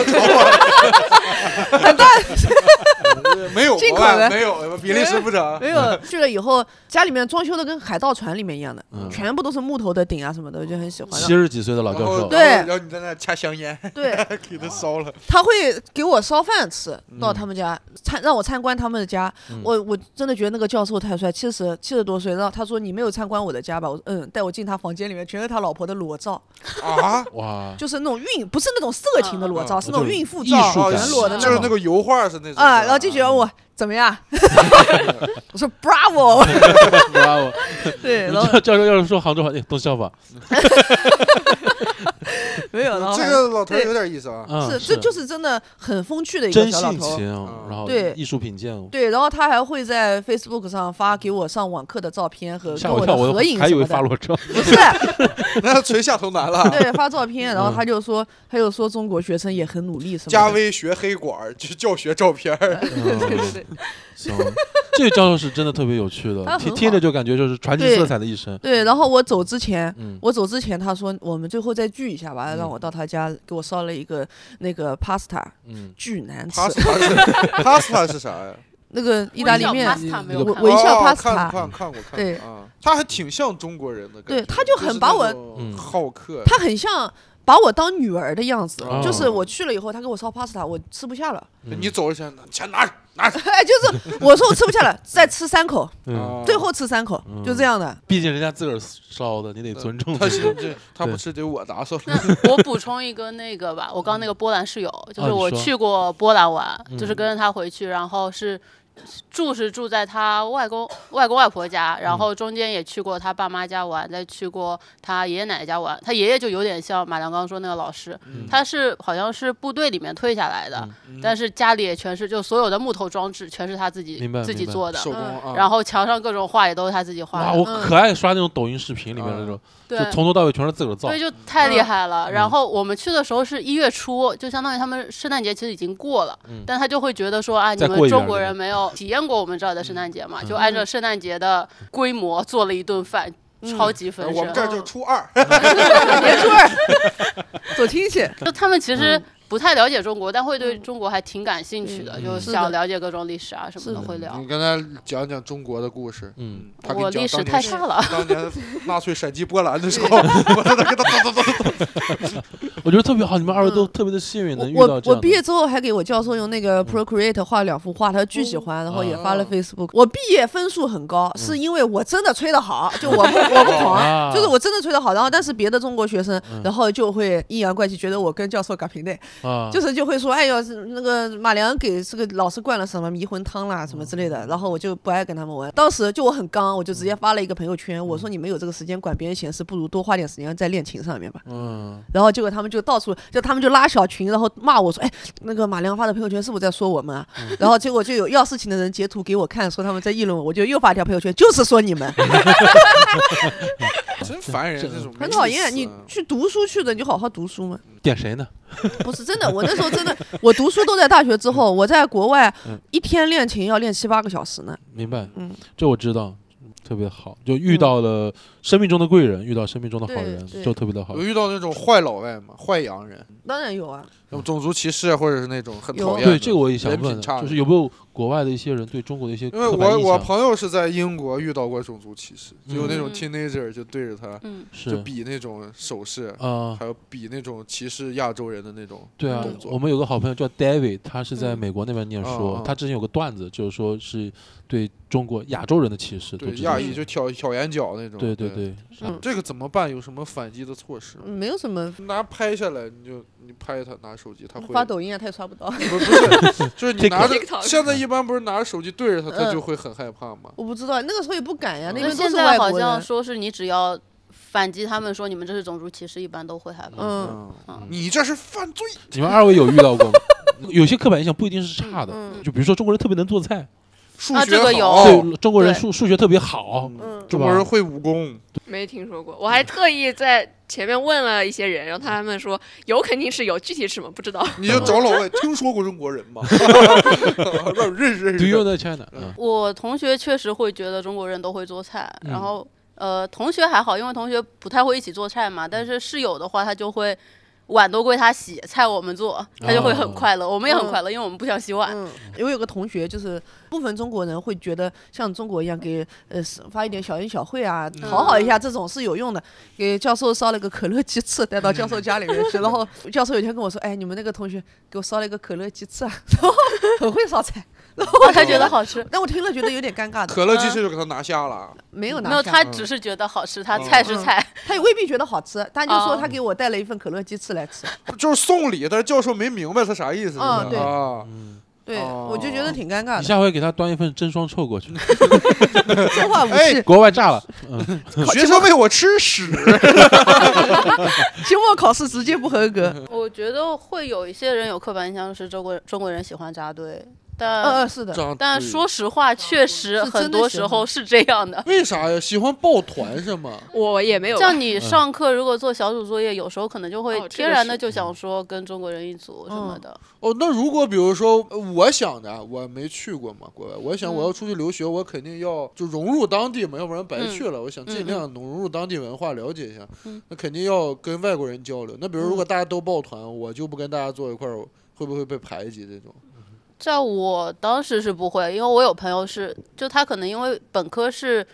[SPEAKER 3] 没 有
[SPEAKER 2] 进
[SPEAKER 3] 国
[SPEAKER 2] 口
[SPEAKER 3] 外
[SPEAKER 2] 的
[SPEAKER 3] 没有比利时不整，
[SPEAKER 2] 没有去了以后，家里面装修的跟海盗船里面一样的，
[SPEAKER 5] 嗯
[SPEAKER 2] 全部都是木头的顶啊什么的，我就很喜欢。
[SPEAKER 5] 七十几岁的老教
[SPEAKER 3] 然后
[SPEAKER 5] 授，
[SPEAKER 2] 对
[SPEAKER 3] 然后你在那掐香烟，
[SPEAKER 2] 对，
[SPEAKER 3] 给他烧了，
[SPEAKER 2] 他会给我烧饭吃，
[SPEAKER 5] 嗯
[SPEAKER 2] 到他们家参让我参观他们的家。我我真的觉得那个教授太帅，七十七十多岁，然后他说你没有参观我的家吧？我说嗯，带我进他房间里面，全是他老婆的裸照，
[SPEAKER 3] 啊，
[SPEAKER 5] 哇，
[SPEAKER 2] 就是那种孕，不是那种色情的裸照，
[SPEAKER 3] 啊
[SPEAKER 2] 是那种
[SPEAKER 5] 就是
[SPEAKER 2] 孕妇
[SPEAKER 5] 艺
[SPEAKER 2] 照，
[SPEAKER 5] 术
[SPEAKER 2] 全
[SPEAKER 5] 感
[SPEAKER 2] 裸的那
[SPEAKER 3] 哦就是
[SPEAKER 2] 种。
[SPEAKER 3] 那个油画是那种
[SPEAKER 2] 啊，然后就觉得我怎么样？ 我说 bravo，
[SPEAKER 5] 哇 哦！
[SPEAKER 2] 对，然后
[SPEAKER 5] 教教授要是说杭州话，哎，东校吧，
[SPEAKER 2] 没有，然后
[SPEAKER 3] 这个老头儿有点意思啊，
[SPEAKER 5] 嗯，
[SPEAKER 2] 是这就是真的很风趣的一个
[SPEAKER 5] 真
[SPEAKER 2] 小老
[SPEAKER 5] 性
[SPEAKER 2] 头。
[SPEAKER 5] 情，
[SPEAKER 3] 嗯
[SPEAKER 5] 然后
[SPEAKER 2] 对
[SPEAKER 5] 艺术品鉴哦。
[SPEAKER 2] 对，然后他还会在 Facebook 上发给我上网课的照片和
[SPEAKER 5] 吓
[SPEAKER 2] 跟
[SPEAKER 5] 我一
[SPEAKER 2] 的
[SPEAKER 5] 跳，我
[SPEAKER 2] 合影
[SPEAKER 5] 还以
[SPEAKER 2] 什
[SPEAKER 5] 为
[SPEAKER 2] 么
[SPEAKER 5] 发
[SPEAKER 2] 的，
[SPEAKER 5] 裸 照。
[SPEAKER 2] 不是，
[SPEAKER 3] 那垂下头 男了。
[SPEAKER 2] 对，发照片，然后他就说，他就说中国学生也很努力什么的。
[SPEAKER 3] 嗯加微学黑管儿，就教学照片 儿，
[SPEAKER 5] 对对对，嗯行，这个教授是真的特别有趣的，
[SPEAKER 2] 他
[SPEAKER 5] 听
[SPEAKER 2] 很
[SPEAKER 5] 听
[SPEAKER 2] 好
[SPEAKER 5] 着就感觉就是传奇
[SPEAKER 2] 对
[SPEAKER 5] 色彩的一生。
[SPEAKER 2] 对，然后我走之前，
[SPEAKER 5] 嗯
[SPEAKER 2] 我走之前他说我们最后再聚一下吧，
[SPEAKER 3] 嗯
[SPEAKER 2] 让我到他家给我烧了一个那个 pasta，
[SPEAKER 5] 嗯，
[SPEAKER 2] 巨难吃，
[SPEAKER 3] pasta 是 pasta 是啥呀？
[SPEAKER 2] 那个意大利
[SPEAKER 6] 微笑
[SPEAKER 2] 面，
[SPEAKER 6] pasta 没
[SPEAKER 5] 那
[SPEAKER 6] 有
[SPEAKER 5] 个
[SPEAKER 6] 看
[SPEAKER 2] 微
[SPEAKER 6] 过
[SPEAKER 2] 笑
[SPEAKER 3] 哦
[SPEAKER 2] pasta
[SPEAKER 3] 看看看过看过，
[SPEAKER 2] 对
[SPEAKER 3] 啊，他还挺像中国人的感觉，
[SPEAKER 2] 对他就很把我
[SPEAKER 3] 是那种
[SPEAKER 5] 嗯
[SPEAKER 3] 好客，
[SPEAKER 2] 他很像。把我当女儿的样子，
[SPEAKER 5] 哦
[SPEAKER 2] 就是我去了以后，他给我烧 pasta，我吃不下了。
[SPEAKER 3] 你走之前钱拿着拿着，
[SPEAKER 2] 哎，就是我说我吃不下了，再吃三口，
[SPEAKER 5] 嗯，
[SPEAKER 3] 啊
[SPEAKER 2] 最后吃三口，就
[SPEAKER 3] 嗯
[SPEAKER 2] 这样的。
[SPEAKER 5] 毕竟人家自个儿烧的，你得尊重
[SPEAKER 3] 他
[SPEAKER 5] 自己
[SPEAKER 3] 是这他
[SPEAKER 5] 对
[SPEAKER 3] 不是得我拿上，
[SPEAKER 6] 那我补充一个那个吧，我刚那个波兰室友，就是
[SPEAKER 5] 啊你
[SPEAKER 6] 我
[SPEAKER 5] 说
[SPEAKER 6] 去过波兰玩，就是
[SPEAKER 5] 嗯
[SPEAKER 6] 跟着他回去，然后是住是住在他外公外公外婆家，然后中间也去过他爸妈家玩，再去过他爷爷奶奶家玩。他爷爷就有点像马良刚说那个老师，
[SPEAKER 3] 嗯
[SPEAKER 6] 他是好像是部队里面退下来的，
[SPEAKER 5] 嗯
[SPEAKER 6] 但是家里也全是就所有的木头装置全是他自己
[SPEAKER 5] 明白
[SPEAKER 6] 自己
[SPEAKER 5] 明白
[SPEAKER 6] 做的。
[SPEAKER 3] 手工啊，
[SPEAKER 6] 然后墙上各种画也都是他自己画
[SPEAKER 5] 哇，
[SPEAKER 6] 的，
[SPEAKER 5] 我
[SPEAKER 2] 嗯
[SPEAKER 5] 可爱刷那种抖音视频里面那种，就
[SPEAKER 6] 对，
[SPEAKER 5] 从头到尾全是自个儿造
[SPEAKER 6] 所以。就太厉
[SPEAKER 2] 嗯
[SPEAKER 6] 害了。然后我们去的时候是一月初，就相当于他们圣诞节其实已经过了，
[SPEAKER 5] 嗯
[SPEAKER 6] 但他就会觉得说啊，
[SPEAKER 5] 再
[SPEAKER 6] 你
[SPEAKER 5] 过
[SPEAKER 6] 们
[SPEAKER 5] 一段
[SPEAKER 6] 中国
[SPEAKER 5] 儿
[SPEAKER 6] 人没有体验过我们这儿的圣诞节嘛，
[SPEAKER 5] 嗯
[SPEAKER 6] 就按照圣诞节的规模做了一顿饭，超级
[SPEAKER 3] 呃
[SPEAKER 6] 丰
[SPEAKER 3] 我
[SPEAKER 6] 盛
[SPEAKER 3] 们。这儿就初二，
[SPEAKER 2] 别出来，走亲戚。
[SPEAKER 6] 就他们其实不太了解中国，但会对
[SPEAKER 3] 嗯
[SPEAKER 6] 中国还挺感兴趣的，
[SPEAKER 5] 嗯
[SPEAKER 6] 就
[SPEAKER 5] 嗯
[SPEAKER 2] 是
[SPEAKER 6] 想
[SPEAKER 2] 的
[SPEAKER 6] 了解各种历史啊什
[SPEAKER 2] 是
[SPEAKER 6] 么的
[SPEAKER 2] 的
[SPEAKER 6] 会聊
[SPEAKER 3] 你。跟他讲讲中国的故事，
[SPEAKER 5] 嗯，
[SPEAKER 3] 嗯他给
[SPEAKER 6] 我
[SPEAKER 3] 你讲
[SPEAKER 6] 历史
[SPEAKER 3] 当年
[SPEAKER 6] 太差了，
[SPEAKER 3] 当年纳粹闪击波兰的时候， 我在那跟他叨 叨叨叨叨，
[SPEAKER 5] 我觉得特别好，你们二位都
[SPEAKER 2] 嗯
[SPEAKER 5] 特别的幸运，能遇
[SPEAKER 2] 我
[SPEAKER 5] 到
[SPEAKER 2] 我
[SPEAKER 5] 这
[SPEAKER 2] 我
[SPEAKER 5] 样
[SPEAKER 2] 毕
[SPEAKER 5] 的嗯
[SPEAKER 2] 业。之后还给我教授用那个 Procreate 画了两幅画，他巨喜欢，然后也发了
[SPEAKER 3] 哦
[SPEAKER 2] Facebook。我毕业分数很
[SPEAKER 5] 嗯
[SPEAKER 2] 高，是因为我真的吹得好，就我不我 不
[SPEAKER 5] 啊
[SPEAKER 2] 狂，就是我真的吹得好。然后但是别的中国学生
[SPEAKER 5] 嗯，
[SPEAKER 2] 然后就会阴阳怪气，觉得我跟教授搞平辈，
[SPEAKER 5] 啊，
[SPEAKER 2] 就是就会说，哎呦，是那个马良给这个老师灌了什么迷魂汤啦，什么之类
[SPEAKER 5] 哦
[SPEAKER 2] 的。然后我就不爱跟他们玩。当时就我很刚，我就
[SPEAKER 5] 嗯
[SPEAKER 2] 直接发了一个朋友圈，我说你们有这个时间管别人闲事，不如多花点时间在恋情上面吧。
[SPEAKER 5] 嗯，
[SPEAKER 2] 然后结果他们就到处，就他们就拉小群，然后骂我说：“哎，那个马良发的朋友圈是不是在说我们啊？”
[SPEAKER 3] 嗯
[SPEAKER 2] 然后结果就有要事情的人截图给我看，说他们在议论我，我就又发一条朋友圈，就是说你 们，
[SPEAKER 3] 真烦人，这种
[SPEAKER 2] 很
[SPEAKER 3] 没
[SPEAKER 2] 讨
[SPEAKER 3] 意
[SPEAKER 2] 厌。啊
[SPEAKER 3] 思啊
[SPEAKER 2] 你去读书去的，你就好好读书嘛。
[SPEAKER 5] 点谁呢？
[SPEAKER 2] 不是真的，我那时候真的， 我读书都在大学之后，我在国外
[SPEAKER 5] 嗯
[SPEAKER 2] 一天练琴要练七八个小时呢。
[SPEAKER 5] 明白，
[SPEAKER 2] 嗯，
[SPEAKER 5] 这我知道。特别好，就遇到了生命中的贵人，遇到生命中的好
[SPEAKER 2] 对
[SPEAKER 5] 人，
[SPEAKER 2] 对
[SPEAKER 5] 就特别的好嗯
[SPEAKER 3] 有。遇到那种坏老外吗？坏洋人，
[SPEAKER 2] 当然有啊，
[SPEAKER 3] 那种种族歧视啊或者是那种很
[SPEAKER 2] 有
[SPEAKER 3] 讨厌的。
[SPEAKER 5] 对这个我也想
[SPEAKER 3] 人品
[SPEAKER 5] 问，
[SPEAKER 3] 差
[SPEAKER 5] 就是
[SPEAKER 3] 的
[SPEAKER 5] 有没有国外的一些人对中国的一些
[SPEAKER 3] 因为
[SPEAKER 5] 刻板
[SPEAKER 3] 我
[SPEAKER 5] 印
[SPEAKER 3] 我
[SPEAKER 5] 象？
[SPEAKER 3] 朋友是在英国遇到过种族歧视，就有那种
[SPEAKER 6] 嗯
[SPEAKER 3] teenager 就对着他
[SPEAKER 6] 嗯，
[SPEAKER 5] 是
[SPEAKER 3] 就比那种手势，
[SPEAKER 5] 啊、
[SPEAKER 3] 还有比那种歧视亚洲人的那种。
[SPEAKER 5] 对啊
[SPEAKER 3] 动，作
[SPEAKER 5] 我们有个好朋友叫 David，他是在
[SPEAKER 4] 嗯
[SPEAKER 5] 美国那边念书，
[SPEAKER 3] 嗯嗯
[SPEAKER 5] 他之前有个段子，就是说是对中国亚洲人的歧视，
[SPEAKER 3] 对
[SPEAKER 5] 都，知道
[SPEAKER 3] 亚裔就挑挑眼角那种。
[SPEAKER 5] 对
[SPEAKER 3] 对
[SPEAKER 5] 对对，是
[SPEAKER 2] 嗯
[SPEAKER 3] 这个怎么办？有什么反击的措施吗？
[SPEAKER 2] 没有什么
[SPEAKER 3] 拿拍下来，你就你拍他，拿手机，他会
[SPEAKER 2] 发抖音啊，他也刷不到。
[SPEAKER 3] 不不是，就是你
[SPEAKER 5] TikTok
[SPEAKER 3] 拿着
[SPEAKER 4] TikTok，
[SPEAKER 3] 现在一般不是拿着手机对着他，他
[SPEAKER 2] 嗯
[SPEAKER 3] 就会很害怕嘛。
[SPEAKER 2] 我不知道，那个时候也不敢呀，
[SPEAKER 3] 嗯
[SPEAKER 2] 那
[SPEAKER 6] 那
[SPEAKER 2] 边都
[SPEAKER 6] 现
[SPEAKER 2] 是
[SPEAKER 6] 在
[SPEAKER 2] 外
[SPEAKER 6] 好
[SPEAKER 2] 国
[SPEAKER 6] 像
[SPEAKER 2] 人。
[SPEAKER 6] 说是你只要反击他们说你们这是种族歧视，一般都会害怕。
[SPEAKER 2] 嗯
[SPEAKER 3] 嗯，
[SPEAKER 6] 嗯
[SPEAKER 3] 你这是犯罪。
[SPEAKER 5] 你们二位有遇到过 吗？有些刻板印象不一定是差的，
[SPEAKER 2] 嗯
[SPEAKER 5] 就比如说中国人特别能做菜，
[SPEAKER 3] 数
[SPEAKER 6] 啊
[SPEAKER 3] 学
[SPEAKER 6] 这个有
[SPEAKER 3] 好
[SPEAKER 5] 对中国人
[SPEAKER 6] 对
[SPEAKER 5] 数数学特别好，
[SPEAKER 3] 哦嗯
[SPEAKER 2] 嗯，
[SPEAKER 3] 中国人会武功，
[SPEAKER 4] 没听说过，我还特意在前面问了一些人，然后他们说有肯定是有，具体是什么不 知道。
[SPEAKER 3] 你就找老外，听说过中国人吗？ 让我认识认
[SPEAKER 5] Do
[SPEAKER 3] 识。
[SPEAKER 5] you know China？
[SPEAKER 3] 嗯
[SPEAKER 5] 嗯
[SPEAKER 6] 我同学确实会觉得中国人都会做菜，
[SPEAKER 5] 嗯
[SPEAKER 6] 然后呃，同学还好，因为同学不太会一起做菜嘛。但是室友的话，他就会碗都归他洗，菜我们做，他就会很快乐，我们也很快乐，因为我们不想洗碗。
[SPEAKER 2] 哦嗯，因为有个同学就是部分中国人会觉得像中国一样给呃是发一点小恩小惠啊，
[SPEAKER 6] 嗯
[SPEAKER 2] 讨好一下这种是有用的。给教授烧了个可乐鸡翅带到教授家里面去，然 后教授有一天跟我说：“哎，你们那个同学给我烧了一个可乐鸡翅啊，然 后很会烧菜。”然后我
[SPEAKER 6] 他
[SPEAKER 2] 才
[SPEAKER 6] 觉
[SPEAKER 2] 觉
[SPEAKER 6] 得
[SPEAKER 2] 得，
[SPEAKER 6] 好吃，
[SPEAKER 2] 但我听了觉得有点尴尬的，
[SPEAKER 3] 可乐鸡翅就给他拿下了，
[SPEAKER 2] 没有拿
[SPEAKER 6] 没有，
[SPEAKER 2] 下
[SPEAKER 6] 他只是觉得好吃，
[SPEAKER 2] 哦
[SPEAKER 6] 他菜
[SPEAKER 2] 嗯
[SPEAKER 6] 是 菜。
[SPEAKER 2] 他也未必觉得好吃，他就说
[SPEAKER 6] 哦
[SPEAKER 2] 他给我带了一份可乐鸡翅来吃。
[SPEAKER 3] 就是送礼，但是教授没明白他啥意
[SPEAKER 2] 嗯
[SPEAKER 3] 思。是吧
[SPEAKER 2] 对
[SPEAKER 3] 啊，
[SPEAKER 5] 嗯，
[SPEAKER 2] 对，
[SPEAKER 3] 哦
[SPEAKER 2] 我就觉得挺尴尬
[SPEAKER 5] 你
[SPEAKER 2] 的，
[SPEAKER 5] 下回给他端一份蒸双臭过去，
[SPEAKER 2] 说话无
[SPEAKER 3] 哎
[SPEAKER 2] 器。
[SPEAKER 5] 国外炸了，嗯，
[SPEAKER 3] 学生喂我吃屎。
[SPEAKER 2] 期末考试直接不合格。
[SPEAKER 6] 我觉得会有一些人有刻板印象是中国中国人喜欢扎堆，但、嗯
[SPEAKER 2] 呃，是的，
[SPEAKER 6] 但说实
[SPEAKER 2] 哦
[SPEAKER 6] 话，确实
[SPEAKER 2] 是真的
[SPEAKER 6] 很多
[SPEAKER 2] 喜
[SPEAKER 6] 时
[SPEAKER 2] 欢
[SPEAKER 6] 候是这样的。
[SPEAKER 3] 为啥呀？喜欢抱团是吗？
[SPEAKER 4] 我也没有吧，
[SPEAKER 6] 像
[SPEAKER 3] 嗯
[SPEAKER 6] 你上课如果做小组作业，有时候可能就
[SPEAKER 4] 哦
[SPEAKER 6] 会
[SPEAKER 4] 这
[SPEAKER 6] 天
[SPEAKER 4] 个
[SPEAKER 6] 然
[SPEAKER 4] 是
[SPEAKER 6] 的就想说跟中国人一组什么
[SPEAKER 2] 嗯
[SPEAKER 6] 的。
[SPEAKER 3] 哦，那如果比如说呃我想着啊，我没去过嘛，国外，我想
[SPEAKER 6] 嗯
[SPEAKER 3] 我要出去留学，我肯定要就融入当地嘛，要不然白
[SPEAKER 6] 嗯
[SPEAKER 3] 去了。我想尽量融入当地文化，了解一下。
[SPEAKER 6] 嗯
[SPEAKER 3] 那肯定要跟外国人交流。那比如如果大家都抱团，我就不跟大家坐一块儿，我会不会被排挤？这种
[SPEAKER 6] 在我当时是不会，因为我有朋友是，就他可能因为本科是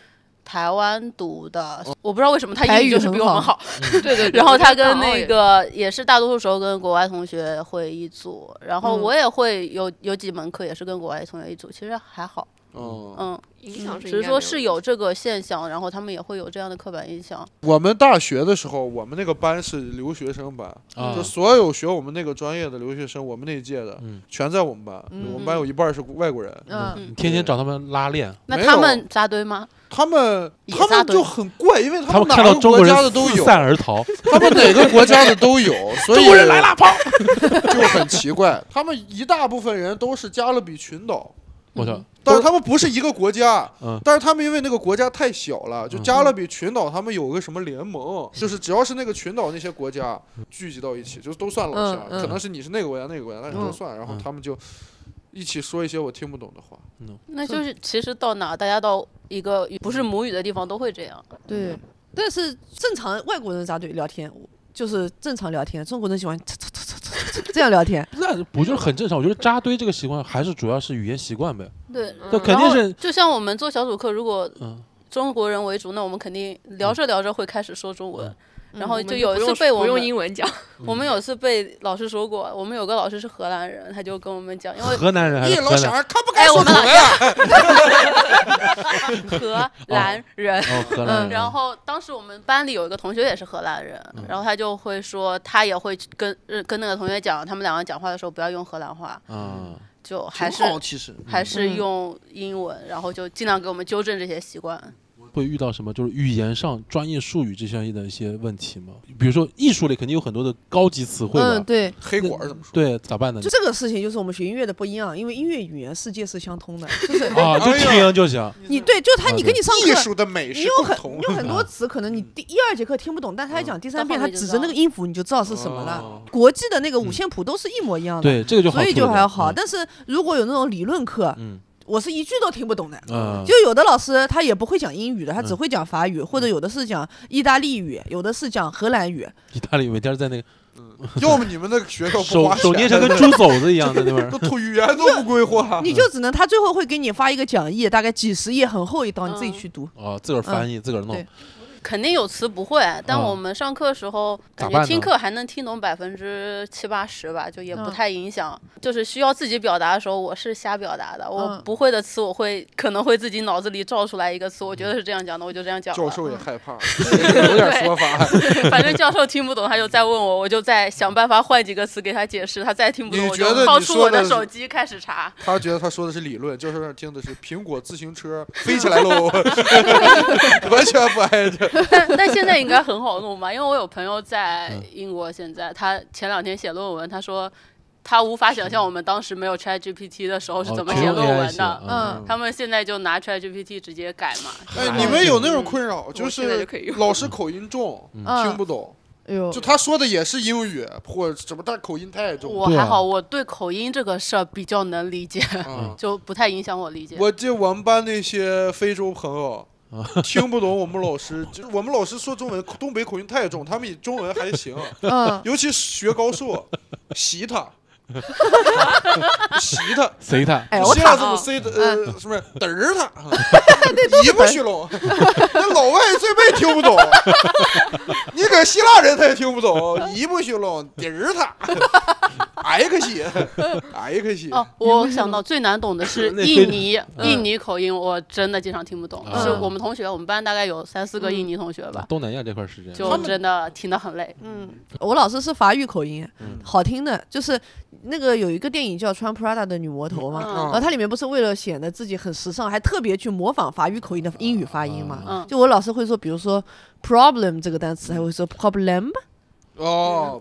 [SPEAKER 6] 台湾读的，
[SPEAKER 4] 哦
[SPEAKER 6] 我不知道为什么他
[SPEAKER 2] 台
[SPEAKER 6] 英
[SPEAKER 2] 语
[SPEAKER 6] 语就是比我们
[SPEAKER 2] 很
[SPEAKER 6] 好
[SPEAKER 2] 好。
[SPEAKER 4] 对对对，
[SPEAKER 6] 然后他
[SPEAKER 4] 我觉得港
[SPEAKER 6] 跟
[SPEAKER 4] 澳
[SPEAKER 6] 那
[SPEAKER 4] 也
[SPEAKER 6] 个也是大多数时候跟国外同学会一组，然后
[SPEAKER 2] 嗯
[SPEAKER 6] 我也会有有几门课也是跟国外同学一组，其实还好，
[SPEAKER 3] 嗯，
[SPEAKER 6] 嗯，
[SPEAKER 4] 影响是
[SPEAKER 6] 只
[SPEAKER 4] 哦应该没有的，
[SPEAKER 6] 是说是有这个现象，然后他们也会有这样的刻板印象。
[SPEAKER 3] 我们大学的时候，我们那个班是留学生班，
[SPEAKER 5] 啊
[SPEAKER 3] 就所有学我们那个专业的留学生，我们那一届的
[SPEAKER 5] 嗯
[SPEAKER 3] 全在我们班。
[SPEAKER 2] 嗯
[SPEAKER 3] 我们班有一半是外国人，
[SPEAKER 2] 嗯，
[SPEAKER 5] 你天天找他们拉练，
[SPEAKER 6] 那
[SPEAKER 3] 没
[SPEAKER 6] 他
[SPEAKER 3] 有
[SPEAKER 6] 们扎堆吗？
[SPEAKER 3] 他们
[SPEAKER 6] 也
[SPEAKER 3] 他
[SPEAKER 6] 扎
[SPEAKER 3] 们
[SPEAKER 6] 堆
[SPEAKER 3] 就很怪，因为
[SPEAKER 5] 他
[SPEAKER 3] 们
[SPEAKER 5] 们看
[SPEAKER 3] 哪
[SPEAKER 5] 到
[SPEAKER 3] 个
[SPEAKER 5] 中
[SPEAKER 3] 国
[SPEAKER 5] 国人
[SPEAKER 3] 家的都
[SPEAKER 5] 四
[SPEAKER 3] 有。
[SPEAKER 5] 散而逃，
[SPEAKER 3] 他们哪个国家 的都有，所以中国
[SPEAKER 5] 哎
[SPEAKER 3] 人来了，跑，就很奇怪。他们一大部分人都是加勒比群岛，
[SPEAKER 5] 我操
[SPEAKER 6] 嗯，
[SPEAKER 3] 但是他们不是一个国家。
[SPEAKER 5] 嗯
[SPEAKER 3] 但是他们因为那个国家太小了，就
[SPEAKER 5] 嗯
[SPEAKER 3] 加勒比群岛，他们有个什么联盟，就是只要是那个群岛那些国家聚集到一起，就都算老乡。
[SPEAKER 2] 嗯嗯嗯
[SPEAKER 3] 可能是你是那个国家那个国家，但是都算。然后他们就一起说一些我听不懂的话。
[SPEAKER 6] 那就是其实到哪，大家到一个不是母语的地方都会这样。
[SPEAKER 2] 对。但是正常外国人扎堆聊天，就是正常聊天，中国人喜欢这样聊天。
[SPEAKER 5] 那不就是很正常？我觉得扎堆这个习惯还是主要是语言习惯呗，
[SPEAKER 6] 对，
[SPEAKER 5] 那
[SPEAKER 4] 嗯
[SPEAKER 5] 肯定是
[SPEAKER 6] 就像我们做小组课，如果
[SPEAKER 5] 嗯，
[SPEAKER 6] 中国人为主，那我们肯定聊着聊着会开始说中文。然后
[SPEAKER 4] 嗯我们
[SPEAKER 6] 就有一
[SPEAKER 4] 不
[SPEAKER 6] 次
[SPEAKER 4] 用
[SPEAKER 6] 被我
[SPEAKER 4] 不用
[SPEAKER 6] 们，
[SPEAKER 4] 英文讲，
[SPEAKER 6] 我们有次被老师说过，我们有个老师是荷兰人，他就跟我们讲，因为
[SPEAKER 5] 嗯河南人还
[SPEAKER 3] 咦，
[SPEAKER 5] 是
[SPEAKER 3] 老
[SPEAKER 5] 河
[SPEAKER 3] 乡
[SPEAKER 5] 南，
[SPEAKER 3] 儿，啊看不看
[SPEAKER 6] 哎，我
[SPEAKER 3] 说
[SPEAKER 6] 们
[SPEAKER 3] 中
[SPEAKER 6] 老
[SPEAKER 3] 文？
[SPEAKER 6] 师荷兰人。嗯
[SPEAKER 5] 哦，河南人，
[SPEAKER 6] 然后当时我们班里有一个同学也是荷兰人，然后他就会说，他也会去跟呃跟那个同学讲，他们两个讲话的时候不要用荷兰话，
[SPEAKER 5] 啊，
[SPEAKER 6] 就还是
[SPEAKER 3] 挺好其实
[SPEAKER 6] 还是
[SPEAKER 2] 嗯
[SPEAKER 6] 用英文，然后就尽量给我们纠正这些习惯。
[SPEAKER 5] 会遇到什么就是语言上专业术语这些的一些问题吗？比如说艺术类肯定有很多的高级词汇
[SPEAKER 2] 嗯，
[SPEAKER 5] 吧，
[SPEAKER 2] 对，
[SPEAKER 3] 黑果儿怎么说？
[SPEAKER 5] 对，咋办呢
[SPEAKER 2] 就？这个事情，就是我们学音乐的不一样，因为音乐语言世界是相通的，就是
[SPEAKER 5] 啊，就
[SPEAKER 3] 哎呀
[SPEAKER 5] 听就行，
[SPEAKER 2] 你对，就他
[SPEAKER 5] 啊
[SPEAKER 2] 你跟
[SPEAKER 5] 对
[SPEAKER 2] 你上
[SPEAKER 3] 艺
[SPEAKER 2] 课，
[SPEAKER 3] 术的美
[SPEAKER 2] 你
[SPEAKER 3] 是
[SPEAKER 2] 有
[SPEAKER 3] 共
[SPEAKER 2] 很
[SPEAKER 3] 同
[SPEAKER 2] 你 有很多词，可能你第一二节课听不懂，但他一讲第三遍，
[SPEAKER 6] 到
[SPEAKER 2] 他
[SPEAKER 6] 后面就
[SPEAKER 2] 指
[SPEAKER 6] 知
[SPEAKER 2] 着
[SPEAKER 6] 道
[SPEAKER 2] 那个音符，你就知道是什么
[SPEAKER 3] 哦
[SPEAKER 2] 了。国际的那个五线谱都是一模一样的，
[SPEAKER 5] 对，这个就好，
[SPEAKER 2] 所以就还好。
[SPEAKER 5] 嗯
[SPEAKER 2] 但是如果有那种理论课，
[SPEAKER 5] 嗯，
[SPEAKER 2] 我是一句都听不懂的。
[SPEAKER 5] 嗯，
[SPEAKER 2] 就有的老师他也不会讲英语的，他只会讲法语，或者有的是讲意大利语，有的是讲荷兰语。
[SPEAKER 5] 意大利每天在那个
[SPEAKER 3] 要么你们那个学校不
[SPEAKER 5] 手
[SPEAKER 3] 花
[SPEAKER 5] 手捏
[SPEAKER 3] 钱
[SPEAKER 5] 成
[SPEAKER 3] 的
[SPEAKER 5] 个猪肘子一样的 那边
[SPEAKER 3] 都都语言都不规划，
[SPEAKER 2] 你就只能他最后会给你发一个讲义，大概几十页，很厚一档，你自己去读。
[SPEAKER 5] 哦，自个儿翻译自个儿弄
[SPEAKER 2] 对，
[SPEAKER 6] 肯定有词不会，但
[SPEAKER 5] 嗯
[SPEAKER 6] 我们上课时候
[SPEAKER 5] 咋
[SPEAKER 6] 感
[SPEAKER 5] 办
[SPEAKER 6] 觉
[SPEAKER 5] 呢
[SPEAKER 6] 听课还能听懂百分之七八十吧，就也不
[SPEAKER 2] 嗯
[SPEAKER 6] 太影响。就是需要自己表达的时候，我是瞎表达的，我
[SPEAKER 2] 嗯
[SPEAKER 6] 不会的词我会可能会自己脑子里造出来一个词，我觉得是这样讲的，我就这样讲
[SPEAKER 3] 嗯教
[SPEAKER 6] 了。嗯
[SPEAKER 3] 授也害怕，有点说法。
[SPEAKER 6] 反正教授听不懂，他就再问我，我就再想办法换几个词给他解释。他再听不懂，
[SPEAKER 3] 你
[SPEAKER 6] 我
[SPEAKER 3] 觉得
[SPEAKER 6] 就掏
[SPEAKER 3] 你
[SPEAKER 6] 出
[SPEAKER 3] 说
[SPEAKER 6] 我的
[SPEAKER 3] 的
[SPEAKER 6] 手机开始查。
[SPEAKER 3] 他觉得他说的是理论，教授那儿听的是苹果自行车飞起来 喽， 完全不挨 着。
[SPEAKER 6] 但但现在应该很好弄吧？因为我有朋友在
[SPEAKER 5] 嗯
[SPEAKER 6] 英国，现在他前两天写论文，他说他无法想象我们当时没有 ChatGPT 的时候是
[SPEAKER 5] 哦
[SPEAKER 6] 怎么
[SPEAKER 5] 只
[SPEAKER 6] 写
[SPEAKER 5] 用
[SPEAKER 6] 论
[SPEAKER 5] AI
[SPEAKER 6] 文
[SPEAKER 5] 写
[SPEAKER 6] 的。
[SPEAKER 2] 嗯
[SPEAKER 6] 他们现在就拿 ChatGPT 直接改嘛。
[SPEAKER 3] 哎，
[SPEAKER 5] 哎
[SPEAKER 3] 你们有那种困扰，就
[SPEAKER 4] 嗯我现在
[SPEAKER 3] 是
[SPEAKER 4] 就可以用
[SPEAKER 3] 老师口音重，
[SPEAKER 2] 嗯
[SPEAKER 3] 听不懂，
[SPEAKER 2] 哎呦
[SPEAKER 3] 就他说的也是英语或者什么，但是口音太重。
[SPEAKER 6] 我
[SPEAKER 5] 对啊
[SPEAKER 6] 还好，我对口音这个事儿比较能理解，
[SPEAKER 3] 嗯，
[SPEAKER 6] 就不太影响我理解。
[SPEAKER 3] 我记得我们班那些非洲朋友
[SPEAKER 4] 嗯
[SPEAKER 5] 啊。
[SPEAKER 3] 听不懂我们老师，就是我们老师说中文，东北口音太重，他们以中文还行，
[SPEAKER 2] 嗯，
[SPEAKER 3] 尤其学高数，习他，习他，
[SPEAKER 5] 谁他？
[SPEAKER 2] 哎，
[SPEAKER 3] 你
[SPEAKER 2] 我
[SPEAKER 3] 这样
[SPEAKER 2] 操嗯
[SPEAKER 3] 这！么
[SPEAKER 4] 啊
[SPEAKER 3] 塞的，呃，什么嘚 儿他，一不虚聋，那老外最被听不懂， 你搁希腊人他也听不懂，一不虚聋，嘚儿他，哎可惜，哎可惜，
[SPEAKER 6] 哦，我想到最难懂的 是
[SPEAKER 5] 那非
[SPEAKER 6] 印尼
[SPEAKER 5] 嗯
[SPEAKER 6] 印尼口音，我真的经常听不懂。
[SPEAKER 5] 嗯
[SPEAKER 6] 是我们同学，我们班大概有三四个印尼同学吧，
[SPEAKER 5] 啊东南亚这块是这样，
[SPEAKER 6] 就真的听得很累。
[SPEAKER 4] 嗯，
[SPEAKER 2] 我老师是法语口音
[SPEAKER 5] 嗯，
[SPEAKER 2] 好听的，就是那个有一个电影叫《穿 Prada 的女魔头》嘛，
[SPEAKER 6] 嗯
[SPEAKER 2] 然
[SPEAKER 5] 哦
[SPEAKER 2] 后它里面不是为了显得自己很时尚，还特别去模仿法语口音的英语发音嘛？
[SPEAKER 5] 啊
[SPEAKER 6] 嗯
[SPEAKER 2] 就我老师会说，比如说 problem 这个单词，还会说 problem，problem。
[SPEAKER 3] 哦，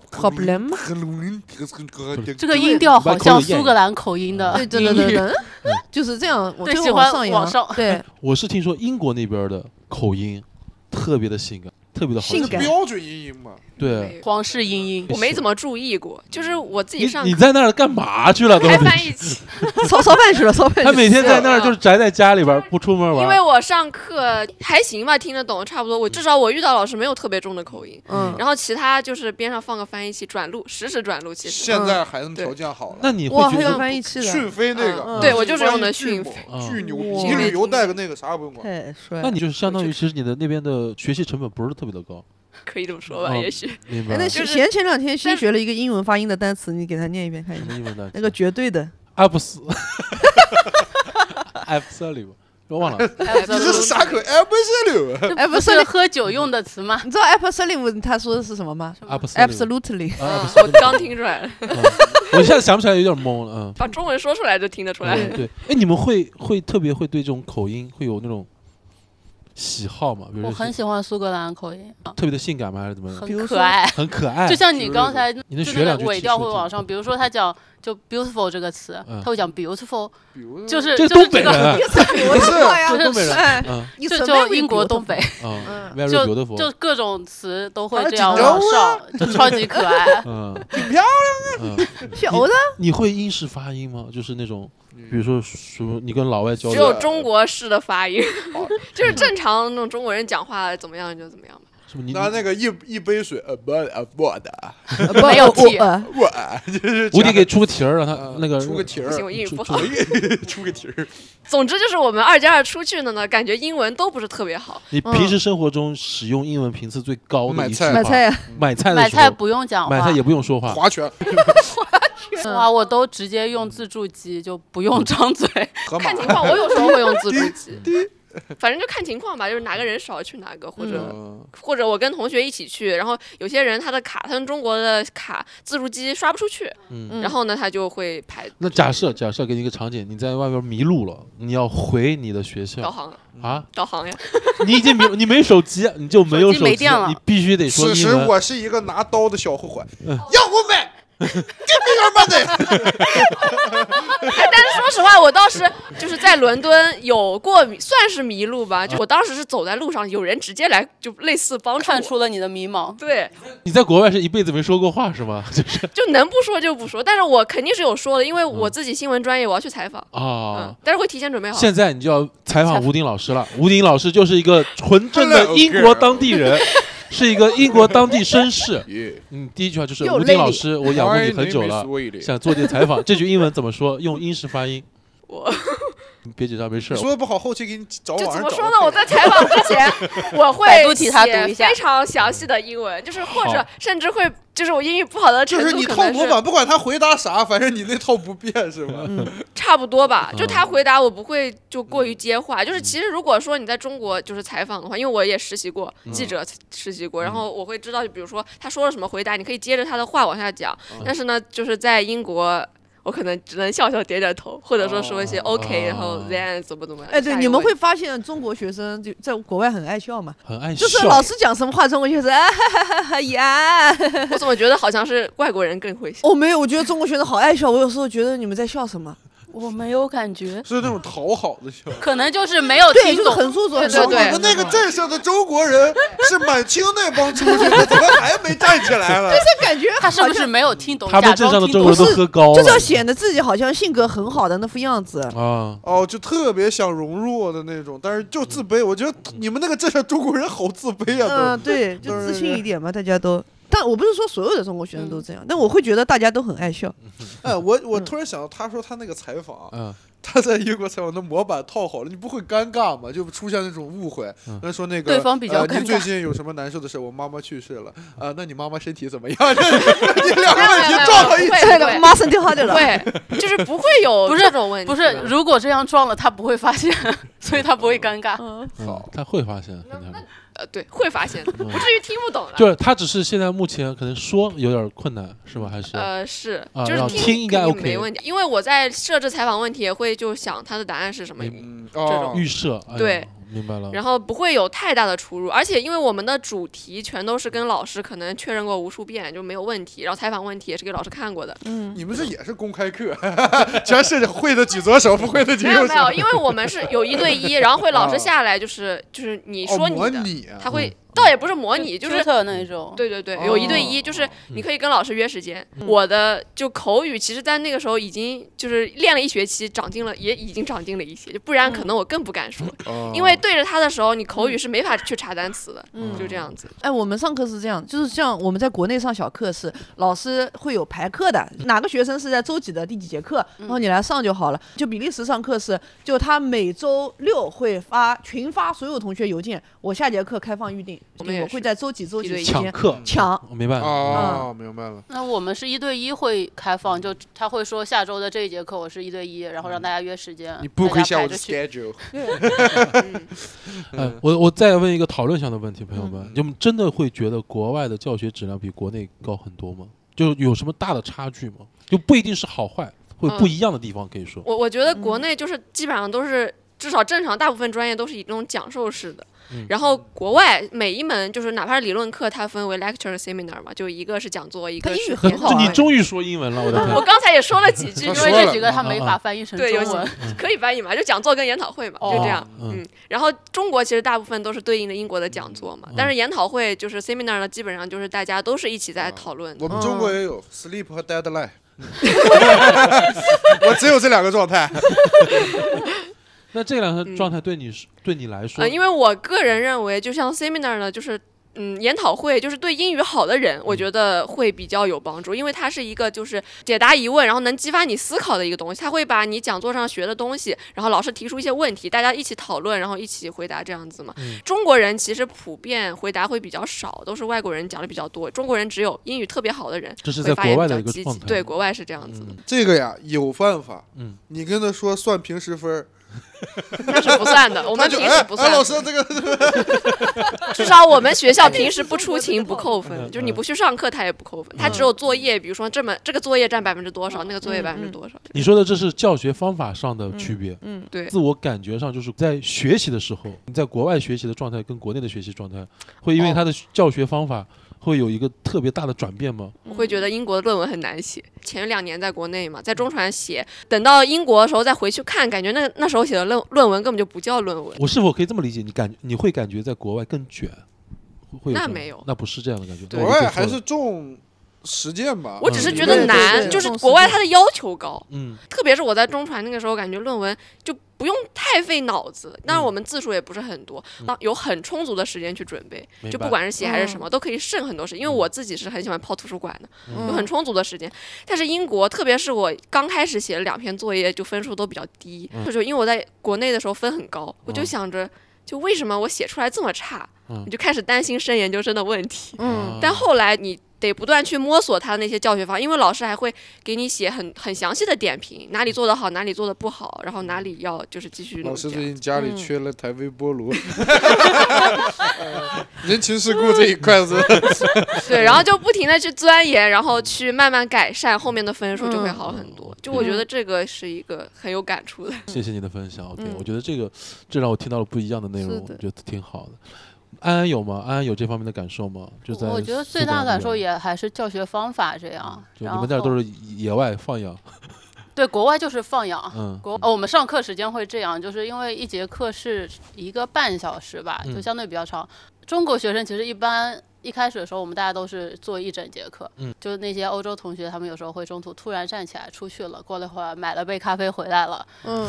[SPEAKER 6] 这个音调好像
[SPEAKER 5] 口语谚语
[SPEAKER 6] 苏格兰口音的
[SPEAKER 2] 对，对
[SPEAKER 6] 英
[SPEAKER 2] 对对
[SPEAKER 6] 语。
[SPEAKER 2] 对，嗯就是这样，我
[SPEAKER 6] 对
[SPEAKER 2] 就
[SPEAKER 6] 喜
[SPEAKER 2] 往
[SPEAKER 6] 欢
[SPEAKER 2] 上
[SPEAKER 6] 往
[SPEAKER 2] 扬
[SPEAKER 6] 上，
[SPEAKER 2] 对，
[SPEAKER 5] 我是听说英国那边的口音特别的性感，特别的好
[SPEAKER 2] 性
[SPEAKER 5] 听
[SPEAKER 2] 感
[SPEAKER 3] 标准音音嘛，
[SPEAKER 5] 对，
[SPEAKER 6] 皇室英音
[SPEAKER 4] 我没怎么注意过，就是我自己
[SPEAKER 5] 你
[SPEAKER 4] 上
[SPEAKER 5] 你在那儿干嘛去了？都
[SPEAKER 4] 还翻译器，
[SPEAKER 2] 烧烧饭去了，烧饭去了。
[SPEAKER 5] 他每天在那儿就是宅在家里边儿不出门玩儿，
[SPEAKER 4] 因为我上课还行吧，听得懂，差不多。我至少我遇到老师没有特别重的口音，
[SPEAKER 2] 嗯，
[SPEAKER 4] 然后其他就是边上放个翻译器转录，实时转录。其实
[SPEAKER 3] 现
[SPEAKER 2] 嗯
[SPEAKER 3] 在孩子们条件好了。
[SPEAKER 5] 那你会
[SPEAKER 2] 哇，还
[SPEAKER 5] 觉
[SPEAKER 2] 有
[SPEAKER 5] 得
[SPEAKER 2] 翻译器的，
[SPEAKER 3] 讯飞那个
[SPEAKER 5] 嗯，
[SPEAKER 4] 对我就是用的
[SPEAKER 3] 巨
[SPEAKER 4] 讯
[SPEAKER 3] 猛
[SPEAKER 4] 飞
[SPEAKER 5] 嗯
[SPEAKER 3] 巨牛逼！
[SPEAKER 2] 哇
[SPEAKER 3] 你旅游带个那个啥也不用 管，
[SPEAKER 2] 太帅
[SPEAKER 5] 那
[SPEAKER 2] 了。
[SPEAKER 5] 你就是相当于其实你的那边的学习成本不是特别的高，
[SPEAKER 4] 可以这么说吧，
[SPEAKER 5] 嗯
[SPEAKER 4] 也许
[SPEAKER 5] 明
[SPEAKER 2] 哎
[SPEAKER 5] 白，
[SPEAKER 2] 那
[SPEAKER 5] 吗？
[SPEAKER 4] 就是
[SPEAKER 2] 贤前两天新
[SPEAKER 4] 但
[SPEAKER 2] 学了一个英文发音的单词，你给他念一遍看一
[SPEAKER 5] 什
[SPEAKER 2] 下
[SPEAKER 5] 么。英文单词？
[SPEAKER 2] 那个绝对的，
[SPEAKER 5] 阿布斯 a b s o l u t 我忘了，
[SPEAKER 6] 哦
[SPEAKER 3] 你这是啥 口？哎，不是柳，
[SPEAKER 2] 哎
[SPEAKER 6] 哎，
[SPEAKER 2] 不
[SPEAKER 6] 不
[SPEAKER 2] 是
[SPEAKER 6] 是喝酒用的词吗？
[SPEAKER 2] 你知道 absolutely 他说的是什么吗
[SPEAKER 5] 阿布斯
[SPEAKER 2] ？Absolutely，
[SPEAKER 4] 嗯
[SPEAKER 5] 啊，
[SPEAKER 4] 我刚听出来了，
[SPEAKER 5] 我现在想不起来，有点懵了，嗯。
[SPEAKER 4] 把中文说出来就听得出来。
[SPEAKER 5] 嗯对，哎，你们会会特别会对这种口音会有那种喜好吗？比如
[SPEAKER 6] 嗯我
[SPEAKER 5] 说
[SPEAKER 6] 很喜欢苏格兰口音，
[SPEAKER 5] 特别的性感吗？还是怎么样？
[SPEAKER 2] 比如
[SPEAKER 6] 很
[SPEAKER 2] 说
[SPEAKER 6] 可爱。
[SPEAKER 5] 很可爱，
[SPEAKER 6] 就像你刚才，就
[SPEAKER 5] 哎你能学
[SPEAKER 6] 那
[SPEAKER 5] 两句
[SPEAKER 6] 个尾调
[SPEAKER 5] 其
[SPEAKER 6] 会
[SPEAKER 5] 实
[SPEAKER 6] 往上，比如说他讲就 beautiful 这个词
[SPEAKER 5] 嗯，
[SPEAKER 6] 他会讲 beautiful，
[SPEAKER 3] 比如
[SPEAKER 6] 就是
[SPEAKER 5] 这
[SPEAKER 6] 就是
[SPEAKER 5] 东北
[SPEAKER 6] 这个
[SPEAKER 5] 人，啊
[SPEAKER 2] 我知道呀，
[SPEAKER 6] 不是
[SPEAKER 5] 东北人
[SPEAKER 2] 哎，
[SPEAKER 5] 嗯
[SPEAKER 2] 你
[SPEAKER 6] 就
[SPEAKER 2] 什
[SPEAKER 6] 就
[SPEAKER 2] 么
[SPEAKER 6] 英国东 北，
[SPEAKER 5] 嗯
[SPEAKER 2] 嗯
[SPEAKER 5] ，very
[SPEAKER 6] 就
[SPEAKER 5] beautiful，。
[SPEAKER 6] 就各种词都会
[SPEAKER 3] 还有
[SPEAKER 6] 这样
[SPEAKER 3] 锦
[SPEAKER 6] 往
[SPEAKER 3] 州
[SPEAKER 6] 上，就超级可爱
[SPEAKER 5] 嗯，
[SPEAKER 3] 挺漂啊
[SPEAKER 5] 嗯，
[SPEAKER 2] 小的，
[SPEAKER 5] 你会英式发音吗？就是那种，比如
[SPEAKER 3] 亮。
[SPEAKER 5] 说什么，你跟老外交
[SPEAKER 4] 只
[SPEAKER 5] 流
[SPEAKER 4] 有，中国式的发音，
[SPEAKER 5] 哦
[SPEAKER 4] 就是正常那种中国人讲话怎么样就怎么样吧。
[SPEAKER 5] 什么你，
[SPEAKER 3] 拿那个一一杯水，呃不呃我的
[SPEAKER 2] 没
[SPEAKER 6] 有
[SPEAKER 2] 我
[SPEAKER 6] 气
[SPEAKER 2] 呃
[SPEAKER 3] 我，就是
[SPEAKER 5] 我得给出个题儿，让他
[SPEAKER 3] 嗯
[SPEAKER 5] 那个
[SPEAKER 3] 出个题儿
[SPEAKER 4] 不行，我英语不
[SPEAKER 5] 出
[SPEAKER 4] 好。
[SPEAKER 3] 出个题儿。
[SPEAKER 4] 总之就是我们二加二出去的呢，感觉英文都不是特别好。
[SPEAKER 6] 嗯
[SPEAKER 5] 你平时生活中使用英文频次最高的
[SPEAKER 3] 买
[SPEAKER 5] 一句
[SPEAKER 3] 菜
[SPEAKER 5] 话
[SPEAKER 2] 买菜，呀，
[SPEAKER 5] 买菜的
[SPEAKER 6] 买
[SPEAKER 5] 时
[SPEAKER 6] 菜
[SPEAKER 5] 候，
[SPEAKER 6] 不啊用讲
[SPEAKER 5] 买
[SPEAKER 6] 话
[SPEAKER 5] 菜，也不用说话，
[SPEAKER 3] 划拳
[SPEAKER 6] 哇，我都直接用自助机，就不用 张嘴。
[SPEAKER 3] 河马
[SPEAKER 4] 看，情况，我 有时候会用自助机，反正就看情况吧，就是哪个人少去哪个，或者、
[SPEAKER 3] 嗯
[SPEAKER 4] 或者我跟同学一起去，然后有些人他的卡，他们中国的卡自助机刷不出去，
[SPEAKER 5] 嗯
[SPEAKER 4] 然后呢他就会排
[SPEAKER 5] 那假设假设给你一个场景，你在外边迷路了，你要回你的学
[SPEAKER 4] 导
[SPEAKER 5] 校
[SPEAKER 4] 航
[SPEAKER 5] 啊，
[SPEAKER 4] 导航呀，
[SPEAKER 5] 你已经没有你没手机，你就没有
[SPEAKER 6] 手
[SPEAKER 5] 手
[SPEAKER 6] 机没电了
[SPEAKER 5] 你必须得说
[SPEAKER 3] 此
[SPEAKER 5] 英
[SPEAKER 3] 时
[SPEAKER 5] 文。
[SPEAKER 3] 我是一个拿刀的小后悔，要我买。给你个妈的！
[SPEAKER 4] 哎但是说实话，啊，我当时就是在伦敦有过迷算是迷路吧，就我当时是走在路上，有人直接来就类似帮衬
[SPEAKER 6] 看
[SPEAKER 4] 我，
[SPEAKER 6] 出了你的迷茫。
[SPEAKER 4] 对，
[SPEAKER 5] 你在国外是一辈子没说过话是吗？ 就是
[SPEAKER 4] 就能不说就不说，但是我肯定是有说的，因为我自己新闻专业，我要去采访，嗯
[SPEAKER 5] 啊，，
[SPEAKER 4] 但是会提前准备好。
[SPEAKER 5] 现在你就要采
[SPEAKER 6] 采
[SPEAKER 5] 访
[SPEAKER 6] 访
[SPEAKER 5] 吴鼎老师了。吴鼎老师就是一个纯正的
[SPEAKER 3] Hello,
[SPEAKER 5] 英国当地人，是一个英国当地绅士。
[SPEAKER 3] 耶
[SPEAKER 5] 嗯，第一句话就是
[SPEAKER 2] 又
[SPEAKER 5] 吴
[SPEAKER 2] 累
[SPEAKER 5] 鼎老
[SPEAKER 2] 你
[SPEAKER 5] 师，我仰慕你很久了
[SPEAKER 3] My，name is Willy
[SPEAKER 5] 想做点采访。这句英文怎么说？用英式发音。
[SPEAKER 4] 我
[SPEAKER 5] 你别紧张，没事
[SPEAKER 3] 你。说的不好，后期给你找
[SPEAKER 4] 就
[SPEAKER 3] 网上
[SPEAKER 4] 怎么
[SPEAKER 3] 找。
[SPEAKER 4] 说呢？我在采访之前，我会
[SPEAKER 6] 百度替他读
[SPEAKER 4] 写
[SPEAKER 6] 一下
[SPEAKER 4] 非常详细的英文，就是或者
[SPEAKER 5] 好
[SPEAKER 4] 甚至会，就是我英语不好的程
[SPEAKER 3] 就是
[SPEAKER 4] 度
[SPEAKER 3] 你
[SPEAKER 4] 可
[SPEAKER 3] 套
[SPEAKER 4] 能
[SPEAKER 3] 模
[SPEAKER 4] 是
[SPEAKER 3] 板，不管他回答啥，反正你那套不变是吧？
[SPEAKER 4] 差不多吧。就
[SPEAKER 5] 嗯
[SPEAKER 4] 他回答我不会就过于接话，就是其实如果说你在中国就是采访的话，因为我也实习过，记者实习过，然后我会知道，就比如说他说了什么回答，你可以接着他的话往下讲。但是呢，就是在英国。我可能只能笑笑点点头，或者说说一些 OK，、然后
[SPEAKER 5] 哦
[SPEAKER 4] then 怎么怎么样。
[SPEAKER 2] 哎，对，
[SPEAKER 4] 下一
[SPEAKER 2] 你
[SPEAKER 4] 个
[SPEAKER 2] 们
[SPEAKER 4] 问
[SPEAKER 2] 会
[SPEAKER 4] 题
[SPEAKER 2] 发现中国学生就在国外很爱笑嘛，
[SPEAKER 5] 很爱
[SPEAKER 2] 就
[SPEAKER 5] 笑，
[SPEAKER 2] 是老师讲什么话，中国学生啊哈哈哈哈呀。
[SPEAKER 4] 我怎么觉得好像是外国人更会笑？
[SPEAKER 2] 我哦没有，我觉得中国学生好爱笑，我有时候觉得你们在笑什么？
[SPEAKER 4] 哦
[SPEAKER 6] 我没有感觉，
[SPEAKER 3] 是那种讨好的笑。
[SPEAKER 6] 可能就是没有
[SPEAKER 2] 对，
[SPEAKER 6] 听
[SPEAKER 2] 就是
[SPEAKER 6] 懂。
[SPEAKER 2] 很做作，很
[SPEAKER 4] 对
[SPEAKER 2] 做
[SPEAKER 3] 我
[SPEAKER 2] 作。
[SPEAKER 4] 对
[SPEAKER 3] 们那个镇上的中国人是满清那帮出去的，怎么还没站起来 了？
[SPEAKER 2] 这感觉
[SPEAKER 6] 他是
[SPEAKER 2] 好
[SPEAKER 6] 不是
[SPEAKER 2] 像
[SPEAKER 6] 没有听懂？
[SPEAKER 5] 他们
[SPEAKER 6] 假
[SPEAKER 5] 镇
[SPEAKER 6] 装
[SPEAKER 5] 上的
[SPEAKER 6] 听
[SPEAKER 5] 中
[SPEAKER 6] 懂
[SPEAKER 5] 国人都
[SPEAKER 2] 不是
[SPEAKER 5] 喝高了，
[SPEAKER 2] 就是要显得自己好像性格很好的那副样子。
[SPEAKER 5] 啊，
[SPEAKER 3] 哦，就特别想融入的那种，但是就自卑。我觉得你们那个镇上中国人好自卑啊，都、
[SPEAKER 2] 嗯，对，就自信一点嘛，大家都。但我不是说所有的中国学生
[SPEAKER 4] 嗯
[SPEAKER 2] 都这样，但我会觉得大家都很爱笑。
[SPEAKER 3] 哎，我我突然想到，他说他那个采访，
[SPEAKER 5] 嗯，
[SPEAKER 3] 他在英国采访的模板套好了，你不会尴尬吗？就出现那种误会
[SPEAKER 5] 嗯。
[SPEAKER 3] 那、说那个
[SPEAKER 6] 对方比较
[SPEAKER 3] 呃
[SPEAKER 6] 尴尬
[SPEAKER 3] 你最近有什么难受的事？我妈妈去世了。
[SPEAKER 5] 嗯
[SPEAKER 3] 啊、那你妈妈身体怎么样？ 你两个 问题 撞到一起，
[SPEAKER 4] 会会
[SPEAKER 2] 妈生掉的了，
[SPEAKER 4] 会，就是不会有
[SPEAKER 6] 不是
[SPEAKER 4] 这种问题，
[SPEAKER 6] 不是，如果这样撞了，他不会发现， 所以他不会尴尬。
[SPEAKER 5] 嗯
[SPEAKER 3] 好
[SPEAKER 5] 他会发现，肯定会
[SPEAKER 4] 呃，对，会发现的，不至于听不懂了。
[SPEAKER 5] 就是他只是现在目前可能说有点困难，是吧？还是
[SPEAKER 4] 呃，是，
[SPEAKER 5] 啊
[SPEAKER 4] 就是
[SPEAKER 5] 让
[SPEAKER 4] 听
[SPEAKER 5] 听应该
[SPEAKER 4] 肯定
[SPEAKER 5] OK
[SPEAKER 4] 没问题，因为我在设置采访问题也会就想他的答案是什么，
[SPEAKER 5] 明
[SPEAKER 3] 嗯
[SPEAKER 4] 种
[SPEAKER 3] 哦，
[SPEAKER 5] 预设？哎呦
[SPEAKER 4] 对，
[SPEAKER 5] 明白了。
[SPEAKER 4] 然后不会有太大的出入，而且因为我们的主题全都是跟老师可能确认过无数遍就没有问题，然后采访问题也是给老师看 过的，
[SPEAKER 2] 嗯，
[SPEAKER 3] 你们这也是公开课， 全是会的举左手，不会的举
[SPEAKER 4] 没有
[SPEAKER 3] 右手
[SPEAKER 4] 没。有，因为我们是有一对一，然后会老
[SPEAKER 3] 啊
[SPEAKER 4] 师下来就是就是你
[SPEAKER 3] 哦，
[SPEAKER 4] 说你
[SPEAKER 3] 模
[SPEAKER 4] 的，
[SPEAKER 3] 拟啊
[SPEAKER 4] 他会倒也不是模拟，就是
[SPEAKER 6] tutor 那种。
[SPEAKER 4] 对对对
[SPEAKER 3] 哦，
[SPEAKER 4] 有一对一，
[SPEAKER 2] 嗯
[SPEAKER 4] 就是你可以跟老师约时间。我的就口语，其实，在那个时候已经就是练了一学期，长进了，也已经长进了一些，就不然可能我更不敢说，
[SPEAKER 2] 嗯
[SPEAKER 3] 哦
[SPEAKER 4] 因为对着他的时候，你口语是没法去查单词的，
[SPEAKER 2] 嗯
[SPEAKER 4] 就这 样子。
[SPEAKER 2] 哎，我们上课是这样，就是像我们在国内上小课是老师会有排课的，哪个学生是在周几的第几节课，然
[SPEAKER 6] 嗯
[SPEAKER 2] 后你来上就好了。就比利时上课是，就他每周六会发群发所有同学邮件，我下节课开放预定，
[SPEAKER 4] 我们也
[SPEAKER 2] 我
[SPEAKER 4] 是
[SPEAKER 2] 会在周几周几
[SPEAKER 4] 一
[SPEAKER 2] 时
[SPEAKER 4] 对一
[SPEAKER 5] 抢
[SPEAKER 2] 间
[SPEAKER 5] 课，
[SPEAKER 2] 抢。
[SPEAKER 5] 我
[SPEAKER 4] 嗯
[SPEAKER 5] 明白了。
[SPEAKER 3] 哦，明白了。
[SPEAKER 6] 那我们是一对一会开放，就他会说下周的这一节课我是一对一，然后
[SPEAKER 5] 嗯
[SPEAKER 6] 让大家约时间，
[SPEAKER 3] 你不
[SPEAKER 6] 大家
[SPEAKER 3] 一下我
[SPEAKER 6] 排
[SPEAKER 3] 的
[SPEAKER 6] 着去。
[SPEAKER 3] schedule，
[SPEAKER 4] 嗯，
[SPEAKER 5] 哎，我我再问一个讨论项的问题，朋友们，你们真的会觉得国外的教学质量比国内高很多吗？就有什么大的差距吗？就不一定是好坏，会
[SPEAKER 4] 嗯
[SPEAKER 5] 有不一样的地方可以说。
[SPEAKER 4] 我我觉得
[SPEAKER 2] 嗯
[SPEAKER 4] 国内就是基本上都是。至少正常大部分专业都是以这种讲授式的，
[SPEAKER 5] 嗯
[SPEAKER 4] 然后国外每一门就是哪怕是理论课，它分为 lecture seminar 嘛，就一个是讲座，一
[SPEAKER 2] 他
[SPEAKER 4] 个
[SPEAKER 2] 英语
[SPEAKER 4] 是。
[SPEAKER 5] 那
[SPEAKER 2] 很好、
[SPEAKER 5] 这
[SPEAKER 2] 啊，
[SPEAKER 5] 你终于说英文了，我的
[SPEAKER 4] 我
[SPEAKER 5] 天！
[SPEAKER 4] 刚才也说了几句，
[SPEAKER 3] 他
[SPEAKER 4] 因
[SPEAKER 6] 因
[SPEAKER 3] 说
[SPEAKER 4] 为
[SPEAKER 6] 为
[SPEAKER 3] 了
[SPEAKER 6] 这几个他没
[SPEAKER 5] 啊啊
[SPEAKER 6] 法翻译成
[SPEAKER 4] 对有
[SPEAKER 6] 中文，
[SPEAKER 4] 可以翻译嘛，就讲座跟研讨会嘛，就这样。
[SPEAKER 5] 哦嗯
[SPEAKER 4] 嗯，然后中国其实大部分都是对应的英国的讲座嘛，
[SPEAKER 5] 嗯
[SPEAKER 4] 但是研讨会就是 seminar 呢，基本上就是大家都是一起在讨论。
[SPEAKER 3] 我们中国也有 sleep 和 deadline，我只有这两个状态。
[SPEAKER 5] 那这两个状态对你是对你来说
[SPEAKER 4] 嗯呃，，因为我个人认为，就像 seminar 呢，就是。嗯，研讨会就是对英语好的
[SPEAKER 5] 嗯
[SPEAKER 4] 人，我觉得会比较有帮助，因为它是一个就是解答疑问，然后能激发你思考的一个东西。它会把你讲座上学的东西，然后老师提出一些问题，大家一起讨论，然后一起回答这样子嘛。
[SPEAKER 5] 嗯
[SPEAKER 4] 中国人其实普遍回答会比较少，都是外国人讲的比较多。中国人只有英语特别好的人
[SPEAKER 5] 这是在
[SPEAKER 4] 会发
[SPEAKER 5] 国
[SPEAKER 4] 言
[SPEAKER 5] 外
[SPEAKER 4] 比
[SPEAKER 5] 的
[SPEAKER 4] 较
[SPEAKER 5] 一个
[SPEAKER 4] 积
[SPEAKER 5] 状
[SPEAKER 4] 极
[SPEAKER 5] 态。。
[SPEAKER 4] 对，国外是这样子的
[SPEAKER 5] 嗯，，
[SPEAKER 3] 这个呀有办法，
[SPEAKER 5] 嗯，
[SPEAKER 3] 你跟他说算平时分儿，
[SPEAKER 4] 那是不 算的。我
[SPEAKER 3] 他
[SPEAKER 4] 们
[SPEAKER 3] 就
[SPEAKER 4] 平
[SPEAKER 3] 哎
[SPEAKER 4] 时不
[SPEAKER 3] 哎
[SPEAKER 4] 算
[SPEAKER 3] 老
[SPEAKER 4] 的，
[SPEAKER 3] 师这个
[SPEAKER 4] 至少我们学校平时不出勤不扣
[SPEAKER 5] 嗯
[SPEAKER 4] 分，就是你不去上课他也不扣
[SPEAKER 3] 嗯
[SPEAKER 4] 分，他只有作业，比如说这么这个作业占百分之多少，那个
[SPEAKER 3] 嗯
[SPEAKER 4] 作业百分之多少。
[SPEAKER 5] 你说的这是教学方法上的区别。
[SPEAKER 2] 嗯，
[SPEAKER 4] 对
[SPEAKER 5] 自我感觉上，就是在学习的时候，你在国外学习的状态跟国内的学习状态，会因为
[SPEAKER 3] 哦
[SPEAKER 5] 他的教学方法会有一个特别大的转变吗？
[SPEAKER 4] 我会觉得英国的论文很难写。前两年在国内嘛，在中传写，等到英国的时候再回去看，感觉那那时候写的论论文根本就不叫论文。
[SPEAKER 5] 我是否可以这么理解？你感你会感觉在国外更卷？会有
[SPEAKER 4] 那
[SPEAKER 5] 这样
[SPEAKER 4] 没有
[SPEAKER 5] 那不是这样的感觉。
[SPEAKER 4] 对
[SPEAKER 5] 那
[SPEAKER 3] 国
[SPEAKER 5] 我就
[SPEAKER 3] 外
[SPEAKER 5] 做
[SPEAKER 3] 还
[SPEAKER 5] 了
[SPEAKER 3] 是重实践吧。
[SPEAKER 4] 我只是
[SPEAKER 5] 嗯
[SPEAKER 4] 觉
[SPEAKER 5] 对
[SPEAKER 4] 得
[SPEAKER 5] 对
[SPEAKER 4] 难，
[SPEAKER 2] 对
[SPEAKER 4] 就是
[SPEAKER 2] 重视
[SPEAKER 4] 国外
[SPEAKER 2] 度
[SPEAKER 4] 它的要求高，
[SPEAKER 5] 嗯
[SPEAKER 4] 特别是我在中传那个时候，感觉论文就不用太费脑子，但
[SPEAKER 5] 嗯
[SPEAKER 4] 是我们字数也不是很多，那有很充足的时间去准备
[SPEAKER 5] 明，
[SPEAKER 4] 就
[SPEAKER 5] 白嗯
[SPEAKER 4] 不管是写还是什么，都可以剩很多时间。因为我自己是很喜欢泡图书馆的，有很
[SPEAKER 2] 嗯
[SPEAKER 4] 充足的时间。但是英国，特别是我刚开始写了两篇作业，就分数都比较低，
[SPEAKER 5] 嗯
[SPEAKER 4] 就是因为我在国内的时候分很高，我就
[SPEAKER 5] 嗯
[SPEAKER 4] 想着。就为什么我写出来这么差，
[SPEAKER 5] 嗯
[SPEAKER 4] 你就开始担心升研究生的问题。
[SPEAKER 5] 啊
[SPEAKER 2] 嗯，
[SPEAKER 4] 但后来你得不断去摸索他的那些教学方法，因为老师还会给你写很很详细的点评，哪里做得好，哪里做得不好，然后哪里要就是继续努
[SPEAKER 3] 老师最
[SPEAKER 4] 力。
[SPEAKER 3] 近家里
[SPEAKER 2] 嗯
[SPEAKER 3] 缺了台微波炉，
[SPEAKER 4] 嗯
[SPEAKER 3] 人情世故这一块子，
[SPEAKER 4] 对，然后就不停的去钻研，然后去慢慢改善，后面的分数就会好很多。就我觉得这个是一个很有感触的。
[SPEAKER 5] 谢谢你的分享，OK，、
[SPEAKER 2] 嗯
[SPEAKER 5] 我觉得这个这让我听到了不一样的内容，
[SPEAKER 2] 是
[SPEAKER 5] 我
[SPEAKER 2] 的
[SPEAKER 5] 觉得挺好的。安安有吗？安安有这方面的感受吗？就在
[SPEAKER 6] 我觉得
[SPEAKER 5] 苏
[SPEAKER 6] 最
[SPEAKER 5] 格
[SPEAKER 6] 大
[SPEAKER 5] 兰
[SPEAKER 6] 的感
[SPEAKER 5] 那
[SPEAKER 6] 受
[SPEAKER 5] 边，
[SPEAKER 6] 也还是教学方法这样。
[SPEAKER 5] 嗯就
[SPEAKER 6] 啊然
[SPEAKER 5] 你
[SPEAKER 6] 后
[SPEAKER 5] 们那儿都是野外放养，
[SPEAKER 6] 对国外就是放养，
[SPEAKER 5] 嗯，
[SPEAKER 6] 国哦，我们上课时间会这样，就是因为一节课是一个半小时吧，
[SPEAKER 5] 嗯
[SPEAKER 6] 就相对比较长。中国学生其实一般一开始的时候，我们大家都是做一整节课，
[SPEAKER 5] 嗯，
[SPEAKER 6] 就是那些欧洲同学，他们有时候会中途突然站起来出去了，过了一会儿买了杯咖啡回来了，
[SPEAKER 2] 嗯，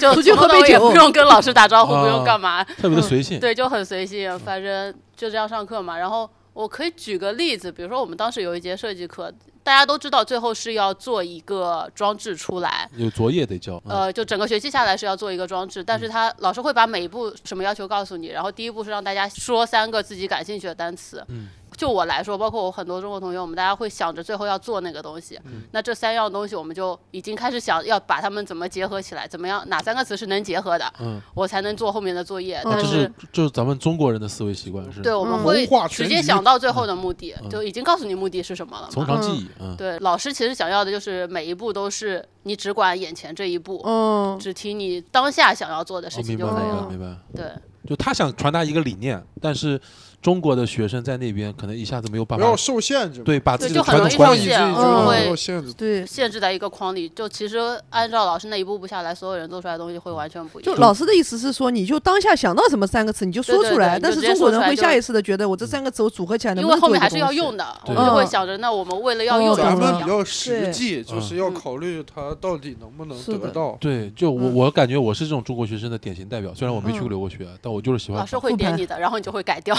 [SPEAKER 6] 就
[SPEAKER 2] 出去
[SPEAKER 6] 从
[SPEAKER 2] 喝
[SPEAKER 6] 头
[SPEAKER 2] 杯
[SPEAKER 6] 到尾也
[SPEAKER 2] 酒
[SPEAKER 6] 不用跟老师打招呼，不
[SPEAKER 5] 啊
[SPEAKER 6] 用干嘛，
[SPEAKER 5] 特别的随性，
[SPEAKER 6] 对，就很随性，反正就这样上课嘛。然后我可以举个例子，比如说我们当时有一节设计课，大家都知道最后是要做一个装置出来。
[SPEAKER 5] 有作业得交，嗯
[SPEAKER 6] 呃，就整个学期下来是要做一个装置，但是他老师会把每一步什么要求告诉你，然后第一步是让大家说三个自己感兴趣的单词。
[SPEAKER 5] 嗯
[SPEAKER 6] 就我来说，包括我很多中国同学，我们大家会想着最后要做那个东西。
[SPEAKER 5] 嗯
[SPEAKER 6] 那这三样东西，我们就已经开始想要把它们怎么结合起来，怎么样哪三个词是能结合的，
[SPEAKER 5] 嗯，
[SPEAKER 6] 我才能做后面的作业。
[SPEAKER 2] 那
[SPEAKER 5] 那
[SPEAKER 6] 但
[SPEAKER 5] 这
[SPEAKER 6] 是
[SPEAKER 5] 是就是咱们中国人的思维习惯是，
[SPEAKER 6] 对，我们
[SPEAKER 2] 嗯
[SPEAKER 6] 会
[SPEAKER 3] 谋划
[SPEAKER 6] 直
[SPEAKER 3] 全
[SPEAKER 6] 接
[SPEAKER 3] 局
[SPEAKER 6] 想到最后的目的，
[SPEAKER 5] 嗯
[SPEAKER 6] 就已经告诉你目的是什么了
[SPEAKER 5] 从
[SPEAKER 6] 嘛。
[SPEAKER 5] 长计议，嗯，
[SPEAKER 6] 对，老师其实想要的就是每一步都是你只管眼前这一步，
[SPEAKER 2] 嗯，
[SPEAKER 6] 只提你当下想要做的事
[SPEAKER 5] 哦，
[SPEAKER 6] 情
[SPEAKER 5] 明白
[SPEAKER 6] 就嗯可以
[SPEAKER 5] 明白
[SPEAKER 6] 了。
[SPEAKER 5] 明白，
[SPEAKER 6] 对，
[SPEAKER 5] 就他想传达一个理念，但是中国的学生在那边可能一下子没有办
[SPEAKER 3] 不
[SPEAKER 5] 法
[SPEAKER 3] 要，受限制嘛。
[SPEAKER 5] 对，把
[SPEAKER 6] 对
[SPEAKER 5] 自己
[SPEAKER 6] 就
[SPEAKER 5] 的传
[SPEAKER 6] 很容
[SPEAKER 5] 统
[SPEAKER 6] 易
[SPEAKER 5] 观
[SPEAKER 6] 放
[SPEAKER 5] 念
[SPEAKER 3] 你自己
[SPEAKER 6] 弃
[SPEAKER 3] 就
[SPEAKER 6] 啊
[SPEAKER 4] 嗯
[SPEAKER 3] 不
[SPEAKER 6] 会
[SPEAKER 3] 受限制。
[SPEAKER 2] 对，
[SPEAKER 6] 限制在一个框里，就其实按照老师那一步步下来，所有人做出来的东西会完全不一
[SPEAKER 2] 就
[SPEAKER 6] 样。
[SPEAKER 2] 老师的意思是说，你就当下想到什么三个词，你就说
[SPEAKER 6] 对对
[SPEAKER 2] 出来。
[SPEAKER 6] 对
[SPEAKER 2] 但
[SPEAKER 6] 你
[SPEAKER 2] 是
[SPEAKER 6] 就直接
[SPEAKER 2] 中国
[SPEAKER 6] 说
[SPEAKER 2] 人
[SPEAKER 6] 出来
[SPEAKER 2] 会
[SPEAKER 6] 就
[SPEAKER 2] 下意识的觉得，我这三个词我组合起来能
[SPEAKER 6] 因
[SPEAKER 2] 不
[SPEAKER 6] 为
[SPEAKER 2] 能
[SPEAKER 6] 后面
[SPEAKER 2] 做一
[SPEAKER 6] 还
[SPEAKER 2] 个
[SPEAKER 6] 是要
[SPEAKER 2] 东西
[SPEAKER 6] 用的，我
[SPEAKER 5] 对
[SPEAKER 6] 们就会
[SPEAKER 2] 嗯
[SPEAKER 6] 想着，那我们为了要
[SPEAKER 2] 哦
[SPEAKER 6] 用
[SPEAKER 3] 咱
[SPEAKER 6] 怎么
[SPEAKER 3] 们比
[SPEAKER 6] 样？
[SPEAKER 3] 较实际，
[SPEAKER 5] 对
[SPEAKER 3] 就是要考虑它到底能不能
[SPEAKER 2] 是
[SPEAKER 3] 得
[SPEAKER 2] 的
[SPEAKER 3] 到。
[SPEAKER 5] 对，就我
[SPEAKER 2] 嗯
[SPEAKER 5] 我感觉我是这种中国学生的典型代表，虽然我没去过
[SPEAKER 2] 嗯
[SPEAKER 5] 留过学，但我就是喜欢
[SPEAKER 6] 老师
[SPEAKER 5] 搞，
[SPEAKER 6] 会
[SPEAKER 2] 复
[SPEAKER 6] 点
[SPEAKER 2] 盘
[SPEAKER 6] 你的，然后你就会改掉。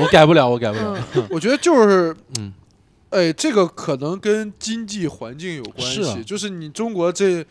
[SPEAKER 5] 我改不了，我改不了，
[SPEAKER 3] 我觉得就是
[SPEAKER 5] 嗯，
[SPEAKER 3] 哎，这个可能跟经济环境有关
[SPEAKER 5] 是啊
[SPEAKER 3] 系，就是你中国这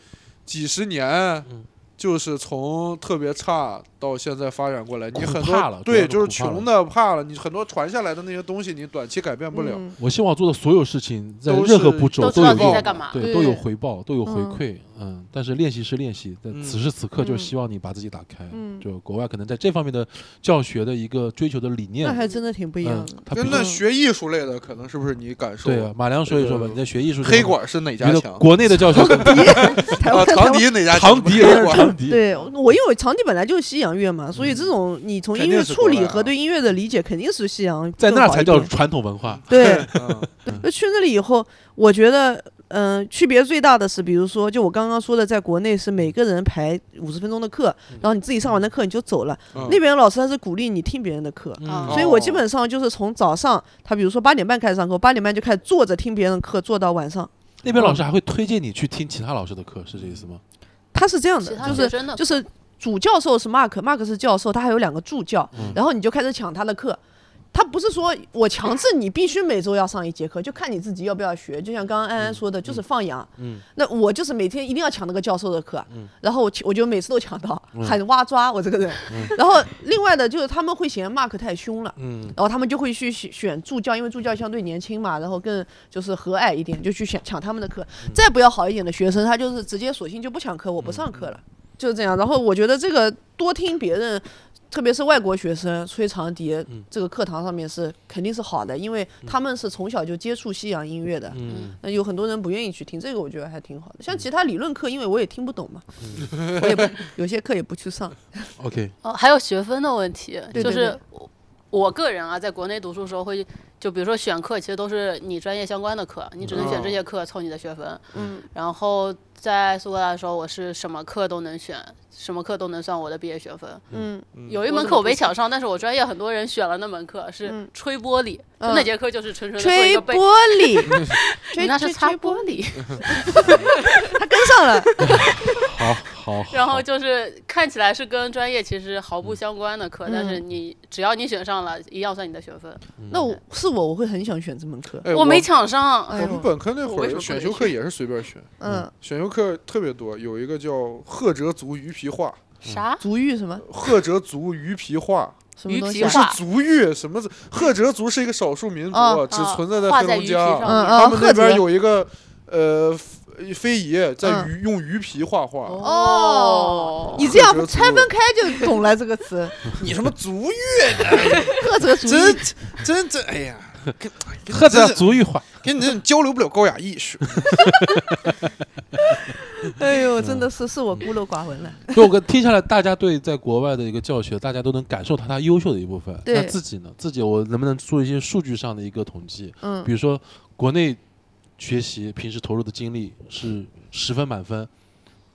[SPEAKER 3] 几十年。
[SPEAKER 5] 嗯
[SPEAKER 3] 就是从特别差到现在发展过来，你
[SPEAKER 5] 苦
[SPEAKER 3] 很
[SPEAKER 5] 怕
[SPEAKER 3] 多
[SPEAKER 5] 了主
[SPEAKER 3] 对，
[SPEAKER 5] 要是
[SPEAKER 3] 就是
[SPEAKER 5] 苦怕了
[SPEAKER 3] 穷的怕了，你很多传下来的那些东西，你短期改变不了。
[SPEAKER 2] 嗯
[SPEAKER 5] 我希望做的所有事情，在
[SPEAKER 3] 都
[SPEAKER 5] 任何
[SPEAKER 3] 是
[SPEAKER 5] 步骤
[SPEAKER 6] 都知
[SPEAKER 5] 有
[SPEAKER 6] 道自己
[SPEAKER 5] 用
[SPEAKER 6] 在
[SPEAKER 5] 的
[SPEAKER 6] 干嘛
[SPEAKER 5] 对，
[SPEAKER 2] 对
[SPEAKER 5] 都有回报，都有回
[SPEAKER 2] 嗯
[SPEAKER 5] 馈，嗯。但是练习是练习，但
[SPEAKER 3] 嗯
[SPEAKER 5] 此时此刻就是
[SPEAKER 2] 嗯
[SPEAKER 5] 希望你把自己打开。
[SPEAKER 2] 嗯
[SPEAKER 5] 就国外可能在这方面的教学的一个追求的理念
[SPEAKER 2] 那，还真的挺不一样
[SPEAKER 5] 嗯
[SPEAKER 2] 的。，
[SPEAKER 5] 他
[SPEAKER 3] 真
[SPEAKER 5] 比
[SPEAKER 3] 的
[SPEAKER 5] 较
[SPEAKER 3] 学艺术类的，可能是不是你感受？
[SPEAKER 5] 对啊。马良说一说吧，
[SPEAKER 3] 呃
[SPEAKER 5] 你在学艺术这
[SPEAKER 3] 黑
[SPEAKER 5] 方面，
[SPEAKER 3] 管是哪
[SPEAKER 5] 你
[SPEAKER 3] 家
[SPEAKER 5] 的
[SPEAKER 3] 强？
[SPEAKER 5] 国内 的 教学
[SPEAKER 2] 台
[SPEAKER 3] 啊，
[SPEAKER 2] 湾
[SPEAKER 3] 长笛哪家强？
[SPEAKER 5] 啊长笛，
[SPEAKER 3] 黑管
[SPEAKER 5] 长笛，
[SPEAKER 2] 对我，因为长笛本来就是西洋乐嘛，所以这种你从
[SPEAKER 3] 肯
[SPEAKER 2] 音
[SPEAKER 3] 定
[SPEAKER 2] 乐
[SPEAKER 3] 是
[SPEAKER 2] 处
[SPEAKER 3] 国
[SPEAKER 2] 理
[SPEAKER 3] 外啊
[SPEAKER 2] 和对音乐的理解，肯定是西洋
[SPEAKER 5] 在
[SPEAKER 2] 更
[SPEAKER 5] 那儿
[SPEAKER 2] 好
[SPEAKER 5] 才
[SPEAKER 2] 一
[SPEAKER 5] 叫
[SPEAKER 2] 点
[SPEAKER 5] 传统文化。
[SPEAKER 2] 对。
[SPEAKER 3] 嗯
[SPEAKER 2] 那去那里以后，我觉得，嗯、区别最大的是，比如说，就我刚刚说的，在国内是每个人排五十分钟的课，然后你自己上完的课你就走了。
[SPEAKER 3] 嗯
[SPEAKER 2] 那边老师他是鼓励你听别人的课，
[SPEAKER 5] 嗯
[SPEAKER 2] 所以我基本上就是从早上，他比如说八点半开始上课，八点半就开始坐着听别人的课，坐到晚上。
[SPEAKER 5] 那边老
[SPEAKER 2] 嗯
[SPEAKER 5] 师还会推荐你去听其他老师的课，是这意思吗？
[SPEAKER 2] 他是这样
[SPEAKER 6] 其
[SPEAKER 2] 的，
[SPEAKER 6] 他
[SPEAKER 2] 就
[SPEAKER 6] 学
[SPEAKER 2] 是
[SPEAKER 6] 生的
[SPEAKER 2] 就是主教授是 Mark，Mark 是教授，他还有两个助教，
[SPEAKER 5] 嗯
[SPEAKER 2] 然后你就开始抢他的课。他不是说我强制你必须每周要上一节课，就看你自己要不要学。就像刚刚安安说的，就是放养。
[SPEAKER 5] 嗯
[SPEAKER 2] 那我就是每天一定要抢那个教授的课，
[SPEAKER 5] 嗯
[SPEAKER 2] 然后我就我就每次都抢到，
[SPEAKER 5] 嗯
[SPEAKER 2] 很挖抓我这个人。然后另外的就是他们会嫌 Mark 太凶了，
[SPEAKER 5] 嗯，
[SPEAKER 2] 然后他们就会去选选助教，因为助教相对年轻嘛，然后更就是和蔼一点，就去选抢他们的课。
[SPEAKER 5] 嗯
[SPEAKER 2] 再不要好一点的学生，他就是直接索性就不抢课，我不上课了，就是这样。然后我觉得这个多听别人。特别是外国学生吹长笛
[SPEAKER 5] 嗯，
[SPEAKER 2] 这个课堂上面是肯定是好的，因为他们是从小就接触西洋音乐的，
[SPEAKER 5] 嗯，
[SPEAKER 2] 那有很多人不愿意去听，这个我觉得还挺好的。像其他理论课，因为我也听不懂嘛，我也不有些课也不去上。
[SPEAKER 5] OK，
[SPEAKER 6] 哦，还有学分的问题，
[SPEAKER 2] 对
[SPEAKER 6] 就
[SPEAKER 2] 对
[SPEAKER 6] 是
[SPEAKER 2] 对
[SPEAKER 6] 我我个人啊，在国内读书的时候会就比如说选课，其实都是你专业相关的课，你只能选这些课凑你的学分。
[SPEAKER 2] 嗯，
[SPEAKER 6] 然后在苏格兰的时候，我是什么课都能选，什么课都能算我的毕业学分。
[SPEAKER 2] 嗯，
[SPEAKER 6] 有一
[SPEAKER 4] 我
[SPEAKER 6] 门
[SPEAKER 4] 怎
[SPEAKER 6] 课
[SPEAKER 4] 么
[SPEAKER 6] 我没
[SPEAKER 4] 不行
[SPEAKER 6] 抢上，但是我专业很多人选了那门课是
[SPEAKER 2] 嗯
[SPEAKER 6] 吹玻璃，就
[SPEAKER 2] 嗯
[SPEAKER 6] 那节课就是纯纯的做
[SPEAKER 2] 吹
[SPEAKER 6] 一个
[SPEAKER 2] 玻
[SPEAKER 6] 背，
[SPEAKER 2] 璃，
[SPEAKER 6] 你
[SPEAKER 2] 吹
[SPEAKER 6] 那是
[SPEAKER 2] 吹
[SPEAKER 6] 擦
[SPEAKER 2] 吹
[SPEAKER 6] 玻璃，
[SPEAKER 2] 他跟上了，
[SPEAKER 5] 好好，好
[SPEAKER 6] 然后就是看起来是跟专业其实毫
[SPEAKER 2] 嗯
[SPEAKER 6] 不相关的课，但是你只要你选上了，一样算你的学分。
[SPEAKER 2] 那我是我，我会很想选这门课。
[SPEAKER 3] 哎
[SPEAKER 6] 我没。抢上，
[SPEAKER 2] 哎
[SPEAKER 3] 我们
[SPEAKER 2] 呦，
[SPEAKER 3] 本科那
[SPEAKER 4] 我
[SPEAKER 3] 会
[SPEAKER 4] 为什
[SPEAKER 3] 儿
[SPEAKER 4] 么
[SPEAKER 3] 选
[SPEAKER 4] 不
[SPEAKER 3] 修
[SPEAKER 4] 能
[SPEAKER 3] 课也是随便选，
[SPEAKER 2] 嗯，
[SPEAKER 3] 选修课特别多，有一个叫赫哲族鱼皮画，
[SPEAKER 6] 啥？
[SPEAKER 2] 足浴什么
[SPEAKER 3] 赫哲族鱼皮画
[SPEAKER 2] 什么东西
[SPEAKER 6] 鱼
[SPEAKER 3] 不
[SPEAKER 6] 皮
[SPEAKER 2] 啊？
[SPEAKER 3] 是
[SPEAKER 6] 画
[SPEAKER 3] 族裔，什么族赫哲族是一个少数民族，啊
[SPEAKER 2] 哦
[SPEAKER 3] 只存在
[SPEAKER 6] 画
[SPEAKER 3] 在
[SPEAKER 6] 在
[SPEAKER 3] 黑
[SPEAKER 6] 鱼
[SPEAKER 3] 龙啊江
[SPEAKER 6] 皮上。
[SPEAKER 2] 嗯
[SPEAKER 6] 啊
[SPEAKER 3] 他
[SPEAKER 2] 嗯，
[SPEAKER 3] 们那
[SPEAKER 2] 贺
[SPEAKER 3] 边
[SPEAKER 2] 杰，
[SPEAKER 3] 有一个呃非非遗，在
[SPEAKER 2] 嗯
[SPEAKER 3] 鱼、用鱼皮画画。
[SPEAKER 2] 哦你
[SPEAKER 3] 贺
[SPEAKER 2] 这样
[SPEAKER 3] 哲族
[SPEAKER 2] 拆分开就懂了这个词，
[SPEAKER 3] 你什么族裔？
[SPEAKER 2] 贺哲足
[SPEAKER 3] 真
[SPEAKER 2] 浴，
[SPEAKER 3] 真真，哎呀，跟
[SPEAKER 5] 喝着
[SPEAKER 3] 真是
[SPEAKER 5] 足浴话，
[SPEAKER 3] 跟你这种交流不了高雅艺术。
[SPEAKER 2] 哎呦，真的是是我孤陋寡闻了。
[SPEAKER 5] 就我跟听下来，大家对在国外的一个教学，大家都能感受到它优秀的一部分。
[SPEAKER 2] 对
[SPEAKER 5] 那自己呢？自己我能不能做一些数据上的一个统计？
[SPEAKER 2] 嗯
[SPEAKER 5] 比如说国内学习平时投入的精力是十分满分，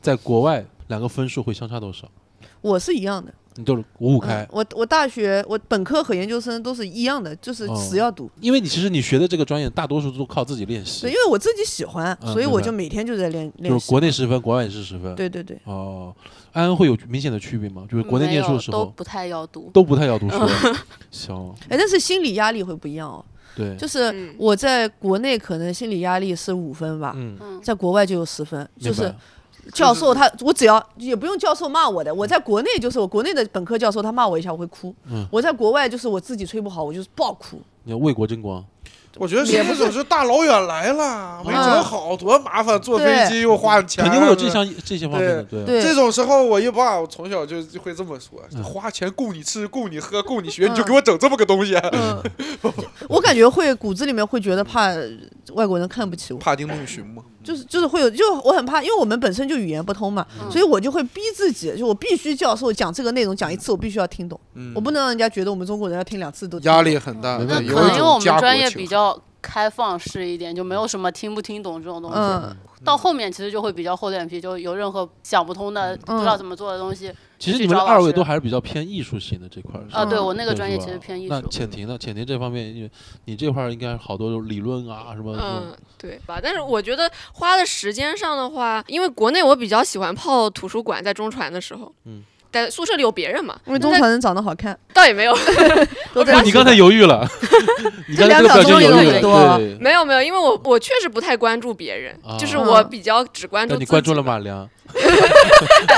[SPEAKER 5] 在国外两个分数会相差多少？
[SPEAKER 2] 我是一样的，
[SPEAKER 5] 你都是五五开。
[SPEAKER 2] 嗯、我我大学我本科和研究生都是一样的，就是
[SPEAKER 5] 哦
[SPEAKER 2] 只要读，
[SPEAKER 5] 因为你其实你学的这个专业，大多数都靠自己练习
[SPEAKER 2] 对，，因为我自己喜欢，
[SPEAKER 5] 嗯
[SPEAKER 2] 所以我
[SPEAKER 5] 明白
[SPEAKER 2] 就每天就在练
[SPEAKER 5] 就
[SPEAKER 2] 练
[SPEAKER 5] 是
[SPEAKER 2] 习。
[SPEAKER 5] 国内十分，国外也是十分。
[SPEAKER 2] 对对对，
[SPEAKER 5] 哦，安会有明显的区别吗？就是国内
[SPEAKER 6] 没
[SPEAKER 5] 念书
[SPEAKER 6] 有
[SPEAKER 5] 的时
[SPEAKER 6] 都
[SPEAKER 5] 候
[SPEAKER 6] 不太要读。
[SPEAKER 5] 都不太要读书， 行，
[SPEAKER 2] 哎，但是心理压力会不一样哦。
[SPEAKER 5] 嗯对，
[SPEAKER 2] 就是
[SPEAKER 4] 嗯
[SPEAKER 2] 我在国内可能心理压力是五分吧，
[SPEAKER 5] 嗯，
[SPEAKER 6] 嗯，
[SPEAKER 2] 在国外就有十分，就
[SPEAKER 5] 明
[SPEAKER 2] 是
[SPEAKER 5] 白。
[SPEAKER 2] 教授他，我只要也不用教授骂我的，我在国内就是我国内的本科教授他骂我一下我会哭，
[SPEAKER 5] 嗯
[SPEAKER 2] 我在国外就是我自己吹不好我就是暴哭，
[SPEAKER 5] 你要为国争光，
[SPEAKER 3] 我觉得现在就是大老远来了，没整好，多麻烦，坐飞机又花钱，
[SPEAKER 5] 肯定会有这项这些方面的，对啊，
[SPEAKER 2] 对，
[SPEAKER 3] 这种时候，我一爸我从小就就会这么说：花钱供你吃，供你喝，供你学，你就给我整这么个东西，啊
[SPEAKER 2] 嗯， 我感觉会骨子里面会觉得怕外国人看不起我，
[SPEAKER 3] 帕丁顿熊嘛。
[SPEAKER 2] 就是就是会有，就我很怕，因为我们本身就语言不通嘛，
[SPEAKER 4] 嗯
[SPEAKER 2] 所以我就会逼自己，就我必须教授讲这个内容讲一次，我必须要听懂，
[SPEAKER 3] 嗯
[SPEAKER 2] 我不能让人家觉得我们中国人要听两次都听不
[SPEAKER 3] 压
[SPEAKER 2] 懂。
[SPEAKER 3] 力很大，
[SPEAKER 5] 没
[SPEAKER 6] 那
[SPEAKER 5] 问
[SPEAKER 3] 对
[SPEAKER 5] 题
[SPEAKER 3] 嗯
[SPEAKER 6] 可
[SPEAKER 3] 有一
[SPEAKER 6] 能因为我
[SPEAKER 3] 种
[SPEAKER 6] 们
[SPEAKER 3] 家国
[SPEAKER 6] 专业
[SPEAKER 3] 情
[SPEAKER 6] 比较开放式一点，就没有什么听不听懂这种东西。
[SPEAKER 2] 嗯，
[SPEAKER 6] 到后面其实就会比较厚脸皮，就有任何想不通
[SPEAKER 3] 嗯
[SPEAKER 6] 的、不知道怎么做的东西。
[SPEAKER 5] 其实你们
[SPEAKER 6] 去找老
[SPEAKER 5] 二位
[SPEAKER 6] 师
[SPEAKER 5] 都还是比较偏艺术型的这块儿，
[SPEAKER 6] 啊，对
[SPEAKER 2] 嗯
[SPEAKER 6] 我那个
[SPEAKER 5] 对
[SPEAKER 6] 专
[SPEAKER 5] 是
[SPEAKER 6] 业
[SPEAKER 5] 吧
[SPEAKER 6] 其实偏艺
[SPEAKER 5] 那
[SPEAKER 6] 术。
[SPEAKER 5] 浅婷呢？浅婷这方面，因为你这块儿应该好多理论啊什么，
[SPEAKER 4] 嗯，对吧？但是我觉得花的时间上的话，因为国内我比较喜欢泡图书馆，在中传的时候，
[SPEAKER 5] 嗯，
[SPEAKER 4] 在宿舍里有别人嘛，
[SPEAKER 2] 因为中
[SPEAKER 4] 那
[SPEAKER 2] 传人长得好看，
[SPEAKER 4] 倒也没有，
[SPEAKER 2] 都在
[SPEAKER 5] 不，你刚才犹豫了，你刚才
[SPEAKER 2] 这两
[SPEAKER 5] 这个表
[SPEAKER 2] 秒
[SPEAKER 5] 情
[SPEAKER 2] 钟
[SPEAKER 5] 犹
[SPEAKER 2] 有
[SPEAKER 5] 豫
[SPEAKER 2] 很
[SPEAKER 5] 了，
[SPEAKER 2] 多
[SPEAKER 5] 对，
[SPEAKER 4] 没有没有，因为我我确实不太关注别人，
[SPEAKER 5] 啊
[SPEAKER 4] 就是我比较只关注
[SPEAKER 5] 那
[SPEAKER 4] 自己。
[SPEAKER 5] 你关注了？马良，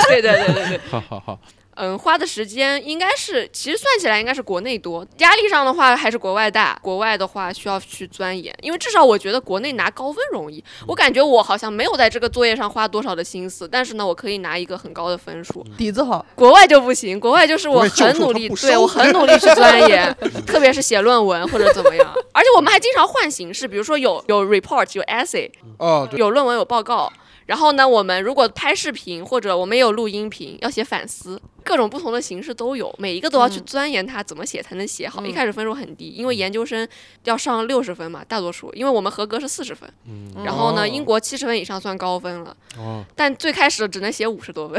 [SPEAKER 4] 对对对对对，
[SPEAKER 5] 好好好，
[SPEAKER 4] 嗯，花的时间应该是，其实算起来应该是国内多，压力上的话还是国外大。国外的话需要去钻研，因为至少我觉得国内拿高分容易，
[SPEAKER 3] 嗯
[SPEAKER 4] 我感觉我好像没有在这个作业上花多少的心思，但是呢，我可以拿一个很高的分数。
[SPEAKER 2] 底子好，
[SPEAKER 4] 国外就不行，国外就是我
[SPEAKER 3] 国外嗯教授
[SPEAKER 4] 很努
[SPEAKER 3] 他
[SPEAKER 4] 力，
[SPEAKER 3] 不收
[SPEAKER 4] 对我很努力去钻 研，特别是写论文或者怎么样。而且我们还经常换形式，比如说有有 report，有 essay，
[SPEAKER 3] 啊，对，
[SPEAKER 4] 有论文有报告。然后呢，我们如果拍视频或者我们也有录音频，要写反思，各种不同的形式都有，每一个都要去钻研它怎么写才能写好。
[SPEAKER 2] 嗯
[SPEAKER 4] 一开始分数很低，因为研究生要上六十分嘛，大多数，因为我们合格是四十分。
[SPEAKER 5] 嗯，
[SPEAKER 4] 然
[SPEAKER 3] 哦
[SPEAKER 4] 后呢，英国七十分以上算高分了。
[SPEAKER 5] 哦，
[SPEAKER 4] 但最开始只能写五十多分，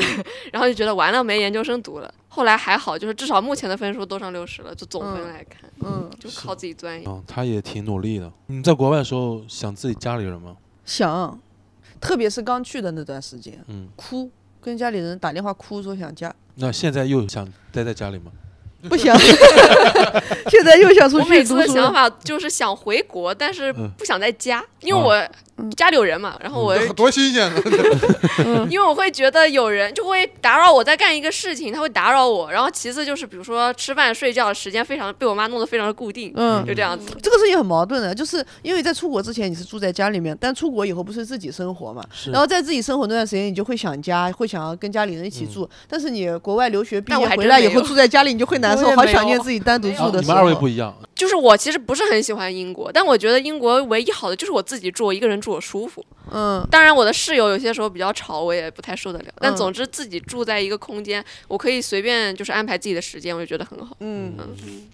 [SPEAKER 4] 然后就觉得完了没研究生读了。后来还好，就是至少目前的分数都上六十了，就总分来看，
[SPEAKER 2] 嗯，
[SPEAKER 4] 就靠自己钻研。
[SPEAKER 5] 嗯，他也挺努力的。你在国外的时候想自己家里人吗？
[SPEAKER 2] 想，特别是刚去的那段时间，
[SPEAKER 5] 嗯，
[SPEAKER 2] 哭，跟家里人打电话哭说想 家，
[SPEAKER 5] 那现在又想待在家里吗？
[SPEAKER 2] 不想， 现在又想出
[SPEAKER 4] 我
[SPEAKER 2] 去
[SPEAKER 4] 每次
[SPEAKER 2] 读
[SPEAKER 4] 的
[SPEAKER 2] 书
[SPEAKER 4] 想
[SPEAKER 2] 了，
[SPEAKER 4] 法就是想回国，但是
[SPEAKER 5] 嗯
[SPEAKER 4] 不想在家，因为
[SPEAKER 2] 嗯
[SPEAKER 4] 我家里有人嘛。然后我
[SPEAKER 3] 哎多新鲜啊呢！
[SPEAKER 4] 因为我会觉得有人就会打扰我在干一个事情，他会打扰我。然后其次就是比如说吃饭睡觉的时间非常被我妈弄得非常的固定，
[SPEAKER 2] 嗯。
[SPEAKER 4] 就这样子。
[SPEAKER 2] 这个事情很矛盾的，就是因为在出国之前你是住在家里面，但出国以后不是自己生活嘛，
[SPEAKER 5] 是
[SPEAKER 2] 然后在自己生活那段时间，你就会想家，会想要跟家里人一起
[SPEAKER 5] 嗯
[SPEAKER 2] 住。但是你国外留学毕
[SPEAKER 4] 但我
[SPEAKER 2] 业
[SPEAKER 4] 还
[SPEAKER 2] 回
[SPEAKER 4] 真
[SPEAKER 2] 来
[SPEAKER 4] 没
[SPEAKER 2] 以后
[SPEAKER 4] 有
[SPEAKER 2] 住在家里，你就会难
[SPEAKER 6] 我
[SPEAKER 2] 受，
[SPEAKER 6] 也
[SPEAKER 2] 好
[SPEAKER 6] 没
[SPEAKER 2] 想念
[SPEAKER 6] 有
[SPEAKER 2] 自己单独
[SPEAKER 4] 没
[SPEAKER 2] 住
[SPEAKER 4] 有
[SPEAKER 5] 啊
[SPEAKER 2] 的
[SPEAKER 5] 你
[SPEAKER 2] 时
[SPEAKER 5] 们二位
[SPEAKER 2] 候。
[SPEAKER 5] 不一样，
[SPEAKER 4] 就是我其实不是很喜欢英国，但我觉得英国唯一好的就是我自己住，我一个人住我舒服。
[SPEAKER 2] 嗯，
[SPEAKER 4] 当然，我的室友有些时候比较吵，我也不太受得了。但
[SPEAKER 2] 嗯
[SPEAKER 4] 总之，自己住在一个空间，我可以随便就是安排自己的时间，我就觉得很好。
[SPEAKER 2] 嗯，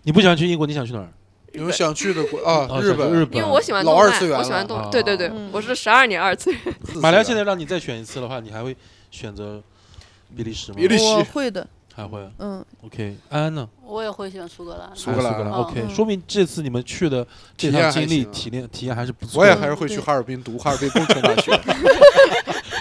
[SPEAKER 5] 你不想去英国，你想去哪儿？
[SPEAKER 4] 日
[SPEAKER 3] 你们
[SPEAKER 4] 本。
[SPEAKER 3] 想去的国啊，
[SPEAKER 5] 啊
[SPEAKER 3] 日
[SPEAKER 5] 想去
[SPEAKER 3] 本，
[SPEAKER 5] 日
[SPEAKER 4] 因
[SPEAKER 5] 本，
[SPEAKER 4] 为我喜欢
[SPEAKER 3] 嗯老
[SPEAKER 4] 动
[SPEAKER 3] 二
[SPEAKER 4] 漫
[SPEAKER 3] 次，元
[SPEAKER 4] 我喜欢
[SPEAKER 3] 了
[SPEAKER 5] 啊
[SPEAKER 4] 动，对对对
[SPEAKER 2] 嗯，
[SPEAKER 4] 我是十二年二次元，
[SPEAKER 5] 马来现在让你再选一次的话，你还会选择比利时吗？
[SPEAKER 3] 比利时
[SPEAKER 2] 我会的，
[SPEAKER 5] 还会
[SPEAKER 2] 嗯，
[SPEAKER 5] OK。安安呢？
[SPEAKER 6] 我也会喜欢苏格兰。
[SPEAKER 3] 苏格兰
[SPEAKER 5] 还是
[SPEAKER 6] 嗯
[SPEAKER 5] OK，
[SPEAKER 2] 嗯
[SPEAKER 5] 说明这次你们去的这
[SPEAKER 3] 体验
[SPEAKER 5] 趟
[SPEAKER 3] 还
[SPEAKER 5] 经历
[SPEAKER 3] 行啊
[SPEAKER 5] 体验体验还是不错
[SPEAKER 3] 我也
[SPEAKER 5] 的。
[SPEAKER 3] 还是会去
[SPEAKER 2] 对
[SPEAKER 3] 哈尔滨读哈尔滨工程大学。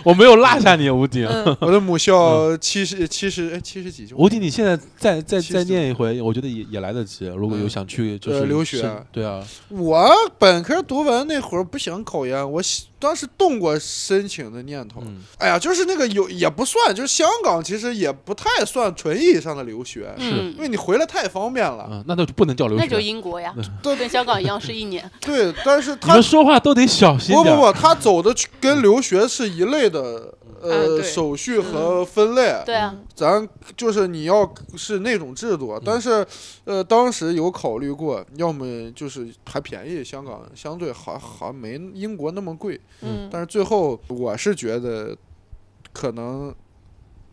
[SPEAKER 5] 我没有落下你，吴鼎。
[SPEAKER 2] 嗯
[SPEAKER 3] 我的母校七十七十哎七十几就
[SPEAKER 5] 吴鼎，你现在再再
[SPEAKER 3] 其实
[SPEAKER 5] 再念一回，我觉得也也来得及。如果有想去，就
[SPEAKER 3] 呃
[SPEAKER 5] 是
[SPEAKER 3] 留学
[SPEAKER 5] 是对啊，
[SPEAKER 3] 我本科读完那会儿不想考研，我喜当时动过申请的念头。
[SPEAKER 5] 嗯，
[SPEAKER 3] 哎呀，就是那个有也不算，就是香港其实也不太算纯意义上的留学，因
[SPEAKER 6] 嗯，
[SPEAKER 3] 为你回来太方便了。
[SPEAKER 5] 啊，那就不能叫留
[SPEAKER 6] 那就
[SPEAKER 5] 学。嗯
[SPEAKER 6] 英国呀，
[SPEAKER 3] 对
[SPEAKER 6] 跟香港一样是 一年。
[SPEAKER 3] 对，但是
[SPEAKER 5] 你
[SPEAKER 3] 他
[SPEAKER 5] 们说话都得小心
[SPEAKER 3] 不
[SPEAKER 5] 点
[SPEAKER 3] 不
[SPEAKER 5] 儿。
[SPEAKER 3] 不，他走的跟留学是一类的，呃，
[SPEAKER 4] 啊对
[SPEAKER 3] 手续和分类。
[SPEAKER 6] 对啊，
[SPEAKER 3] 咱就是你要是那种制
[SPEAKER 5] 嗯
[SPEAKER 3] 度，但是，呃，当时有考虑过，要么就是还便宜，香港相对还还没英国那么贵，
[SPEAKER 2] 嗯，
[SPEAKER 3] 但是最后我是觉得，可能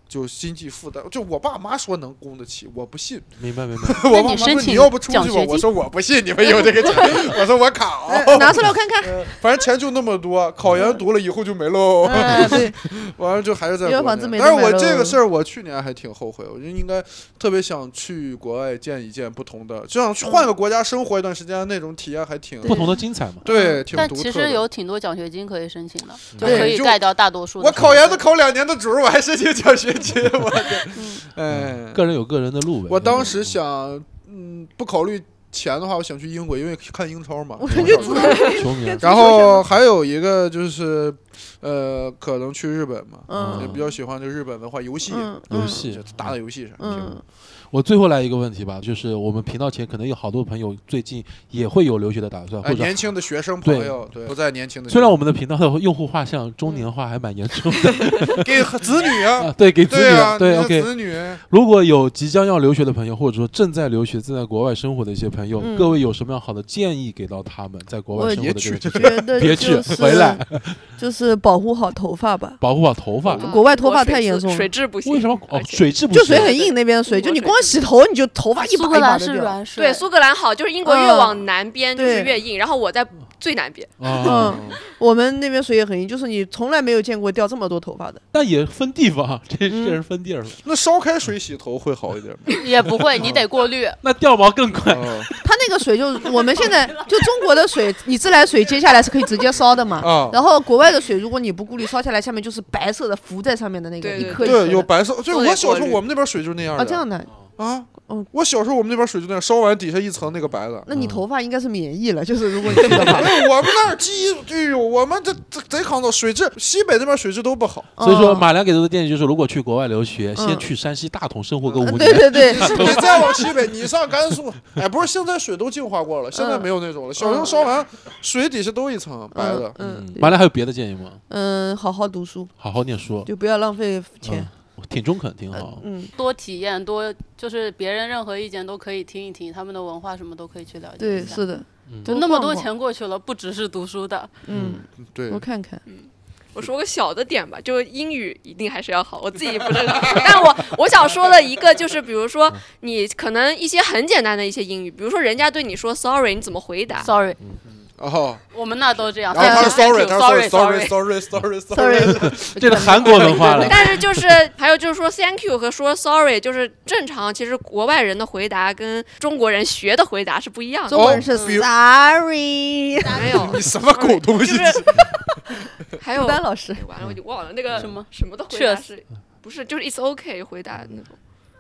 [SPEAKER 3] 就经济负担，就我爸妈说能供得起，我不信。
[SPEAKER 5] 明白明白。
[SPEAKER 3] 我爸妈
[SPEAKER 6] 申
[SPEAKER 3] 说你
[SPEAKER 6] 请
[SPEAKER 3] 要不出
[SPEAKER 6] 奖
[SPEAKER 3] 去
[SPEAKER 6] 学
[SPEAKER 3] 吧，我
[SPEAKER 6] 金
[SPEAKER 3] 说我不信你们有这个钱， 我说我考，
[SPEAKER 5] 哦
[SPEAKER 2] 哎拿出来我 看看。
[SPEAKER 3] 反正钱就那么多，考研读了以后就没喽。
[SPEAKER 6] 嗯
[SPEAKER 2] 哎，对，
[SPEAKER 3] 完了就还是在
[SPEAKER 2] 因为
[SPEAKER 3] 国
[SPEAKER 2] 房
[SPEAKER 3] 内
[SPEAKER 2] 子没
[SPEAKER 3] 但
[SPEAKER 2] 得
[SPEAKER 3] 是我
[SPEAKER 2] 买
[SPEAKER 3] 这个
[SPEAKER 2] 喽
[SPEAKER 3] 事儿，我去年还挺后悔，我就应该特别想去国外见一见不同的，就想去
[SPEAKER 6] 嗯
[SPEAKER 3] 换个国家生活一段时间，那种体验还挺
[SPEAKER 5] 不同的精彩嘛。
[SPEAKER 3] 对，挺
[SPEAKER 6] 但
[SPEAKER 3] 独
[SPEAKER 6] 其
[SPEAKER 3] 特
[SPEAKER 6] 实
[SPEAKER 3] 的。
[SPEAKER 6] 有挺多奖学金可以申请的，就
[SPEAKER 3] 对
[SPEAKER 6] 可以
[SPEAKER 3] 就
[SPEAKER 6] 盖掉大多数的
[SPEAKER 3] 我
[SPEAKER 6] 学生。
[SPEAKER 3] 考研都考两年的主儿，我还申请奖学金， 我的，
[SPEAKER 2] 嗯
[SPEAKER 3] 哎，
[SPEAKER 5] 嗯个人有个人的路呗。
[SPEAKER 3] 我当时
[SPEAKER 5] 嗯
[SPEAKER 3] 想，嗯，不考虑钱的话，我想去英国，因为看英超嘛
[SPEAKER 2] 我。
[SPEAKER 5] 嗯
[SPEAKER 2] 就知道。
[SPEAKER 5] 球迷啊，
[SPEAKER 3] 然后还有一个就是，呃，可能去日本嘛，也
[SPEAKER 2] 嗯
[SPEAKER 3] 比较喜欢这个日本文化，游戏，
[SPEAKER 2] 嗯，
[SPEAKER 5] 游
[SPEAKER 2] 嗯
[SPEAKER 5] 戏
[SPEAKER 3] 就打打游戏啥的。
[SPEAKER 2] 嗯，
[SPEAKER 5] 我最后来一个问题吧，就是我们频道前可能有好多朋友最近也会有留学的打算，
[SPEAKER 3] 哎，
[SPEAKER 5] 或者
[SPEAKER 3] 年轻的学生
[SPEAKER 5] 对
[SPEAKER 3] 朋友，对，不在年轻的学
[SPEAKER 5] 虽
[SPEAKER 3] 生。
[SPEAKER 5] 然我们的频道的用户画像中年化还蛮严重的，
[SPEAKER 3] 给子女
[SPEAKER 5] 啊
[SPEAKER 3] 啊，
[SPEAKER 5] 对，给子
[SPEAKER 3] 对
[SPEAKER 5] 女
[SPEAKER 3] 啊，
[SPEAKER 5] 啊对
[SPEAKER 3] 你的
[SPEAKER 5] OK。
[SPEAKER 3] 子女，
[SPEAKER 5] 如果有即将要留学的朋友，或者说正在留学、正在国外生活的一些朋友，
[SPEAKER 2] 嗯
[SPEAKER 5] 各位有什么样好的建议给到他们在国外
[SPEAKER 2] 我
[SPEAKER 5] 生活
[SPEAKER 3] 也
[SPEAKER 5] 的这
[SPEAKER 3] 去
[SPEAKER 5] 个阶段？
[SPEAKER 2] 觉得
[SPEAKER 5] 别去
[SPEAKER 2] 就是
[SPEAKER 5] 回来，
[SPEAKER 2] 就是保护好头发吧。
[SPEAKER 5] 保护好头发。
[SPEAKER 2] 嗯国外头发太
[SPEAKER 4] 水质
[SPEAKER 2] 严重了
[SPEAKER 4] 水质不行。
[SPEAKER 5] 为什么？哦
[SPEAKER 4] 而，且
[SPEAKER 5] 水质不
[SPEAKER 2] 就
[SPEAKER 5] 行。
[SPEAKER 2] 水很硬，那边的水，
[SPEAKER 4] 对
[SPEAKER 2] 就你光洗头你就头发一
[SPEAKER 6] 苏
[SPEAKER 2] 把
[SPEAKER 6] 格
[SPEAKER 2] 一把
[SPEAKER 6] 兰
[SPEAKER 2] 的
[SPEAKER 6] 是啊
[SPEAKER 2] 掉。
[SPEAKER 6] 软水，
[SPEAKER 4] 对，苏格兰好，就是英国越
[SPEAKER 2] 嗯
[SPEAKER 4] 往南边就是
[SPEAKER 2] 对
[SPEAKER 4] 越硬，然后我在最南边，
[SPEAKER 2] 嗯
[SPEAKER 5] 啊，
[SPEAKER 2] 我们那边水也很硬，就是你从来没有见过掉这么多头发的。
[SPEAKER 5] 但也分地方，啊这这
[SPEAKER 2] 嗯
[SPEAKER 5] 是分地儿了。
[SPEAKER 3] 那烧开水洗头会好一点吗？ 哦
[SPEAKER 6] 也不会，你得过滤。
[SPEAKER 5] 那掉毛更快。
[SPEAKER 2] 它那个水就是 我们现在就中国的水，你自来水接下来是可以直接烧的嘛。
[SPEAKER 3] 啊，
[SPEAKER 2] 然后国外的水，如果你不顾虑，烧下来下面就是白色的浮在上面的那个
[SPEAKER 4] 对
[SPEAKER 2] 一
[SPEAKER 4] 对
[SPEAKER 2] 颗一颗的
[SPEAKER 3] 对，有白色，就是
[SPEAKER 4] 都
[SPEAKER 3] 我
[SPEAKER 4] 得
[SPEAKER 3] 小时候
[SPEAKER 4] 过滤
[SPEAKER 3] 我们那边水就是那样
[SPEAKER 2] 啊这
[SPEAKER 3] 的
[SPEAKER 2] 样的，
[SPEAKER 3] 啊
[SPEAKER 2] 哦。
[SPEAKER 3] 我小时候我们那边水就那样，烧完底下一层那个白的。
[SPEAKER 2] 那你
[SPEAKER 5] 嗯
[SPEAKER 2] 头发应该是免疫了，就是 如果你去的话，
[SPEAKER 3] 哎，我们那儿基因，哎呦，我们这这贼抗造水质，西北那边水质都不好。
[SPEAKER 5] 所以说，
[SPEAKER 2] 嗯
[SPEAKER 5] 马良给出的建议就是，如果去国外留学，先
[SPEAKER 2] 嗯
[SPEAKER 5] 去山西大同生活个
[SPEAKER 2] 嗯
[SPEAKER 5] 五
[SPEAKER 2] 对
[SPEAKER 5] 年。
[SPEAKER 2] 对对嗯
[SPEAKER 3] 你，是你再往西北，你上甘肃，哎，不是，现在水都净化过了，现在没有那种了。小时候烧完，水底下都一层白的
[SPEAKER 2] 嗯。嗯
[SPEAKER 5] 马良还有别的建议吗？
[SPEAKER 2] 嗯，好好读书，
[SPEAKER 5] 好好念书，
[SPEAKER 2] 就不要浪费钱。
[SPEAKER 5] 嗯挺中肯，挺好。
[SPEAKER 2] 嗯，
[SPEAKER 6] 多体验，多就是别人任何意见都可以听一听，他们的文化什么都可以去了解
[SPEAKER 2] 对，
[SPEAKER 6] 一下
[SPEAKER 2] 是的，
[SPEAKER 3] 嗯
[SPEAKER 6] 就那么多钱过去了，不只是读书的，
[SPEAKER 2] 嗯，
[SPEAKER 3] 对
[SPEAKER 2] 我，看看，
[SPEAKER 4] 我说个小的点吧，就英语一定还是要好。我自己不是很好，但我我想说的一个就是，比如说你可能一些很简单的一些英语，比如说人家对你说 sorry，你怎么回答？
[SPEAKER 6] Sorry，
[SPEAKER 3] 哦，
[SPEAKER 6] 我们那都这样。
[SPEAKER 3] 啊然后他说 sorry，他说
[SPEAKER 6] sorry
[SPEAKER 3] sorry sorry sorry sorry，
[SPEAKER 5] 这是韩国文化了。
[SPEAKER 4] 但是就是还有就是说 thank you 和说 sorry，就是正常其实国外人的回答跟中国人学的回答是不一样的。
[SPEAKER 2] 中国人是
[SPEAKER 3] 哦比如
[SPEAKER 2] sorry，
[SPEAKER 4] 没有
[SPEAKER 3] 你，什么狗东西
[SPEAKER 4] 就？是还有
[SPEAKER 2] 孤单老嗯师，
[SPEAKER 3] 嗯
[SPEAKER 4] 完了我就忘了那个
[SPEAKER 6] 什么
[SPEAKER 4] 什么的回答是，不是就是 it's okay 回答那种。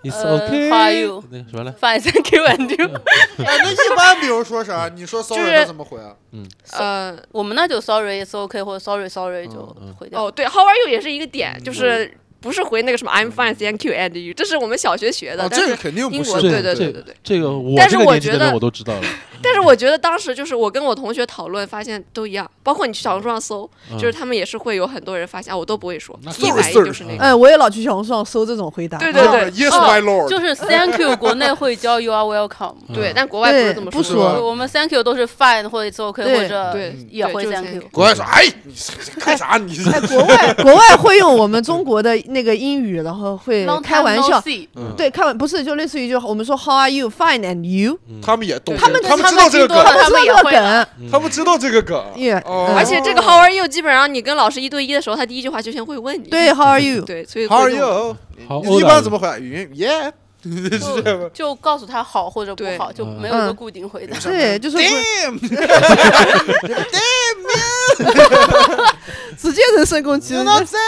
[SPEAKER 5] It's
[SPEAKER 6] 呃
[SPEAKER 5] okay。
[SPEAKER 6] how are you？
[SPEAKER 5] 那个什么来？
[SPEAKER 6] Fine, thank you and you。
[SPEAKER 3] 哎，那一般比如说啥？你说 sorry，
[SPEAKER 4] 就是
[SPEAKER 3] 他怎么回啊？
[SPEAKER 4] 呃，
[SPEAKER 6] 我们那就 sorry is okay 或者 sorry sorry
[SPEAKER 3] 嗯
[SPEAKER 6] 就回掉。
[SPEAKER 4] 哦，对，How are you 也是一个点，就是不是回那个什么 I'm fine, thank you and you，这是我们小学学的，
[SPEAKER 3] 哦，
[SPEAKER 4] 但
[SPEAKER 3] 这
[SPEAKER 4] 是
[SPEAKER 3] 个肯定不
[SPEAKER 4] 英
[SPEAKER 3] 是
[SPEAKER 4] 国
[SPEAKER 3] 的，
[SPEAKER 5] 这
[SPEAKER 4] 对对
[SPEAKER 5] 这
[SPEAKER 4] 对对对。嗯
[SPEAKER 5] 这个我
[SPEAKER 4] 但是
[SPEAKER 5] 这个
[SPEAKER 4] 我
[SPEAKER 5] 年纪
[SPEAKER 4] 觉
[SPEAKER 5] 的人
[SPEAKER 4] 得
[SPEAKER 5] 我都知道了。
[SPEAKER 4] 但是我觉得当时就是我跟我同学讨论，发现都一样，包括你去小红书上搜，
[SPEAKER 5] 嗯
[SPEAKER 4] 就是他们也是会有很多人发现啊，我都不会说
[SPEAKER 5] 那，
[SPEAKER 4] 一
[SPEAKER 3] sorry，
[SPEAKER 4] 反应就是那
[SPEAKER 3] 嗯
[SPEAKER 5] sorry
[SPEAKER 4] 个。
[SPEAKER 2] 哎，我也老去小红书上搜这种回答，
[SPEAKER 4] 对对
[SPEAKER 3] 对
[SPEAKER 4] 对
[SPEAKER 3] 对，Yes my
[SPEAKER 6] 就
[SPEAKER 3] lord，
[SPEAKER 6] 是 thank you，国内会教 you are welcome。
[SPEAKER 5] 嗯
[SPEAKER 4] 对，但国外不是
[SPEAKER 2] 对
[SPEAKER 4] 这么
[SPEAKER 2] 不
[SPEAKER 4] 说
[SPEAKER 3] 说
[SPEAKER 4] 的，
[SPEAKER 6] 我们 thank you 都是 fine 或者 is okay
[SPEAKER 2] 对
[SPEAKER 6] 或者
[SPEAKER 4] 对，
[SPEAKER 6] 也
[SPEAKER 4] 对
[SPEAKER 6] 会
[SPEAKER 4] 就是
[SPEAKER 6] thank you。
[SPEAKER 3] 国外说，哎，你干啥？你
[SPEAKER 2] 哎，国外国外会用我们中国的那个英语，然后会
[SPEAKER 6] Long time
[SPEAKER 2] 开玩
[SPEAKER 6] no
[SPEAKER 2] 笑，
[SPEAKER 6] see
[SPEAKER 3] 嗯嗯
[SPEAKER 2] 对，开玩不是就类似于就我们说 How are you? Fine and you？
[SPEAKER 3] 他们也懂，
[SPEAKER 4] 他们
[SPEAKER 3] 他们知道这个
[SPEAKER 6] 听多了，
[SPEAKER 3] 梗，
[SPEAKER 6] 嗯他们也会的。
[SPEAKER 2] 梗，
[SPEAKER 5] 嗯
[SPEAKER 3] 他们知道这个梗
[SPEAKER 2] 也，
[SPEAKER 3] 哦
[SPEAKER 2] 嗯
[SPEAKER 4] 而且这个 How are you 基本上你跟老师一对一的时候，他第一句话就先会问你。
[SPEAKER 2] 对，How are you？
[SPEAKER 4] 对，所以
[SPEAKER 3] How are
[SPEAKER 4] 会这种
[SPEAKER 3] you？
[SPEAKER 5] 嗯好，
[SPEAKER 3] 你一般怎么回答？语音 Yeah，是这样吗
[SPEAKER 6] 就告诉他好或者不
[SPEAKER 4] 对
[SPEAKER 6] 好，就
[SPEAKER 5] 嗯
[SPEAKER 6] 没有一个
[SPEAKER 2] 嗯
[SPEAKER 6] 固定回答。
[SPEAKER 2] 对，就是不
[SPEAKER 3] ？Damn，
[SPEAKER 2] 直接人身攻击。
[SPEAKER 3] 知道真？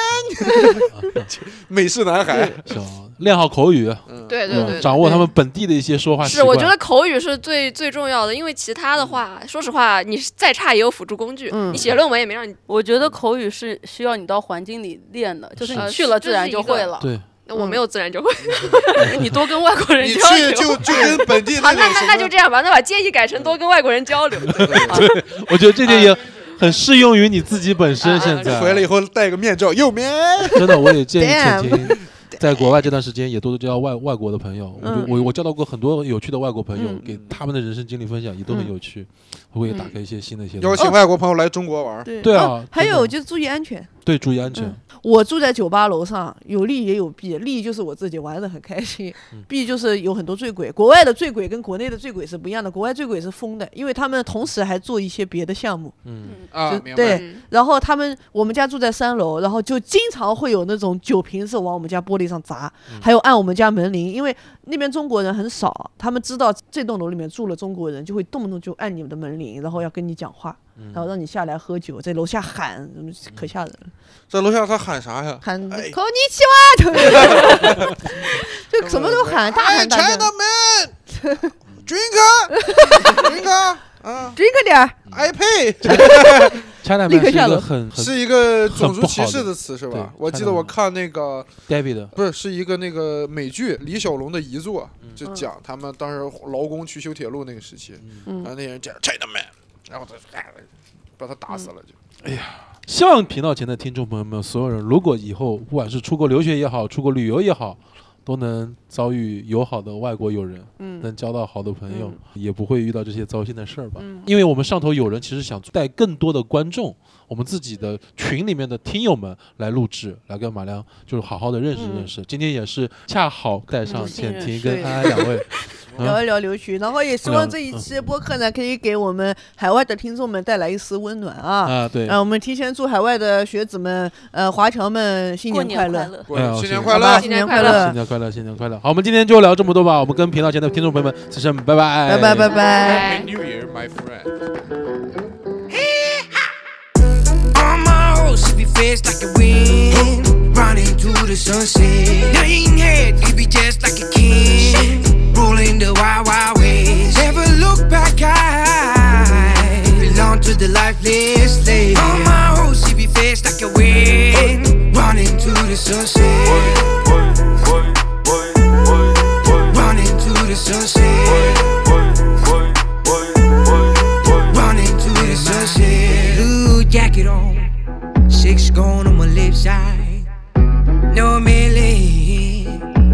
[SPEAKER 3] 美式男孩，
[SPEAKER 5] 行，练好口语，
[SPEAKER 4] 对对
[SPEAKER 5] 嗯
[SPEAKER 4] 对对，
[SPEAKER 5] 掌握他们本地的一些说话习
[SPEAKER 4] 是，
[SPEAKER 5] 惯。嗯
[SPEAKER 4] 我觉得口语是最最重要的，因为其他的话，说实话，你是再差也有辅助工具，
[SPEAKER 2] 嗯
[SPEAKER 4] 你写论文也没让你。
[SPEAKER 6] 我觉得口语是需要你到环境里练的，就是
[SPEAKER 5] 是
[SPEAKER 6] 你去了自然就会了。
[SPEAKER 5] 对，
[SPEAKER 4] 那我没有自然就会，
[SPEAKER 6] 你多 跟外国人
[SPEAKER 3] 嗯你
[SPEAKER 6] 交
[SPEAKER 3] 去
[SPEAKER 6] 流。
[SPEAKER 3] 就就跟本地
[SPEAKER 4] 好，
[SPEAKER 3] 那
[SPEAKER 4] 啊那那那就
[SPEAKER 3] 种
[SPEAKER 4] 这样吧，那把建议改成多跟外国人交流。
[SPEAKER 5] 我觉得这点也很适用于你自己本身。
[SPEAKER 4] 啊
[SPEAKER 5] 现
[SPEAKER 3] 什
[SPEAKER 5] 在
[SPEAKER 3] 么，回来以后戴个面罩，右面。
[SPEAKER 5] 真的，我也建议
[SPEAKER 2] Damn
[SPEAKER 5] 浅婷。在国外这段时间，也多多交外外国的朋友。我就
[SPEAKER 2] 嗯
[SPEAKER 5] 我我交到过很多有趣的外国朋友，
[SPEAKER 2] 嗯
[SPEAKER 5] 给他们的人生经历分享，也都很有趣，我也打开一些新的一些
[SPEAKER 3] 邀
[SPEAKER 5] 东西。
[SPEAKER 3] 请外国朋友来中国玩，
[SPEAKER 2] 对
[SPEAKER 5] 对啊
[SPEAKER 2] 哦还
[SPEAKER 5] 真的
[SPEAKER 2] 有就是注意安全。
[SPEAKER 5] 对，注意安全
[SPEAKER 2] 嗯。我住在酒吧楼上，有利也有弊。利就是我自己玩的很开心，弊就是有很多醉鬼。国外的醉鬼跟国内的醉鬼是不一样的，国外醉鬼是疯的，因为他们同时还做一些别的项目。
[SPEAKER 5] 嗯，
[SPEAKER 3] 啊
[SPEAKER 2] 就，对然后他们，我们家住在三楼，然后就经常会有那种酒瓶子往我们家玻璃上砸，还有按我们家门铃，因为那边中国人很少，他们知道这栋楼里面住了中国人，就会动不动就按你们的门铃，然后要跟你讲话，然后让你下来喝酒，在楼下喊，嗯可吓人了，
[SPEAKER 3] 在楼下他喊啥呀？
[SPEAKER 2] 喊
[SPEAKER 3] 哎
[SPEAKER 2] 口你起哇，啊 就 就什么都喊，大
[SPEAKER 3] 哎
[SPEAKER 2] 喊大叫，
[SPEAKER 3] ，China man，军哥，军哥， 啊
[SPEAKER 2] 追个点儿，
[SPEAKER 3] ，I pay
[SPEAKER 5] China
[SPEAKER 2] 立
[SPEAKER 5] Man
[SPEAKER 2] 刻
[SPEAKER 5] 是一
[SPEAKER 2] 下
[SPEAKER 5] 个
[SPEAKER 2] 楼
[SPEAKER 5] 很很
[SPEAKER 3] 是一个种族歧视的词是
[SPEAKER 5] 很不
[SPEAKER 3] 吧
[SPEAKER 5] 好？的
[SPEAKER 3] 我记得我看那个
[SPEAKER 5] David 的，
[SPEAKER 3] 不是是一个那个美剧《李小龙的遗作》，
[SPEAKER 5] 嗯
[SPEAKER 3] 就讲他们当时劳工去修铁路那个时期，
[SPEAKER 5] 嗯
[SPEAKER 3] 然后那些人讲 China man，然后他就哎把他打死了就。
[SPEAKER 5] 希望频道前的听众朋友们，所有人，如果以后不管是出国留学也好，出国旅游也好，都能遭遇友好的外国友人，
[SPEAKER 2] 嗯
[SPEAKER 5] 能交到好的朋友
[SPEAKER 2] 嗯，
[SPEAKER 5] 也不会遇到这些糟心的事儿吧。
[SPEAKER 2] 嗯
[SPEAKER 5] 因为我们上头有人其实想带更多的观众，我们自己的群里面的听友们来录制，来跟马良就是好好的认识
[SPEAKER 2] 嗯
[SPEAKER 5] 认识。今天也是恰好带上
[SPEAKER 6] 嗯
[SPEAKER 5] 浅
[SPEAKER 6] 信
[SPEAKER 5] 婷
[SPEAKER 2] 对
[SPEAKER 5] 跟
[SPEAKER 6] 任
[SPEAKER 5] 安安两位，
[SPEAKER 2] 聊一聊留学，然后也希望这一期播客呢，可以给我们海外的听众们带来一丝温暖啊。
[SPEAKER 5] 啊，对，
[SPEAKER 2] 啊，我们提前祝海外的学子们，呃，华侨们新
[SPEAKER 6] 过
[SPEAKER 2] 年
[SPEAKER 6] 年
[SPEAKER 2] 快
[SPEAKER 6] 乐
[SPEAKER 2] 乐，，
[SPEAKER 3] 过来
[SPEAKER 5] 哎呦
[SPEAKER 3] 新年
[SPEAKER 5] 是
[SPEAKER 3] 快
[SPEAKER 2] 好
[SPEAKER 3] 乐
[SPEAKER 2] 吧，
[SPEAKER 4] 新
[SPEAKER 2] 新
[SPEAKER 4] 年
[SPEAKER 2] 年
[SPEAKER 4] 快
[SPEAKER 2] 快
[SPEAKER 4] 乐
[SPEAKER 5] 啊新年快乐，新年快乐。好，我们今天就聊这么多吧。我们跟频道前的听众朋友们，此生拜拜，
[SPEAKER 2] 拜拜拜
[SPEAKER 6] 哎
[SPEAKER 2] 拜。
[SPEAKER 3] Happy New Year, my friend.
[SPEAKER 1] On my own, she be fast like a wind. Running to the sunset. Nine head, you be just like a king. Rolling the wild, wild ways. Never look back, I belong to the lifeless slave. On my own, she be fast like a wind. Running to the sunset. Running to the sunset. Running to the sunset. Blue jacket on, six gone on my left side. No melee,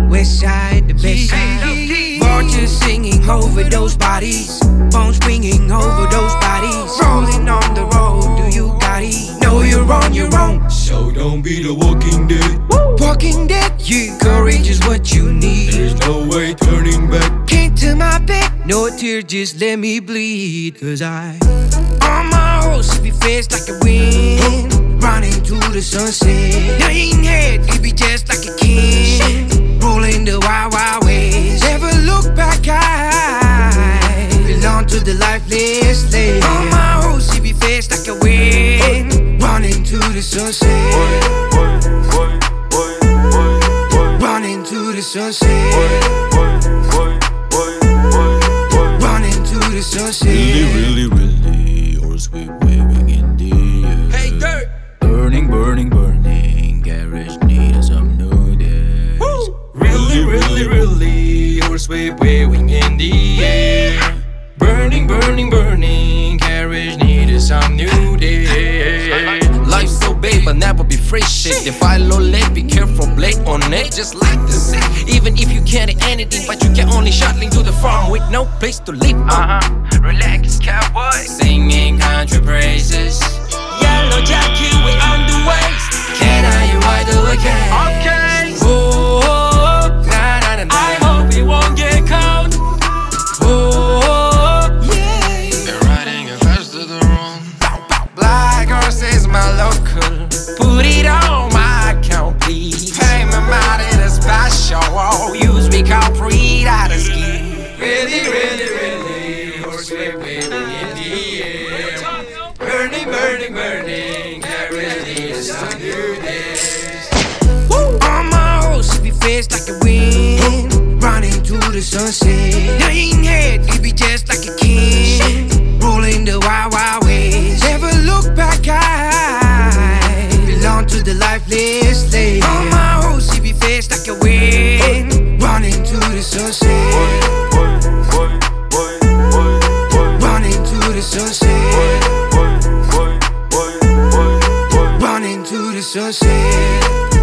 [SPEAKER 1] west side, the best side. Vultures singing over those bodies. Bones swinging over those bodies. Rolling on the road, do you got it? Know you're on your own.
[SPEAKER 7] So don't be the walking dead.
[SPEAKER 1] Walking dead, you courage is what you need.
[SPEAKER 7] There's no way turning back.
[SPEAKER 1] Came to my bed, no tears, just let me bleed. Cause I, on my own, she be fast like a wind. Running to the sunset. Nine head, you be just like a king. Rolling the wild, wild ways. Never look back, I belong to the lifeless slave. On my own, she be fast like a wind. Running to the sunset. Running to the sunset. Running to the
[SPEAKER 7] Really,
[SPEAKER 1] sunset.
[SPEAKER 7] really, really, or sweep waving in the air.
[SPEAKER 1] Hey, dirt.
[SPEAKER 7] Burning, burning, burning, garage needs some new days. Really, really, really, or sweep waving in the air. Burning, burning, burning, garage needs some new days. Life's so big, but never be free shit. If I low late, be careful, blade on it. Just like the say, even if you can't eat anything, but you can only shuttling to the farm with no place to live. Uh huh. Relax, cowboy. Singing country praises. Yellow jacket, we on the way. Can I you wide awake? Okay. Oh, nah, nah, nah, nah. I hope it won't get cold. Oh, yeah.
[SPEAKER 1] All my hoes should be fast like a wind, running to the sunset. Nine head, it be just like a king, rolling the wild, wild ways. Never look back, I belong to the lifeless lane. All my hoes should be fast like a wind, running to the sunset. Running to the sunset. Running to the sunset.